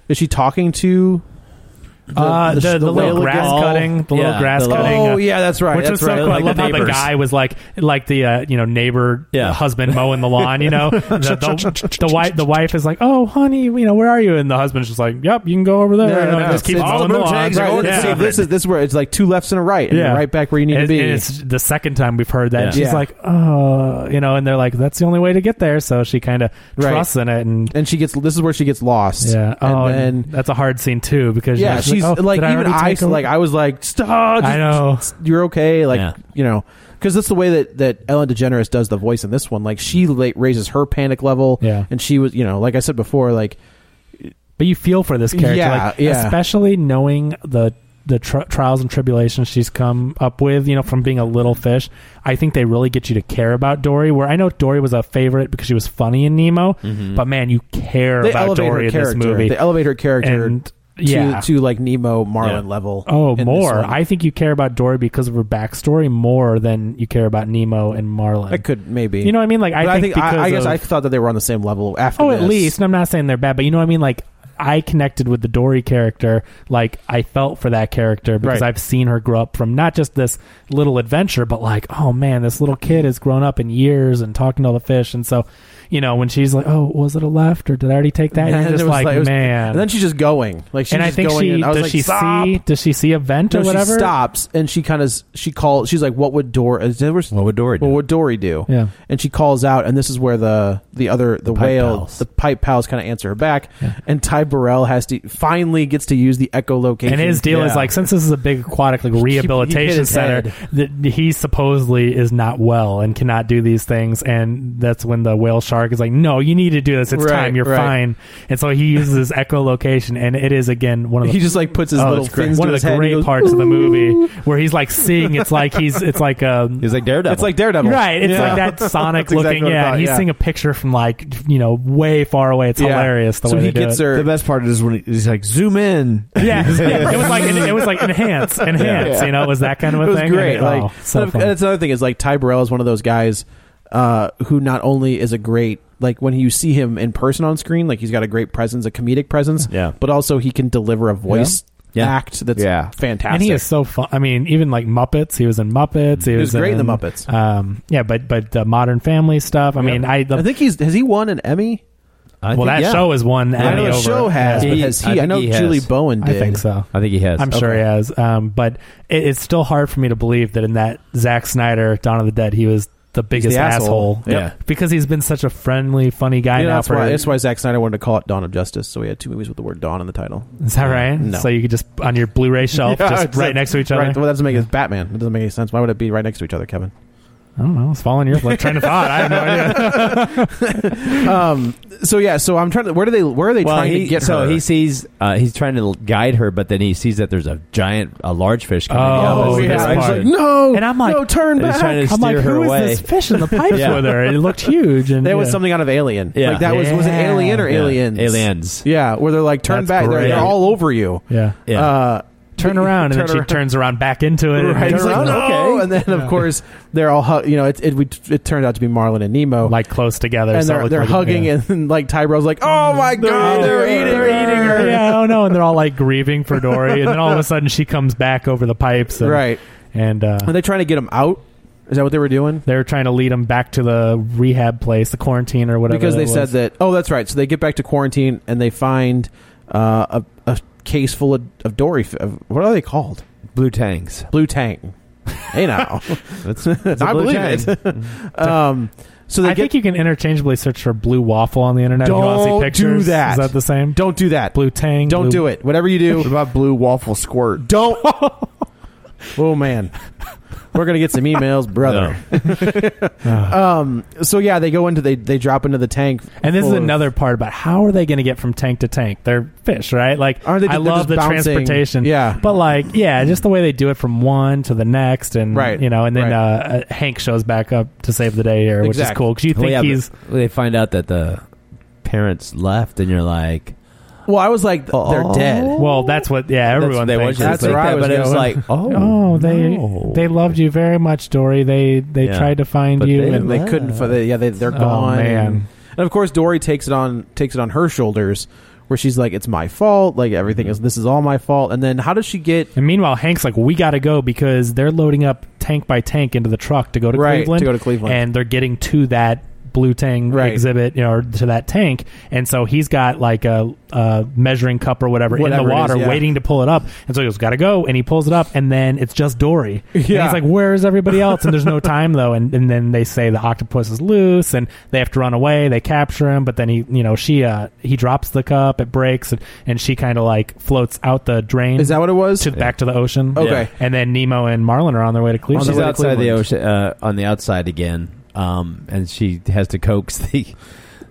[SPEAKER 2] Is she talking to?
[SPEAKER 4] The, uh, the, the, little grass
[SPEAKER 2] again?
[SPEAKER 4] cutting, the
[SPEAKER 3] Yeah,
[SPEAKER 4] little grass
[SPEAKER 3] the little-
[SPEAKER 4] cutting. uh,
[SPEAKER 2] Oh yeah, that's right.
[SPEAKER 4] Which
[SPEAKER 2] that's
[SPEAKER 4] was so
[SPEAKER 2] right.
[SPEAKER 4] cool. I
[SPEAKER 3] Like
[SPEAKER 4] love
[SPEAKER 3] the
[SPEAKER 4] how the
[SPEAKER 3] neighbors.
[SPEAKER 4] guy was like, like the uh, you know neighbor
[SPEAKER 3] Yeah.
[SPEAKER 4] husband mowing the lawn. You know, the, the, the wife the wife is like, oh honey, you know where are you? And the husband's just like, yep, you can go over there.
[SPEAKER 2] No,
[SPEAKER 4] you know,
[SPEAKER 2] no,
[SPEAKER 4] and just
[SPEAKER 2] it's-
[SPEAKER 4] keeps
[SPEAKER 2] it's-
[SPEAKER 4] mowing the lawn.
[SPEAKER 2] Right,
[SPEAKER 4] Right,
[SPEAKER 2] this,
[SPEAKER 4] yeah.
[SPEAKER 2] is, this is this is where it's like two lefts and a right, and
[SPEAKER 4] Yeah.
[SPEAKER 2] you're right back where you need
[SPEAKER 4] And-
[SPEAKER 2] to be.
[SPEAKER 4] and it's the second time we've heard that. And
[SPEAKER 2] Yeah.
[SPEAKER 4] she's
[SPEAKER 2] Yeah.
[SPEAKER 4] like, oh, you know, and they're like, that's the only way to get there. So she kind of
[SPEAKER 2] Right.
[SPEAKER 4] trusts in it, and
[SPEAKER 2] and she gets this is where she gets lost.
[SPEAKER 4] yeah, oh,
[SPEAKER 2] and
[SPEAKER 4] and
[SPEAKER 2] then
[SPEAKER 4] that's a hard scene too because
[SPEAKER 2] yeah,
[SPEAKER 4] you know,
[SPEAKER 2] she's
[SPEAKER 4] oh,
[SPEAKER 2] like
[SPEAKER 4] did I
[SPEAKER 2] even
[SPEAKER 4] already
[SPEAKER 2] I
[SPEAKER 4] take over?
[SPEAKER 2] like I was like stop.
[SPEAKER 4] I know.
[SPEAKER 2] you're okay. Like
[SPEAKER 3] Yeah.
[SPEAKER 2] you know because that's the way that that Ellen DeGeneres does the voice in this one. Like she la- raises her panic level.
[SPEAKER 4] Yeah.
[SPEAKER 2] and she was you know like I said before like
[SPEAKER 4] But you feel for this character,
[SPEAKER 2] Yeah,
[SPEAKER 4] like,
[SPEAKER 2] yeah.
[SPEAKER 4] especially knowing the the tr- trials and tribulations she's come up with. You know, from being a little fish, I think they really get you to care about Dory. Where I know Dory was a favorite because she was funny in Nemo, but man, you care
[SPEAKER 2] Mm-hmm. they
[SPEAKER 4] about
[SPEAKER 2] elevate
[SPEAKER 4] Dory
[SPEAKER 2] her
[SPEAKER 4] in this
[SPEAKER 2] character.
[SPEAKER 4] movie.
[SPEAKER 2] They elevate her character
[SPEAKER 4] And,
[SPEAKER 2] to
[SPEAKER 4] yeah.
[SPEAKER 2] to like Nemo Marlin level.
[SPEAKER 4] Oh,
[SPEAKER 2] in this
[SPEAKER 4] more!
[SPEAKER 2] one.
[SPEAKER 4] I think you care about Dory because of her backstory more than you care about Nemo and Marlin.
[SPEAKER 2] I could maybe
[SPEAKER 4] You know what I mean? Like I
[SPEAKER 2] But I
[SPEAKER 4] think,
[SPEAKER 2] think I,
[SPEAKER 4] because
[SPEAKER 2] I guess
[SPEAKER 4] of-
[SPEAKER 2] I thought that they were on the same level after.
[SPEAKER 4] Oh, at
[SPEAKER 2] this.
[SPEAKER 4] least. And I'm not saying they're bad, but you know what I mean? Like, I connected with the Dory character. Like, I felt for that character because
[SPEAKER 2] Right.
[SPEAKER 4] I've seen her grow up from not just this little adventure, but like, oh man, this little kid has grown up in years and talking to all the fish. And so, you know, when she's like, oh, was it a left or did I already take that? And
[SPEAKER 2] And
[SPEAKER 4] you're
[SPEAKER 2] it
[SPEAKER 4] just
[SPEAKER 2] was
[SPEAKER 4] like,
[SPEAKER 2] it was-
[SPEAKER 4] man.
[SPEAKER 2] And then she's just going. Like she's
[SPEAKER 4] and I
[SPEAKER 2] just
[SPEAKER 4] think
[SPEAKER 2] going
[SPEAKER 4] she
[SPEAKER 2] in. I was
[SPEAKER 4] does
[SPEAKER 2] like,
[SPEAKER 4] she
[SPEAKER 2] "Stop."
[SPEAKER 4] see does she see a vent
[SPEAKER 2] No,
[SPEAKER 4] or whatever?
[SPEAKER 2] she stops and she kind of she calls. She's like, "What would Dory? There was,
[SPEAKER 3] What would Dory do?
[SPEAKER 2] What would Dory do?"
[SPEAKER 4] Yeah.
[SPEAKER 2] and she calls out, and this is where the the other the,
[SPEAKER 3] pipe
[SPEAKER 2] whale,
[SPEAKER 3] pals.
[SPEAKER 2] the pipe pals, kind of answer her back, and Ty Clyde Burrell has to finally gets to use the echolocation.
[SPEAKER 4] And his deal is
[SPEAKER 2] Yeah.
[SPEAKER 4] like, since this is a big aquatic like rehabilitation
[SPEAKER 2] his
[SPEAKER 4] center, that he supposedly is not well and cannot do these things. And that's when the whale shark is like, "No, you need to do this. It's
[SPEAKER 2] Right,
[SPEAKER 4] time. You're
[SPEAKER 2] right.
[SPEAKER 4] fine." And so he uses his echolocation, and it is again one of the Oh,
[SPEAKER 2] He just, like, puts
[SPEAKER 3] Oh,
[SPEAKER 2] his little
[SPEAKER 4] it's great.
[SPEAKER 2] things
[SPEAKER 4] one
[SPEAKER 2] to
[SPEAKER 4] of
[SPEAKER 2] his
[SPEAKER 4] the
[SPEAKER 2] head and
[SPEAKER 4] great
[SPEAKER 2] goes,
[SPEAKER 4] parts of the movie where he's like seeing. It's like he's it's like um
[SPEAKER 3] He's like Daredevil.
[SPEAKER 2] It's like Daredevil,
[SPEAKER 4] right. It's
[SPEAKER 2] Yeah.
[SPEAKER 4] like that Sonic
[SPEAKER 2] That's exactly
[SPEAKER 4] looking.
[SPEAKER 2] what I
[SPEAKER 4] yeah,
[SPEAKER 2] thought,
[SPEAKER 4] and he's seeing a picture from like you know way far away. It's
[SPEAKER 2] Yeah.
[SPEAKER 4] hilarious the
[SPEAKER 2] so
[SPEAKER 4] way
[SPEAKER 2] he
[SPEAKER 4] they do
[SPEAKER 2] gets
[SPEAKER 4] it.
[SPEAKER 2] her.
[SPEAKER 1] The best part is when he's like, zoom in.
[SPEAKER 4] Yeah, yeah, it was like it was like enhance, enhance. You know, it was that kind of a
[SPEAKER 2] it was
[SPEAKER 4] thing.
[SPEAKER 2] great.
[SPEAKER 4] And,
[SPEAKER 2] like,
[SPEAKER 4] oh, so
[SPEAKER 2] and
[SPEAKER 4] fun.
[SPEAKER 2] that's another thing is like Ty Burrell is one of those guys uh, who not only is a great like when you see him in person on screen, like he's got a great presence, a comedic presence,
[SPEAKER 3] Yeah.
[SPEAKER 2] but also he can deliver a voice
[SPEAKER 3] Yeah.
[SPEAKER 2] act that's
[SPEAKER 1] Yeah.
[SPEAKER 2] fantastic.
[SPEAKER 4] and he is so fun. I mean, even like Muppets, he was in Muppets. He,
[SPEAKER 2] was great in The Muppets.
[SPEAKER 4] Um, yeah, but but the Modern Family stuff. I mean, I, the,
[SPEAKER 2] I think he's has he won an Emmy?
[SPEAKER 3] I
[SPEAKER 4] well
[SPEAKER 3] think-
[SPEAKER 4] that
[SPEAKER 3] yeah.
[SPEAKER 4] show is one.
[SPEAKER 2] I
[SPEAKER 4] Emmy
[SPEAKER 2] know the
[SPEAKER 4] over.
[SPEAKER 2] show has,
[SPEAKER 3] Yeah.
[SPEAKER 2] but
[SPEAKER 3] He-
[SPEAKER 2] has
[SPEAKER 3] I
[SPEAKER 2] he? I,
[SPEAKER 3] think
[SPEAKER 2] know
[SPEAKER 3] he has.
[SPEAKER 2] Julie Bowen
[SPEAKER 4] I
[SPEAKER 2] did.
[SPEAKER 4] think so.
[SPEAKER 3] I think he has.
[SPEAKER 4] I'm sure he has. Um, but it, it's still hard for me to believe that in that Zack Snyder Dawn of the Dead, he was the biggest
[SPEAKER 2] the asshole.
[SPEAKER 4] asshole.
[SPEAKER 3] Yeah.
[SPEAKER 4] because he's been such a friendly, funny guy
[SPEAKER 2] You know,
[SPEAKER 4] now
[SPEAKER 2] that's,
[SPEAKER 4] for
[SPEAKER 2] why, that's why Zack Snyder wanted to call it Dawn of Justice, so we had two movies with the word Dawn in the title.
[SPEAKER 4] Is that right?
[SPEAKER 2] No.
[SPEAKER 4] So you could just on your Blu-ray shelf,
[SPEAKER 2] Yeah,
[SPEAKER 4] just
[SPEAKER 2] it's
[SPEAKER 4] right
[SPEAKER 2] like-
[SPEAKER 4] next to each other.
[SPEAKER 2] Right, well, that doesn't make it Batman. It doesn't make any sense. Why would it be right next to each other, Kevin?
[SPEAKER 4] I don't know. It's following your like, train of thought. I have no idea.
[SPEAKER 2] So yeah, so I'm trying to. Where do they? Where are they
[SPEAKER 3] Well,
[SPEAKER 2] trying
[SPEAKER 3] he,
[SPEAKER 2] to get
[SPEAKER 3] so
[SPEAKER 2] her?
[SPEAKER 3] he sees uh, he's trying to guide her, but then he sees that there's a giant, a large fish coming. the
[SPEAKER 4] Oh,
[SPEAKER 3] opposite
[SPEAKER 4] yeah.
[SPEAKER 3] direction.
[SPEAKER 4] He's like,
[SPEAKER 2] no,
[SPEAKER 4] And I'm like-
[SPEAKER 2] no, turn
[SPEAKER 3] He's
[SPEAKER 2] back.
[SPEAKER 3] trying to
[SPEAKER 4] I'm like,
[SPEAKER 3] steer her
[SPEAKER 4] who is
[SPEAKER 3] away.
[SPEAKER 4] this fish in the pipes
[SPEAKER 3] Yeah.
[SPEAKER 4] with her? It looked huge. And
[SPEAKER 2] There was
[SPEAKER 4] yeah.
[SPEAKER 2] something out of Alien.
[SPEAKER 3] Yeah.
[SPEAKER 2] Like that was was it
[SPEAKER 4] Yeah.
[SPEAKER 2] Alien or
[SPEAKER 3] Yeah.
[SPEAKER 2] Aliens?
[SPEAKER 3] Aliens.
[SPEAKER 2] Yeah, where they're like turn
[SPEAKER 4] That's
[SPEAKER 2] back. They're,
[SPEAKER 4] great.
[SPEAKER 2] they're all over you.
[SPEAKER 4] Yeah.
[SPEAKER 3] Yeah.
[SPEAKER 2] Uh,
[SPEAKER 4] Turn around, and
[SPEAKER 2] turn
[SPEAKER 4] then she
[SPEAKER 2] around.
[SPEAKER 4] turns around back into it.
[SPEAKER 2] Right,
[SPEAKER 4] And
[SPEAKER 2] it's
[SPEAKER 4] turn
[SPEAKER 2] like,
[SPEAKER 4] around.
[SPEAKER 2] no. and then of course they're all hug. You know, it, it we- it turned out to be Marlon and Nemo,
[SPEAKER 4] like close together.
[SPEAKER 2] and
[SPEAKER 4] so it
[SPEAKER 2] they're
[SPEAKER 4] looked
[SPEAKER 2] they're
[SPEAKER 4] like-
[SPEAKER 2] hugging,
[SPEAKER 4] yeah.
[SPEAKER 2] and then, like Tyro's like, oh my god, they're eating,
[SPEAKER 4] They're eating her. Yeah, I don't know. And they're all like grieving for Dory, and then all of a sudden she comes back over the pipes. And,
[SPEAKER 2] Right?
[SPEAKER 4] And uh,
[SPEAKER 2] Are they trying to get him out? Is that what they were doing?
[SPEAKER 4] they were trying to lead him back to the rehab place, the quarantine or whatever.
[SPEAKER 2] because they
[SPEAKER 4] that
[SPEAKER 2] said
[SPEAKER 4] was.
[SPEAKER 2] that oh that's right so they get back to quarantine and they find uh, a, a case full of, of dory f- of, what are they called
[SPEAKER 3] Blue tanks.
[SPEAKER 2] blue tang hey now
[SPEAKER 3] That's, that's a
[SPEAKER 2] I
[SPEAKER 3] blue
[SPEAKER 2] believe
[SPEAKER 3] tang.
[SPEAKER 2] it. um, so they
[SPEAKER 4] I
[SPEAKER 2] get
[SPEAKER 4] think you can interchangeably search for blue waffle on the internet. if you want to
[SPEAKER 2] Don't
[SPEAKER 4] see
[SPEAKER 2] do
[SPEAKER 4] pictures.
[SPEAKER 2] that.
[SPEAKER 4] Is that the same?
[SPEAKER 2] don't do that
[SPEAKER 4] blue tang.
[SPEAKER 2] don't do it whatever you
[SPEAKER 1] What
[SPEAKER 2] do
[SPEAKER 1] about Blue Waffle Squirt?
[SPEAKER 2] don't oh man we're gonna get some emails brother um so yeah they go into they they drop into the tank
[SPEAKER 4] And this is
[SPEAKER 2] full of-
[SPEAKER 4] another part about how are they going to get from tank to tank? They're fish, right? Like
[SPEAKER 2] Aren't they-
[SPEAKER 4] I
[SPEAKER 2] they're
[SPEAKER 4] love
[SPEAKER 2] just
[SPEAKER 4] the
[SPEAKER 2] bouncing.
[SPEAKER 4] transportation.
[SPEAKER 2] Yeah.
[SPEAKER 4] But like yeah, just the way they do it from one to the next and
[SPEAKER 2] Right,
[SPEAKER 4] you know, and then
[SPEAKER 2] right.
[SPEAKER 4] uh, uh, Hank shows back up to save the day here, which is
[SPEAKER 2] Exactly. Oh,
[SPEAKER 4] cool cuz you
[SPEAKER 3] Well,
[SPEAKER 4] think
[SPEAKER 3] yeah, but
[SPEAKER 4] he's
[SPEAKER 3] They find out that the parents left, and you're like, "Oh."
[SPEAKER 2] well i was like they're dead
[SPEAKER 4] well, that's what yeah, everyone
[SPEAKER 3] they
[SPEAKER 4] thinks.
[SPEAKER 3] want you to
[SPEAKER 2] That's
[SPEAKER 3] think
[SPEAKER 2] where I
[SPEAKER 3] that,
[SPEAKER 2] was
[SPEAKER 3] but it was
[SPEAKER 2] going.
[SPEAKER 3] like, oh,
[SPEAKER 4] Oh, they
[SPEAKER 3] no.
[SPEAKER 4] they loved you very much, Dory. They they
[SPEAKER 3] Yeah.
[SPEAKER 4] tried to find
[SPEAKER 3] But
[SPEAKER 4] you
[SPEAKER 3] they
[SPEAKER 4] and
[SPEAKER 2] and they couldn't. fi- They, yeah, they, they're
[SPEAKER 4] Oh,
[SPEAKER 2] gone.
[SPEAKER 4] man.
[SPEAKER 2] And, and of course, Dory takes it on takes it on her shoulders, where she's like, "It's my fault. Like everything is. This is all my fault." And then how does she get
[SPEAKER 4] And meanwhile, Hank's like, "We got to go because they're loading up tank by tank into the truck to go to
[SPEAKER 2] Right,
[SPEAKER 4] Cleveland.
[SPEAKER 2] to go to Cleveland.
[SPEAKER 4] and they're getting to that blue tang
[SPEAKER 2] Right.
[SPEAKER 4] exhibit, you know, or to that tank. And so he's got like a, a measuring cup or whatever, in
[SPEAKER 2] Whatever
[SPEAKER 4] the
[SPEAKER 2] it is,
[SPEAKER 4] water,
[SPEAKER 2] yeah.
[SPEAKER 4] waiting to pull it up. And so he goes, "Got to go," and he pulls it up, and then it's just Dory. And
[SPEAKER 2] Yeah.
[SPEAKER 4] he's like, "Where is everybody else?" And there's no time though. And and then they say the octopus is loose, and they have to run away. They capture him, but then he, you know, she uh, he drops the cup, it breaks, and, and she kind of like floats out the drain.
[SPEAKER 2] Is that what it was?
[SPEAKER 4] To back to the ocean.
[SPEAKER 2] Okay. Yeah.
[SPEAKER 4] And then Nemo and Marlin are on their way to Cleveland.
[SPEAKER 3] she's
[SPEAKER 2] way to
[SPEAKER 3] outside the
[SPEAKER 2] Cleveland.
[SPEAKER 3] ocean, uh, on the outside again, um, and she has to coax the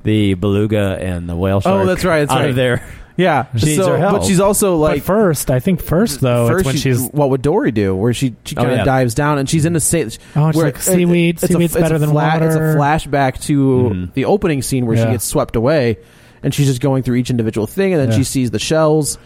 [SPEAKER 3] the beluga and the whale shark.
[SPEAKER 2] that's right, that's
[SPEAKER 3] out
[SPEAKER 2] right.
[SPEAKER 3] of there.
[SPEAKER 2] yeah?
[SPEAKER 3] She needs
[SPEAKER 2] so,
[SPEAKER 3] her help.
[SPEAKER 2] but she's also
[SPEAKER 4] But
[SPEAKER 2] like.
[SPEAKER 4] first, I think first though,
[SPEAKER 2] first
[SPEAKER 4] it's when
[SPEAKER 2] she-
[SPEAKER 4] she's
[SPEAKER 2] what would Dory do? Where she, she
[SPEAKER 3] Oh,
[SPEAKER 2] kind of
[SPEAKER 3] yeah.
[SPEAKER 2] dives down and she's in a state.
[SPEAKER 4] Oh, it's
[SPEAKER 2] where-
[SPEAKER 4] like seaweed.
[SPEAKER 2] a-
[SPEAKER 4] Seaweed's better
[SPEAKER 2] a
[SPEAKER 4] than
[SPEAKER 2] fla- It's a
[SPEAKER 4] water. Mm-hmm.
[SPEAKER 2] flashback to the opening scene where she
[SPEAKER 4] Yeah.
[SPEAKER 2] gets swept away, and she's just going through each individual thing, and then
[SPEAKER 4] Yeah.
[SPEAKER 2] she sees the shells.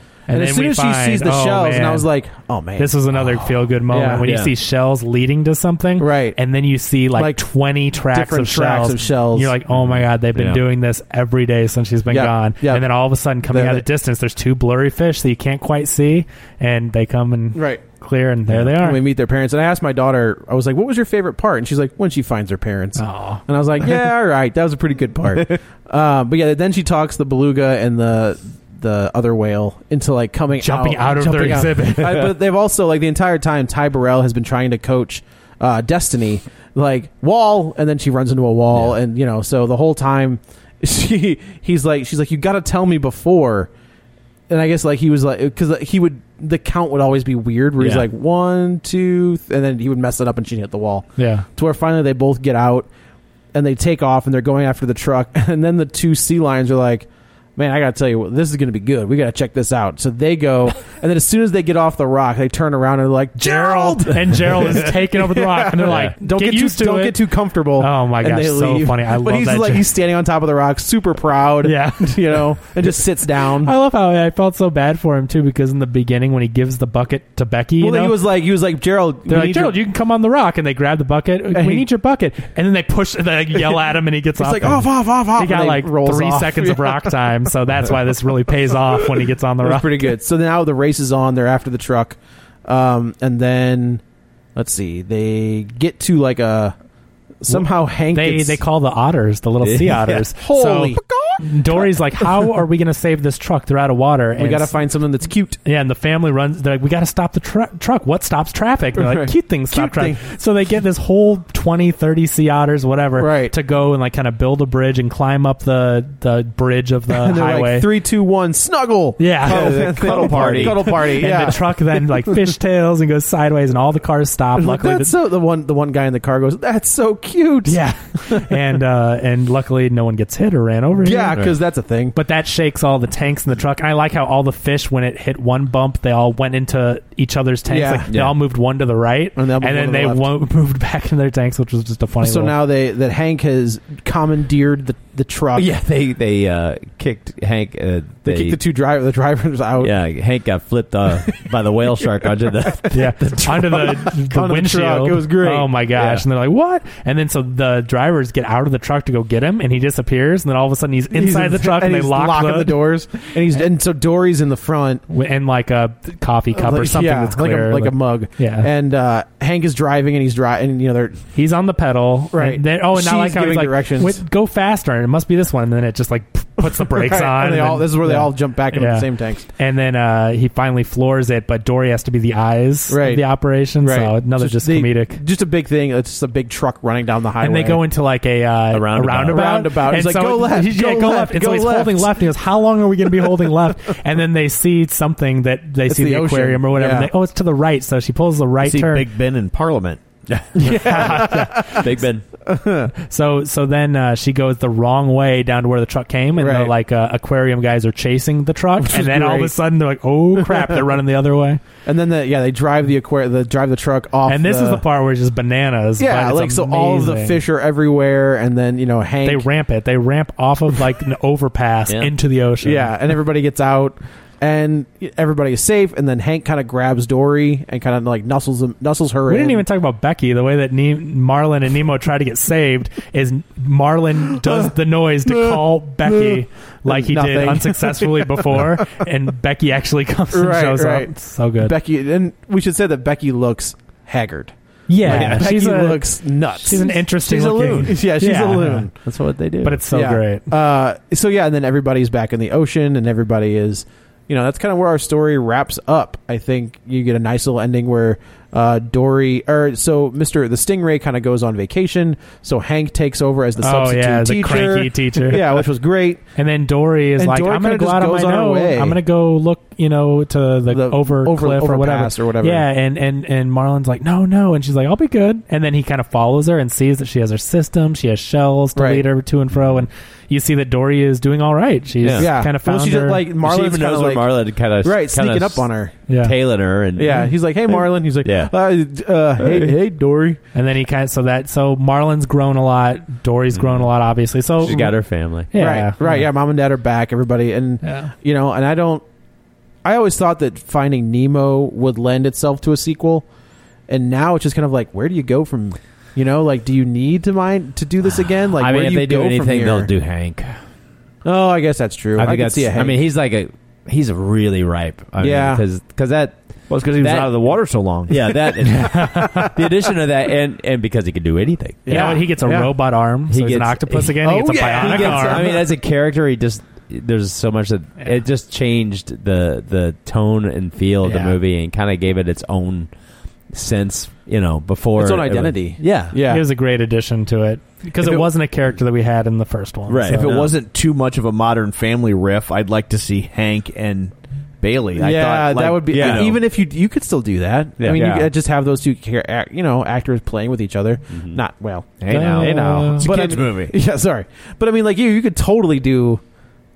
[SPEAKER 2] And,
[SPEAKER 4] And
[SPEAKER 2] as
[SPEAKER 4] then
[SPEAKER 2] soon
[SPEAKER 4] we
[SPEAKER 2] as
[SPEAKER 4] find,
[SPEAKER 2] she sees the
[SPEAKER 4] oh,
[SPEAKER 2] shells, and I
[SPEAKER 4] man.
[SPEAKER 2] was like, "Oh man,
[SPEAKER 4] this was another feel good moment
[SPEAKER 2] Yeah.
[SPEAKER 4] when
[SPEAKER 3] Yeah.
[SPEAKER 4] you see shells leading to something,
[SPEAKER 2] Right.
[SPEAKER 4] And then you see like,
[SPEAKER 2] Like,
[SPEAKER 4] twenty tracks
[SPEAKER 2] different
[SPEAKER 4] of
[SPEAKER 2] tracks
[SPEAKER 4] shells.
[SPEAKER 2] of shells.
[SPEAKER 4] You're like, oh my god, they've been
[SPEAKER 3] Yeah.
[SPEAKER 4] doing this every day since she's been
[SPEAKER 2] Yeah.
[SPEAKER 4] gone.
[SPEAKER 2] Yeah.
[SPEAKER 4] And then all of a sudden, coming
[SPEAKER 2] They're-
[SPEAKER 4] out of the distance, there's two blurry fish that you can't quite see, and they come and
[SPEAKER 2] Right.
[SPEAKER 4] clear, and there they are.
[SPEAKER 2] when we meet their parents. And I asked my daughter, I was like, "What was your favorite part?" And she's like, "When she finds her parents."
[SPEAKER 4] Aw.
[SPEAKER 2] And I was like, "Yeah, all right, that was a pretty good part." uh, but yeah, then she talks the beluga and the the other whale into like coming
[SPEAKER 4] Jumping
[SPEAKER 2] out,
[SPEAKER 4] out of their exhibit.
[SPEAKER 2] I- but they've also like the entire time Ty Burrell has been trying to coach uh, Destiny like wall, and then she runs into a wall, and you know, so the whole time she he's like she's like you got to tell me before. and I guess like he was like because he would the count would always be weird where he's
[SPEAKER 4] Yeah.
[SPEAKER 2] like one two th- and then he would mess it up and she'd hit the wall
[SPEAKER 4] Yeah.
[SPEAKER 2] to where finally they both get out and they take off and they're going after the truck and then the two sea lions are like man i gotta tell you what, this is gonna be good we gotta check this out so they go and then as soon as they get off the rock they turn around and they're like gerald
[SPEAKER 4] And Gerald is taking over the rock, and they're like,
[SPEAKER 2] don't
[SPEAKER 4] "Get
[SPEAKER 2] get,
[SPEAKER 4] used
[SPEAKER 2] too,
[SPEAKER 4] to
[SPEAKER 2] don't
[SPEAKER 4] it."
[SPEAKER 2] get too comfortable
[SPEAKER 4] Oh my
[SPEAKER 2] and
[SPEAKER 4] gosh,
[SPEAKER 2] they
[SPEAKER 4] so
[SPEAKER 2] leave.
[SPEAKER 4] funny. I
[SPEAKER 2] but
[SPEAKER 4] love
[SPEAKER 2] he's
[SPEAKER 4] that
[SPEAKER 2] like
[SPEAKER 4] joke.
[SPEAKER 2] he's standing on top of the rock super proud
[SPEAKER 4] Yeah.
[SPEAKER 2] you know and just sits down
[SPEAKER 4] I love how I felt so bad for him too, because in the beginning when he gives the bucket to Becky, you
[SPEAKER 2] well,
[SPEAKER 4] know,
[SPEAKER 2] he was like, he was like, Gerald. we
[SPEAKER 4] they're like,
[SPEAKER 2] need your-
[SPEAKER 4] Gerald, you can come on the rock, and they grab the bucket. We
[SPEAKER 2] he-
[SPEAKER 4] need your bucket, and then they push, they like yell at him, and he gets
[SPEAKER 2] It's
[SPEAKER 4] off.
[SPEAKER 2] like "Oh, off,
[SPEAKER 4] and-
[SPEAKER 2] off, off, off.
[SPEAKER 4] He got
[SPEAKER 2] and
[SPEAKER 4] like
[SPEAKER 2] rolls
[SPEAKER 4] three
[SPEAKER 2] off.
[SPEAKER 4] seconds of
[SPEAKER 2] Yeah.
[SPEAKER 4] rock time, so that's why this really pays off when he gets on the
[SPEAKER 2] It was
[SPEAKER 4] rock.
[SPEAKER 2] pretty good. So now the race is on. They're after the truck, um, and then let's see. They get to like a somehow Hank.
[SPEAKER 4] They
[SPEAKER 2] gets-
[SPEAKER 4] they call the otters the little sea
[SPEAKER 2] Yeah.
[SPEAKER 4] otters.
[SPEAKER 2] Holy
[SPEAKER 4] So Dory's like, how are we going to save this truck? They're out of water.
[SPEAKER 2] we got to find something that's cute.
[SPEAKER 4] Yeah, and the family runs. They're like, "We got to stop the tra- truck. What stops traffic?" And they're like,
[SPEAKER 2] Right.
[SPEAKER 4] "Cute things stop
[SPEAKER 2] Cute
[SPEAKER 4] traffic." So they get this whole 20, 30 sea otters, whatever,
[SPEAKER 2] Right.
[SPEAKER 4] to go and like kind of build a bridge and climb up the the bridge of the
[SPEAKER 2] and they're
[SPEAKER 4] highway.
[SPEAKER 2] like three, two, one, snuggle.
[SPEAKER 4] Yeah.
[SPEAKER 2] Cuddle-
[SPEAKER 4] Yeah, the
[SPEAKER 2] cuddle party. Cuddle party.
[SPEAKER 4] and
[SPEAKER 2] Yeah.
[SPEAKER 4] the truck then like fishtails and goes sideways, and all the cars stop.
[SPEAKER 2] And like,
[SPEAKER 4] Luckily,
[SPEAKER 2] that's
[SPEAKER 4] the-
[SPEAKER 2] so the one the one guy in the car goes, "That's so cute."
[SPEAKER 4] yeah, and uh, and luckily no one gets hit or ran over.
[SPEAKER 2] yeah,
[SPEAKER 4] here.
[SPEAKER 2] because that's a thing.
[SPEAKER 4] But that shakes all the tanks in the truck. And I like how all the fish, when it hit one bump, they all went into each other's tanks.
[SPEAKER 2] Yeah.
[SPEAKER 4] Like, They
[SPEAKER 2] Yeah.
[SPEAKER 4] all moved one to the right,
[SPEAKER 2] And they all
[SPEAKER 4] and,
[SPEAKER 2] moved one to
[SPEAKER 4] then
[SPEAKER 2] the
[SPEAKER 4] they
[SPEAKER 2] left.
[SPEAKER 4] wo- moved back into their tanks, which was just a funny.
[SPEAKER 2] So
[SPEAKER 4] little-
[SPEAKER 2] now they that Hank has commandeered the the truck.
[SPEAKER 3] Oh, yeah, they they uh, kicked Hank. Uh,
[SPEAKER 2] They, kick the two driver the drivers out.
[SPEAKER 3] Yeah, Hank got flipped uh, by the whale shark onto the.
[SPEAKER 4] yeah, onto the, the
[SPEAKER 2] Onto the
[SPEAKER 4] windshield.
[SPEAKER 2] truck. It was great.
[SPEAKER 4] Oh my gosh!
[SPEAKER 3] Yeah.
[SPEAKER 4] And they're like, "What?" And then so the drivers get out of the truck to go get him, and he disappears. And then all of a sudden, he's inside
[SPEAKER 2] He's-
[SPEAKER 4] the truck, and,
[SPEAKER 2] and
[SPEAKER 4] they
[SPEAKER 2] he's
[SPEAKER 4] lock
[SPEAKER 2] locking the, doors. And he's and so Dory's in the front,
[SPEAKER 4] and like a coffee cup or
[SPEAKER 2] Like-
[SPEAKER 4] something
[SPEAKER 2] yeah,
[SPEAKER 4] that's
[SPEAKER 2] like a-
[SPEAKER 4] clear,
[SPEAKER 2] like, a mug.
[SPEAKER 4] Yeah.
[SPEAKER 2] and uh, Hank is driving, and he's driving. And you know, they're
[SPEAKER 4] He's on the pedal,
[SPEAKER 2] Right.
[SPEAKER 4] And then, oh, and
[SPEAKER 2] She's
[SPEAKER 4] not like how
[SPEAKER 2] giving
[SPEAKER 4] he's like,
[SPEAKER 2] directions.
[SPEAKER 4] "Wait, go faster, and it must be this one. And then it just like p- puts the brakes
[SPEAKER 2] Right,
[SPEAKER 4] on.
[SPEAKER 2] And they
[SPEAKER 4] and
[SPEAKER 2] all,
[SPEAKER 4] then-
[SPEAKER 2] this is where they
[SPEAKER 4] yeah.
[SPEAKER 2] all jump back into
[SPEAKER 4] Yeah.
[SPEAKER 2] the same tanks.
[SPEAKER 4] And then uh, he finally floors it, but Dory has to be the eyes
[SPEAKER 2] Right.
[SPEAKER 4] of the operation. So another just,
[SPEAKER 2] they-
[SPEAKER 4] comedic.
[SPEAKER 2] just a big thing. It's just a big truck running down the highway,
[SPEAKER 4] And they go into like a, uh,
[SPEAKER 3] A roundabout.
[SPEAKER 4] roundabout.
[SPEAKER 2] Roundabout.
[SPEAKER 4] And
[SPEAKER 2] He's like,
[SPEAKER 4] so
[SPEAKER 2] "Go left,
[SPEAKER 4] he's- yeah,
[SPEAKER 2] go
[SPEAKER 4] go
[SPEAKER 2] left,
[SPEAKER 4] left. And so
[SPEAKER 2] go
[SPEAKER 4] he's
[SPEAKER 2] left.
[SPEAKER 4] holding left. And he goes, How long are we going to be holding left? And then they see something that they
[SPEAKER 2] It's
[SPEAKER 4] see
[SPEAKER 2] the
[SPEAKER 4] the,
[SPEAKER 2] ocean.
[SPEAKER 4] aquarium or whatever.
[SPEAKER 2] Yeah.
[SPEAKER 4] And they, oh, it's to the right. So she pulls the right
[SPEAKER 3] See
[SPEAKER 4] turn.
[SPEAKER 3] Big Ben in Parliament. Big Ben.
[SPEAKER 4] So so then uh, she goes the wrong way down to where the truck came, and the
[SPEAKER 2] Right.
[SPEAKER 4] like uh, aquarium guys are chasing the truck,
[SPEAKER 2] Which
[SPEAKER 4] and
[SPEAKER 2] is
[SPEAKER 4] then all of a
[SPEAKER 2] great.
[SPEAKER 4] sudden they're like, "Oh crap!" They're running the other way,
[SPEAKER 2] and then the, yeah, they drive the aquarium, the drive the truck off.
[SPEAKER 4] and this is the part where it's just bananas.
[SPEAKER 2] yeah,
[SPEAKER 4] but it's
[SPEAKER 2] like so all of the
[SPEAKER 4] amazing.
[SPEAKER 2] fish are everywhere, and then you know Hank
[SPEAKER 4] They ramp it. They ramp off of like an overpass
[SPEAKER 3] Yeah.
[SPEAKER 4] into the ocean.
[SPEAKER 2] Yeah, and everybody gets out, and everybody is safe. And then Hank kind of grabs Dory and kind of like nuzzles him, nuzzles her.
[SPEAKER 4] We didn't
[SPEAKER 2] in.
[SPEAKER 4] even talk about Becky. The way that ne- Marlin and Nemo try to get saved is Marlin does the noise to call Becky like he did
[SPEAKER 2] Nothing.
[SPEAKER 4] unsuccessfully before, and Becky actually comes and
[SPEAKER 2] Right,
[SPEAKER 4] shows
[SPEAKER 2] right.
[SPEAKER 4] up. It's so good.
[SPEAKER 2] Becky, and we should say that Becky looks haggard.
[SPEAKER 4] yeah,
[SPEAKER 2] Like, Becky
[SPEAKER 4] she's a-
[SPEAKER 2] looks nuts.
[SPEAKER 4] she's an interesting
[SPEAKER 2] She's a
[SPEAKER 4] looking-
[SPEAKER 2] loon. Yeah, she's
[SPEAKER 4] Yeah.
[SPEAKER 2] a loon.
[SPEAKER 3] That's what they do.
[SPEAKER 4] but it's so
[SPEAKER 2] Yeah.
[SPEAKER 4] great.
[SPEAKER 2] Uh, so yeah, and then everybody's back in the ocean, and everybody is, you know, that's kind of where our story wraps up. I think you get a nice little ending where uh, Dory or so Mister the Stingray kind of goes on vacation, so Hank takes over as the
[SPEAKER 4] Oh,
[SPEAKER 2] substitute
[SPEAKER 4] yeah, as a
[SPEAKER 2] teacher,
[SPEAKER 4] cranky teacher.
[SPEAKER 2] yeah, which was great.
[SPEAKER 4] And then Dory is
[SPEAKER 2] And
[SPEAKER 4] like,
[SPEAKER 2] Dory
[SPEAKER 4] I'm going to
[SPEAKER 2] kinda
[SPEAKER 4] go
[SPEAKER 2] just
[SPEAKER 4] out on my
[SPEAKER 2] goes on her
[SPEAKER 4] own.
[SPEAKER 2] way.
[SPEAKER 4] I'm going to go look, you know, to the,
[SPEAKER 2] The
[SPEAKER 4] over,
[SPEAKER 2] over-
[SPEAKER 4] cliff or whatever.
[SPEAKER 2] overpass or whatever.
[SPEAKER 4] Yeah. And, and, and Marlin's like, no, no. And she's like, I'll be good. And then he kind of follows her and sees that she has her system. She has shells to
[SPEAKER 2] Right.
[SPEAKER 4] lead her to and fro. And you see that Dory is doing all right. She's
[SPEAKER 3] Yeah.
[SPEAKER 2] Yeah,
[SPEAKER 4] kind of
[SPEAKER 2] Well,
[SPEAKER 4] found
[SPEAKER 2] she's
[SPEAKER 4] her.
[SPEAKER 2] like
[SPEAKER 3] she
[SPEAKER 2] Marlon's
[SPEAKER 3] even
[SPEAKER 2] kind
[SPEAKER 3] knows
[SPEAKER 2] of
[SPEAKER 3] where
[SPEAKER 2] like,
[SPEAKER 3] Marlon kind of
[SPEAKER 2] right sneaking up on her.
[SPEAKER 4] Yeah.
[SPEAKER 3] tailing her, and
[SPEAKER 2] Yeah, he's like, Mm-hmm. "Hey, Marlon." He's like,
[SPEAKER 3] Yeah.
[SPEAKER 2] uh, uh, hey, hey, Dory."
[SPEAKER 4] and then he kind of, so that, so Marlin's grown a lot. Dory's grown a lot, obviously. So
[SPEAKER 3] she's got her family.
[SPEAKER 4] Yeah.
[SPEAKER 2] Mm.
[SPEAKER 4] Mm-hmm.
[SPEAKER 2] Right, right. Yeah, mom and dad are back. Everybody, and
[SPEAKER 4] Yeah.
[SPEAKER 2] you know, and I don't. I always thought that Finding Nemo would lend itself to a sequel, and now it's just kind of like, where do you go from? You know, like, do you need to mind to do this again? Like,
[SPEAKER 3] I mean,
[SPEAKER 2] where
[SPEAKER 3] if
[SPEAKER 2] do you
[SPEAKER 3] they do
[SPEAKER 2] go from
[SPEAKER 3] anything,
[SPEAKER 2] here?
[SPEAKER 3] they'll do Hank.
[SPEAKER 2] Oh, I guess that's true. I,
[SPEAKER 3] think
[SPEAKER 2] can
[SPEAKER 3] that's-
[SPEAKER 2] see a
[SPEAKER 3] I
[SPEAKER 2] Hank.
[SPEAKER 3] mean, he's like a he's really ripe. I
[SPEAKER 2] Yeah.
[SPEAKER 3] because that
[SPEAKER 1] Well, it's because he was
[SPEAKER 3] That-
[SPEAKER 1] out of the water so long.
[SPEAKER 3] yeah that the addition of that and and because he could do anything.
[SPEAKER 4] You know
[SPEAKER 2] Yeah.
[SPEAKER 4] what? He gets a
[SPEAKER 2] Yeah.
[SPEAKER 4] robot arm. So
[SPEAKER 3] He
[SPEAKER 4] he's an
[SPEAKER 3] gets-
[SPEAKER 4] octopus
[SPEAKER 3] he-
[SPEAKER 4] again. He
[SPEAKER 2] Oh,
[SPEAKER 4] gets a
[SPEAKER 2] yeah, he
[SPEAKER 4] bionic
[SPEAKER 3] He gets-
[SPEAKER 4] arm.
[SPEAKER 3] I mean, as a character, he just there's so much that it just changed the the tone and feel of
[SPEAKER 2] Yeah.
[SPEAKER 3] the movie and kind of gave it its own sense. You know, before
[SPEAKER 2] Its own
[SPEAKER 3] it was-
[SPEAKER 2] identity.
[SPEAKER 3] yeah,
[SPEAKER 2] yeah,
[SPEAKER 4] It was a great addition to it because
[SPEAKER 1] If
[SPEAKER 4] it,
[SPEAKER 1] it-
[SPEAKER 4] wasn't a character that we had in the first one.
[SPEAKER 3] Right.
[SPEAKER 4] so-
[SPEAKER 1] If it
[SPEAKER 3] No.
[SPEAKER 1] wasn't too much of a modern family riff, I'd like to see Hank and
[SPEAKER 3] Bailey. I
[SPEAKER 2] yeah,
[SPEAKER 3] thought, like,
[SPEAKER 2] that would be
[SPEAKER 3] you know,
[SPEAKER 2] even if you you could still do that. I
[SPEAKER 3] Yeah.
[SPEAKER 2] mean, you
[SPEAKER 3] Yeah.
[SPEAKER 2] could just have those two char- ac- you know actors playing with each other. Not well.
[SPEAKER 3] Hey now.
[SPEAKER 2] hey now.
[SPEAKER 3] Mm-hmm. uh, It's a
[SPEAKER 2] But I
[SPEAKER 3] kid's
[SPEAKER 2] mean-
[SPEAKER 3] movie.
[SPEAKER 2] Yeah, sorry, but I mean, like you, you could totally do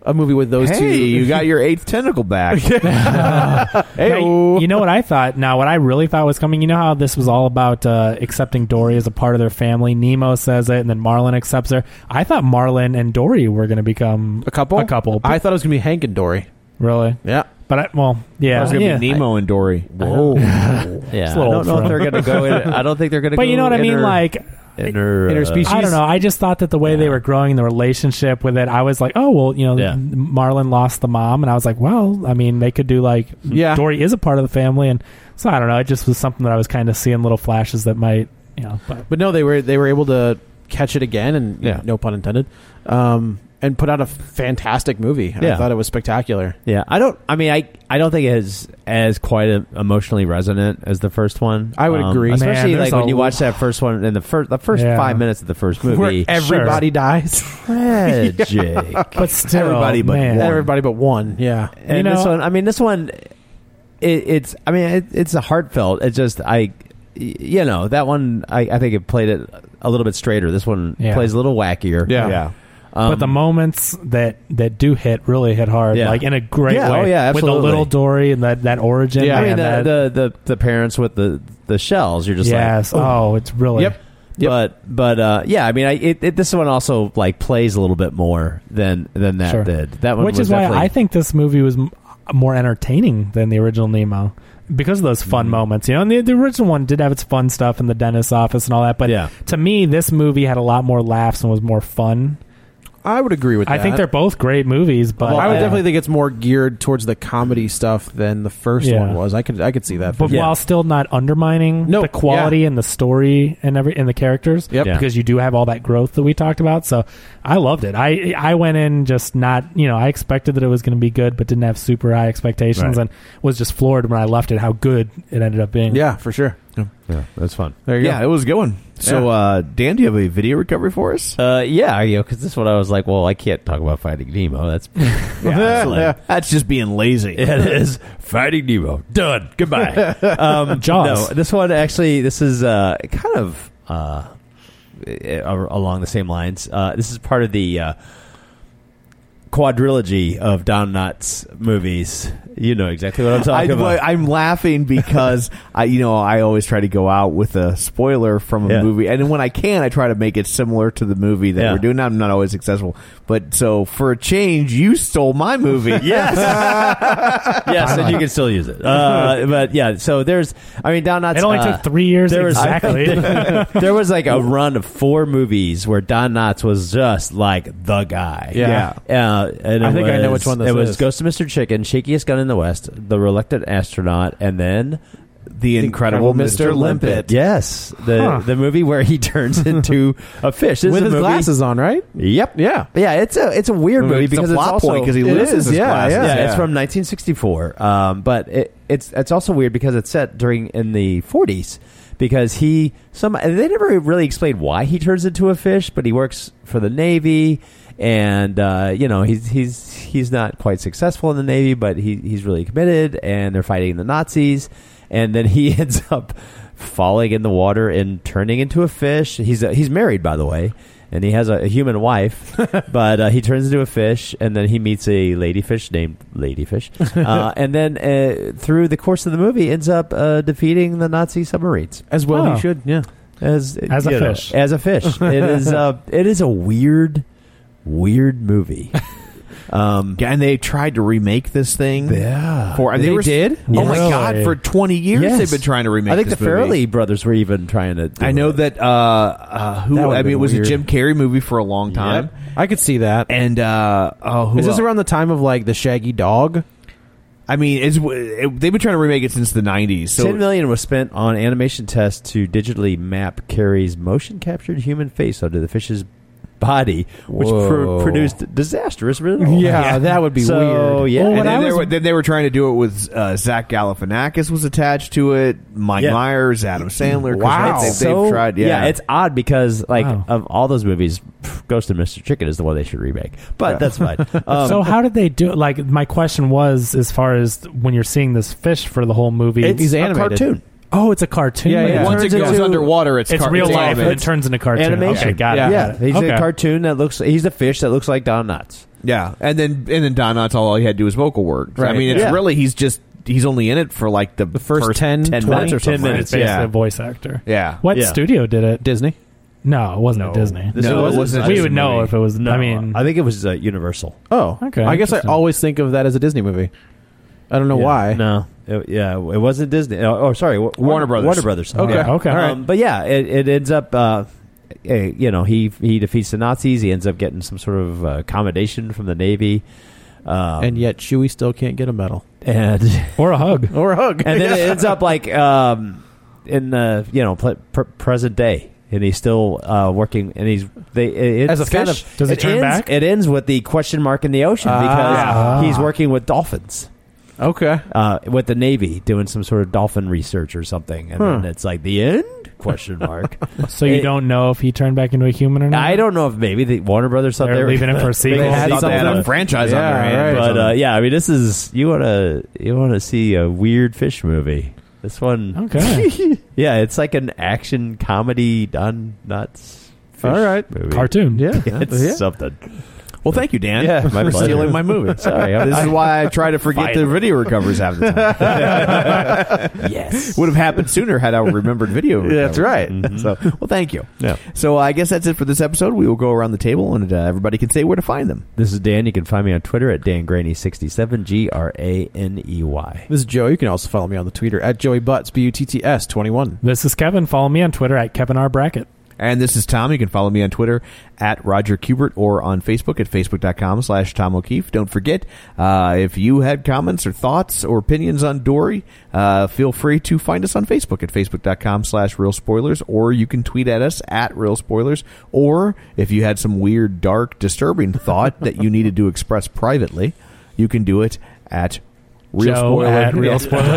[SPEAKER 2] a movie with those
[SPEAKER 3] hey,
[SPEAKER 2] two.
[SPEAKER 3] you got your eighth tentacle back.
[SPEAKER 4] Now,
[SPEAKER 2] oh.
[SPEAKER 4] you- you know what I thought? Now, what I really thought was coming, you know how this was all about uh, accepting Dory as a part of their family? Nemo says it, and then Marlin accepts her. I thought Marlin and Dory were going to become
[SPEAKER 2] a couple.
[SPEAKER 4] A couple.
[SPEAKER 2] I thought it was gonna be Hank and Dory.
[SPEAKER 4] really.
[SPEAKER 2] Yeah.
[SPEAKER 4] But, I, well, yeah.
[SPEAKER 1] It's gonna
[SPEAKER 4] yeah.
[SPEAKER 1] be Nemo and Dory. Whoa,
[SPEAKER 3] Oh. yeah,
[SPEAKER 4] a little
[SPEAKER 3] I don't know if
[SPEAKER 4] old for
[SPEAKER 3] they're
[SPEAKER 4] him.
[SPEAKER 3] going to go. In, I don't think they're going to.
[SPEAKER 4] But
[SPEAKER 3] go
[SPEAKER 4] you know what I mean?
[SPEAKER 3] inter-
[SPEAKER 4] Like,
[SPEAKER 3] inter, uh,
[SPEAKER 2] interspecies.
[SPEAKER 4] I don't know. I just thought that the way they were growing the relationship with it, I was like, oh well, you know,
[SPEAKER 3] Yeah.
[SPEAKER 4] Marlin lost the mom, and I was like, well, I mean, they could do like,
[SPEAKER 2] Yeah.
[SPEAKER 4] Dory is a part of the family, and so I don't know. It just was something that I was kind of seeing little flashes that might, you know, but
[SPEAKER 2] But no, they were they were able to catch it again, and
[SPEAKER 3] Yeah.
[SPEAKER 2] no pun intended, um, and put out a fantastic movie. I
[SPEAKER 3] Yeah.
[SPEAKER 2] thought it was spectacular.
[SPEAKER 3] Yeah, I don't. I mean, I I don't think it is as quite a, emotionally resonant as the first one. Um,
[SPEAKER 2] I would agree. Man,
[SPEAKER 3] especially
[SPEAKER 4] there's
[SPEAKER 3] like when
[SPEAKER 4] a
[SPEAKER 3] you watch that first one in the first the first
[SPEAKER 4] Yeah.
[SPEAKER 3] five minutes of the first
[SPEAKER 2] Where
[SPEAKER 3] movie.
[SPEAKER 2] everybody dies,
[SPEAKER 3] tragic. Oh,
[SPEAKER 4] but still,
[SPEAKER 3] Everybody but
[SPEAKER 4] man.
[SPEAKER 3] one.
[SPEAKER 2] everybody but one. Yeah,
[SPEAKER 3] And
[SPEAKER 4] You know-
[SPEAKER 3] this one, I mean, this one, it, it's. I mean, it, it's a heartfelt. It's just I, y- you know, that one. I, I think it played it a little bit straighter. This one
[SPEAKER 4] Yeah.
[SPEAKER 3] plays a little wackier.
[SPEAKER 2] Yeah.
[SPEAKER 3] yeah. Um,
[SPEAKER 4] but the moments that that do hit really hit hard,
[SPEAKER 3] Yeah.
[SPEAKER 4] like in a great
[SPEAKER 3] Yeah,
[SPEAKER 4] way.
[SPEAKER 3] oh, yeah,
[SPEAKER 4] with the
[SPEAKER 3] absolutely.
[SPEAKER 4] little Dory and that that origin.
[SPEAKER 3] I
[SPEAKER 4] man,
[SPEAKER 3] mean,
[SPEAKER 4] that-
[SPEAKER 3] the, the the the parents with the the shells. You're just
[SPEAKER 4] yes.
[SPEAKER 3] like,
[SPEAKER 4] oh, it's really.
[SPEAKER 3] Yep. But but uh, yeah, I mean, I, it, it, this one also like plays a little bit more than than that
[SPEAKER 4] Sure.
[SPEAKER 3] did. That one,
[SPEAKER 4] which
[SPEAKER 3] was
[SPEAKER 4] is why
[SPEAKER 3] definitely-
[SPEAKER 4] I think this movie was m- more entertaining than the original Nemo because of those
[SPEAKER 3] Mm-hmm.
[SPEAKER 4] fun moments, you know. And the, the original one did have its fun stuff in the dentist's office and all that, but
[SPEAKER 3] Yeah.
[SPEAKER 4] to me, this movie had a lot more laughs and was more fun.
[SPEAKER 2] I would agree with.
[SPEAKER 4] I think they're both great movies, but
[SPEAKER 2] Well, I would
[SPEAKER 4] uh,
[SPEAKER 2] definitely think it's more geared towards the comedy stuff than the first
[SPEAKER 4] Yeah.
[SPEAKER 2] one was. I could I could see that. for
[SPEAKER 4] But
[SPEAKER 2] sure.
[SPEAKER 4] while still not undermining
[SPEAKER 2] No,
[SPEAKER 4] the quality
[SPEAKER 2] yeah.
[SPEAKER 4] and the story and every and the characters,
[SPEAKER 2] Yep. Yeah.
[SPEAKER 4] because you do have all that growth that we talked about. So I loved it. I I went in just not you know I expected that it was going to be good, but didn't have super high expectations
[SPEAKER 3] Right.
[SPEAKER 4] and was just floored when I left it how good it ended up being.
[SPEAKER 2] yeah, for sure.
[SPEAKER 3] yeah, that's fun.
[SPEAKER 2] There you
[SPEAKER 1] yeah,
[SPEAKER 2] go.
[SPEAKER 1] it was a good one. So,
[SPEAKER 2] Yeah.
[SPEAKER 1] uh, Dan, do you have a video recovery for us?
[SPEAKER 3] Uh, yeah, you know, because this one I was like, well, I can't talk about Finding Nemo. That's
[SPEAKER 1] Yeah. That's just being lazy.
[SPEAKER 3] it is Finding Nemo done. Goodbye. um,
[SPEAKER 4] Jaws.
[SPEAKER 3] No, this one actually, this is uh, kind of uh, eh, along the same lines. Uh, this is part of the uh, quadrilogy of Don Knotts movies. You know exactly what I'm
[SPEAKER 1] I,
[SPEAKER 3] talking about.
[SPEAKER 1] am laughing because I, you know, I always try to go out with a spoiler from a
[SPEAKER 3] Yeah.
[SPEAKER 1] movie, and then when I can, I try to make it similar to the movie that
[SPEAKER 3] Yeah.
[SPEAKER 1] we're doing. I'm not always successful, but so for a change, you stole my movie.
[SPEAKER 3] Yes. yes, and you can still use it. Uh, but yeah, so there's. I mean, Don Knotts.
[SPEAKER 4] It only
[SPEAKER 3] uh,
[SPEAKER 4] took three years
[SPEAKER 3] there was-
[SPEAKER 4] exactly.
[SPEAKER 3] there was like a run of four movies where Don Knotts was just like the guy.
[SPEAKER 2] Yeah.
[SPEAKER 3] Uh, and it
[SPEAKER 2] I think I know
[SPEAKER 3] was-
[SPEAKER 2] which one this
[SPEAKER 3] It was
[SPEAKER 2] is.
[SPEAKER 3] Ghost of Mr. Chicken, Shakiest Gun in the West, The Reluctant Astronaut, and then. The
[SPEAKER 2] Incredible Mr. Limpet.
[SPEAKER 3] Yes. The
[SPEAKER 4] Huh.
[SPEAKER 3] the movie where he turns into a fish. This is
[SPEAKER 2] With
[SPEAKER 3] a
[SPEAKER 2] his
[SPEAKER 3] movie-
[SPEAKER 2] glasses on, right?
[SPEAKER 3] Yep.
[SPEAKER 2] Yeah.
[SPEAKER 3] Yeah. It's a it's a weird movie
[SPEAKER 1] It's a
[SPEAKER 3] because
[SPEAKER 1] plot
[SPEAKER 3] it's also
[SPEAKER 1] point 'cause he
[SPEAKER 3] it
[SPEAKER 1] loses
[SPEAKER 3] is,
[SPEAKER 1] his
[SPEAKER 3] yeah,
[SPEAKER 1] glasses.
[SPEAKER 3] Yeah,
[SPEAKER 1] Yeah.
[SPEAKER 3] It's from 1964. Um, but it, it's it's also weird because it's set during in the 40s because he some and they never really explained why he turns into a fish, but he works for the Navy. And uh, you know he's he's he's not quite successful in the Navy, but he he's really committed, and they're fighting the Nazis, and then he ends up falling in the water and turning into a fish. He's a, he's married, by the way, and he has a, a human wife, but uh, he turns into a fish, and then he meets a ladyfish named Ladyfish, uh, and then uh, through the course of the movie, ends up uh, defeating the Nazi submarines
[SPEAKER 2] As well,
[SPEAKER 4] Oh.
[SPEAKER 2] he should. Yeah.
[SPEAKER 3] as
[SPEAKER 4] As a
[SPEAKER 3] you know,
[SPEAKER 4] fish.
[SPEAKER 3] as a fish, it is uh, it is a weird, weird movie. Um,
[SPEAKER 1] Yeah, and they tried to remake this thing.
[SPEAKER 3] Yeah.
[SPEAKER 1] for and they,
[SPEAKER 3] They
[SPEAKER 1] were,
[SPEAKER 3] did?
[SPEAKER 1] Oh my
[SPEAKER 4] Really?
[SPEAKER 1] god! For twenty years,
[SPEAKER 3] Yes.
[SPEAKER 1] they've been trying to remake.
[SPEAKER 3] I think
[SPEAKER 1] this
[SPEAKER 3] the
[SPEAKER 1] movie.
[SPEAKER 3] Farrelly brothers were even trying to. do
[SPEAKER 1] I know
[SPEAKER 3] it.
[SPEAKER 1] that. Uh, uh, who?
[SPEAKER 2] That would've
[SPEAKER 1] I mean,
[SPEAKER 2] been
[SPEAKER 1] it was
[SPEAKER 2] weird.
[SPEAKER 1] a Jim Carrey movie for a long time.
[SPEAKER 2] Yep. I could see that. Is
[SPEAKER 1] And uh, oh, who
[SPEAKER 2] this
[SPEAKER 1] else?
[SPEAKER 2] around the time of like the Shaggy Dog?
[SPEAKER 1] I mean, it's it, they've been trying to remake it since the '90s. So
[SPEAKER 3] Ten million was spent on animation tests to digitally map Carrie's motion captured human face onto the fish's body, which
[SPEAKER 2] Whoa.
[SPEAKER 3] pr- produced disastrous results.
[SPEAKER 2] Yeah, that would be
[SPEAKER 3] so,
[SPEAKER 2] weird.
[SPEAKER 3] Yeah,
[SPEAKER 4] Well,
[SPEAKER 1] And
[SPEAKER 4] when
[SPEAKER 1] then,
[SPEAKER 4] I
[SPEAKER 1] they
[SPEAKER 4] was-
[SPEAKER 1] were, then they were trying to do it with uh, Zach Galifianakis was attached to it, Mike
[SPEAKER 3] Yeah.
[SPEAKER 1] Myers, Adam Sandler. 'cause
[SPEAKER 2] Wow.
[SPEAKER 1] they- they've,
[SPEAKER 3] It's so-
[SPEAKER 1] they've tried. Yeah,
[SPEAKER 3] it's odd because like
[SPEAKER 4] Wow.
[SPEAKER 3] of all those movies, pff, Ghost of Mr. Chicken is the one they should remake. But that's fine. Um,
[SPEAKER 4] so how did they do it? Like my question was, as far as when you're seeing this fish for the whole movie,
[SPEAKER 2] It's
[SPEAKER 4] He's
[SPEAKER 2] a animated.
[SPEAKER 3] cartoon.
[SPEAKER 4] Oh, it's a cartoon.
[SPEAKER 2] Yeah, yeah.
[SPEAKER 4] It
[SPEAKER 2] Once
[SPEAKER 4] turns
[SPEAKER 2] it goes
[SPEAKER 4] into-
[SPEAKER 1] underwater, it's
[SPEAKER 4] it's
[SPEAKER 1] car-
[SPEAKER 4] real
[SPEAKER 1] it's
[SPEAKER 4] life, and
[SPEAKER 1] animated.
[SPEAKER 4] it turns into cartoon.
[SPEAKER 3] Animation.
[SPEAKER 4] Okay, got it.
[SPEAKER 3] yeah, he's
[SPEAKER 4] Okay.
[SPEAKER 3] a cartoon that looks. He's the fish that looks like Don Knotts.
[SPEAKER 1] yeah. And then and then Don Knotts, all he had to do was vocal work. I
[SPEAKER 2] Right.
[SPEAKER 1] mean, it's
[SPEAKER 3] Yeah.
[SPEAKER 1] really he's just he's only in it for like the,
[SPEAKER 2] first 10,
[SPEAKER 1] 10 minutes or
[SPEAKER 2] 20,
[SPEAKER 1] something.
[SPEAKER 4] 10 minutes, basically
[SPEAKER 1] yeah.
[SPEAKER 4] a voice actor.
[SPEAKER 1] Yeah.
[SPEAKER 4] What
[SPEAKER 3] Yeah.
[SPEAKER 4] studio did it?
[SPEAKER 2] Disney.
[SPEAKER 4] No, it wasn't at Disney.
[SPEAKER 3] This
[SPEAKER 1] No,
[SPEAKER 3] was-
[SPEAKER 1] it wasn't a
[SPEAKER 4] we
[SPEAKER 1] Disney
[SPEAKER 4] would know
[SPEAKER 1] movie.
[SPEAKER 4] if it was. I mean,
[SPEAKER 3] I think it was uh, Universal.
[SPEAKER 2] Oh,
[SPEAKER 4] Okay,
[SPEAKER 2] I guess I
[SPEAKER 4] interesting.
[SPEAKER 2] always think of that as a Disney movie. I don't know
[SPEAKER 3] Yeah.
[SPEAKER 2] why.
[SPEAKER 3] No, It- yeah, it wasn't Disney. Oh, oh, sorry, Wa-
[SPEAKER 1] Warner Brothers.
[SPEAKER 3] Warner Brothers.
[SPEAKER 2] Okay.
[SPEAKER 4] Yeah, okay.
[SPEAKER 3] Um,
[SPEAKER 4] All right.
[SPEAKER 3] But yeah, it, it ends up. Uh, eh, you know, he he defeats the Nazis. He ends up getting some sort of uh, accommodation from the Navy. Um,
[SPEAKER 2] And yet Chewie still can't get a medal
[SPEAKER 3] and
[SPEAKER 4] or a hug.
[SPEAKER 2] or a hug.
[SPEAKER 3] and then
[SPEAKER 2] Yeah.
[SPEAKER 3] it ends up like um, in the you know pl- pr- present day, and he's still uh, working, and he's they it- it's
[SPEAKER 2] As a
[SPEAKER 3] kind
[SPEAKER 2] fish?
[SPEAKER 3] of
[SPEAKER 4] Does he
[SPEAKER 3] it
[SPEAKER 4] turn
[SPEAKER 3] ends,
[SPEAKER 4] back?
[SPEAKER 3] It ends with the question mark in the ocean because
[SPEAKER 4] Ah.
[SPEAKER 3] he's working with dolphins.
[SPEAKER 2] okay.
[SPEAKER 3] Uh, with the Navy doing some sort of dolphin research or something, and then it's like the end question mark.
[SPEAKER 4] So you
[SPEAKER 3] It-
[SPEAKER 4] don't know if he turned back into a human or not.
[SPEAKER 3] I don't know if maybe the Warner Brothers thought
[SPEAKER 4] They're
[SPEAKER 3] they were
[SPEAKER 4] leaving it for a
[SPEAKER 3] they
[SPEAKER 4] sequel.
[SPEAKER 1] They had,
[SPEAKER 3] thought
[SPEAKER 1] they had
[SPEAKER 3] a
[SPEAKER 1] a franchise
[SPEAKER 2] Yeah,
[SPEAKER 1] on their
[SPEAKER 2] right.
[SPEAKER 1] hands.
[SPEAKER 3] But uh, yeah, I mean, this is you want to you want to see a weird fish movie. This one,
[SPEAKER 4] Okay.
[SPEAKER 3] yeah, it's like an action comedy done nuts. Fish
[SPEAKER 2] All right.
[SPEAKER 3] movie.
[SPEAKER 4] Cartoon.
[SPEAKER 2] Yeah.
[SPEAKER 3] It's
[SPEAKER 2] Yeah.
[SPEAKER 3] something.
[SPEAKER 1] well, thank you, Dan.
[SPEAKER 3] Yeah, my
[SPEAKER 1] for
[SPEAKER 3] pleasure.
[SPEAKER 1] stealing my movie.
[SPEAKER 3] Sorry, I'm-
[SPEAKER 1] this is why I try to forget the video recoveries half the time.
[SPEAKER 3] Yes,
[SPEAKER 1] would have happened sooner had I remembered video.
[SPEAKER 2] Yeah, that's
[SPEAKER 1] recovery.
[SPEAKER 2] right. Mhm.
[SPEAKER 1] So, well, thank you.
[SPEAKER 3] Yeah.
[SPEAKER 1] So, uh, I guess that's it for this episode. We will go around the table, and uh, everybody can say where to find them.
[SPEAKER 3] this is Dan. You can find me on Twitter at dangraney67. G R A N E Y.
[SPEAKER 2] This is Joe. You can also follow me on the Twitter at Joey Butts B U T T S twenty one.
[SPEAKER 4] This is Kevin. Follow me on Twitter at Kevin R Brackett.
[SPEAKER 1] And this is Tom. You can follow me on Twitter at Roger Kubert or on Facebook at facebook.com slash Tom O'Keefe. Don't forget, uh, if you had comments or thoughts or opinions on Dory, uh, feel free to find us on Facebook at facebook.com slash real spoilers or you can tweet at us at real spoilers or if you had some weird, dark, disturbing thought that you needed to express privately, you can do it at real
[SPEAKER 4] Joe
[SPEAKER 1] spoilers
[SPEAKER 4] at real spoilers.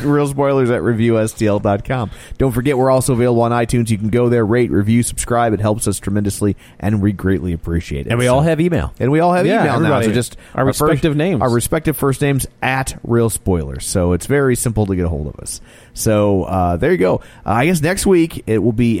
[SPEAKER 1] real spoilers at reviewstl.com. Don't forget, we're also available on iTunes. You can go there, rate, review, subscribe. It helps us tremendously, and we greatly appreciate it.
[SPEAKER 3] And we
[SPEAKER 1] So-
[SPEAKER 3] all have email.
[SPEAKER 1] and we all have
[SPEAKER 2] Yeah,
[SPEAKER 1] email now.
[SPEAKER 2] everybody.
[SPEAKER 1] So just
[SPEAKER 2] Our
[SPEAKER 1] first-
[SPEAKER 2] respective names.
[SPEAKER 1] our respective first names at real spoilers. So it's very simple to get a hold of us. So uh, there you go. Uh, I guess next week it will be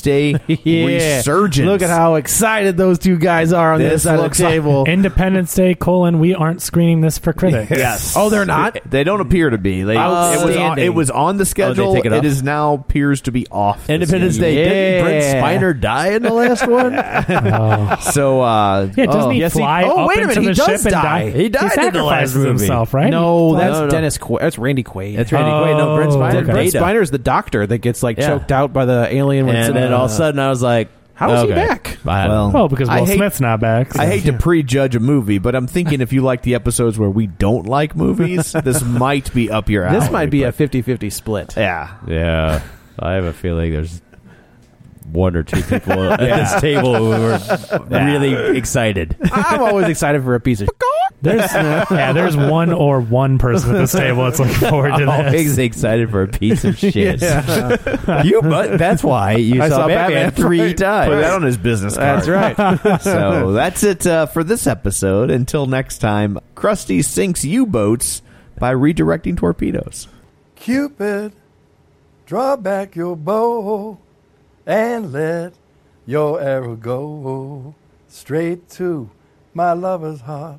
[SPEAKER 1] Day resurgence.
[SPEAKER 2] Look at how excited those two guys are on
[SPEAKER 1] This
[SPEAKER 2] this, side of
[SPEAKER 1] looks
[SPEAKER 2] the
[SPEAKER 1] like-
[SPEAKER 2] table.
[SPEAKER 4] Independence Day colon. We aren't screening this for critics.
[SPEAKER 1] Yes.
[SPEAKER 2] Oh, they're not?
[SPEAKER 1] They don't appear to be. They, it,
[SPEAKER 3] Oh,
[SPEAKER 1] was on,
[SPEAKER 2] Outstanding.
[SPEAKER 1] it was on the schedule.
[SPEAKER 3] take it off?
[SPEAKER 1] it is now appears to be off. this
[SPEAKER 3] Independence
[SPEAKER 1] year.
[SPEAKER 3] Day. Didn't Brent
[SPEAKER 2] Yeah.
[SPEAKER 3] Spiner die in the last one?
[SPEAKER 1] So uh,
[SPEAKER 4] Yeah, doesn't
[SPEAKER 1] oh,
[SPEAKER 4] he
[SPEAKER 1] yes,
[SPEAKER 4] fly
[SPEAKER 3] oh,
[SPEAKER 4] up
[SPEAKER 3] wait a
[SPEAKER 4] into
[SPEAKER 3] minute, he
[SPEAKER 4] the
[SPEAKER 3] does
[SPEAKER 4] ship and
[SPEAKER 3] die.
[SPEAKER 4] die?
[SPEAKER 3] He died in the last
[SPEAKER 4] sacrifices
[SPEAKER 3] movlie.
[SPEAKER 4] himself, right?
[SPEAKER 2] No,
[SPEAKER 4] He
[SPEAKER 2] Oh, that's
[SPEAKER 4] flies-
[SPEAKER 2] Dennis. Qu- that's Randy Quaid.
[SPEAKER 3] That's Randy Quaid. No, Brent
[SPEAKER 4] Oh,
[SPEAKER 3] Spiner.
[SPEAKER 4] okay.
[SPEAKER 2] Brent
[SPEAKER 3] Data.
[SPEAKER 2] Spiner is the doctor that gets like
[SPEAKER 3] Yeah.
[SPEAKER 2] choked out by the alien. When
[SPEAKER 3] And
[SPEAKER 2] it's-
[SPEAKER 3] then all of a sudden, I was like,
[SPEAKER 2] How is he
[SPEAKER 3] okay.
[SPEAKER 2] back?
[SPEAKER 3] I don't
[SPEAKER 1] Well,
[SPEAKER 3] know.
[SPEAKER 4] Well, Oh, because
[SPEAKER 1] I
[SPEAKER 4] Will
[SPEAKER 1] hate-
[SPEAKER 4] Smith's not back. so-
[SPEAKER 1] I hate to prejudge a movie, but I'm thinking if you like the episodes where we don't like movies, this might be up your alley.
[SPEAKER 2] this might be a
[SPEAKER 1] but-
[SPEAKER 2] 50-50 split.
[SPEAKER 1] yeah.
[SPEAKER 3] Yeah, I have a feeling there's one or two people at this table who are really excited.
[SPEAKER 2] I'm always excited for a piece of.
[SPEAKER 4] There's yeah, there's one or one person at this table that's looking forward to
[SPEAKER 3] Always
[SPEAKER 4] this.
[SPEAKER 3] Oh, excited for a piece of shit. you, but that's why you saw, Batman, three times.
[SPEAKER 1] Put that on his business card.
[SPEAKER 2] That's right.
[SPEAKER 1] so that's it uh, for this episode. Until next time, Krusty sinks U-boats by redirecting torpedoes.
[SPEAKER 5] Cupid, draw back your bow and let your arrow go straight to my lover's heart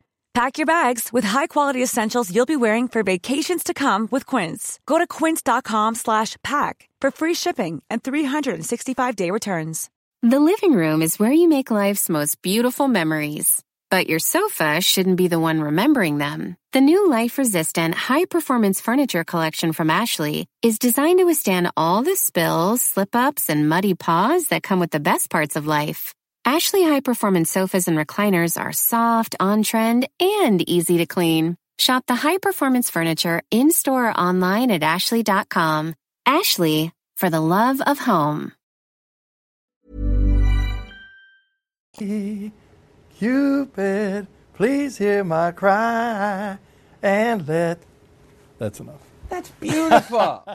[SPEAKER 6] Pack your bags with high-quality essentials you'll be wearing for vacations to come with Quince. Go to quince.com/pack for free shipping and 365-day returns.
[SPEAKER 2] The living room is where you make life's most beautiful memories. But your sofa shouldn't be the one remembering them. The new life resistant, high performance furniture collection from Ashley is designed to withstand all the spills, slip ups, and muddy paws that come with the best parts of life. Ashley high performance sofas and recliners are soft, on trend, and easy to clean. Shop the high performance furniture in store or online at ashley.com. Ashley, for the love of home.
[SPEAKER 3] Cupid, please hear my cry and let. That's enough.
[SPEAKER 7] That's beautiful.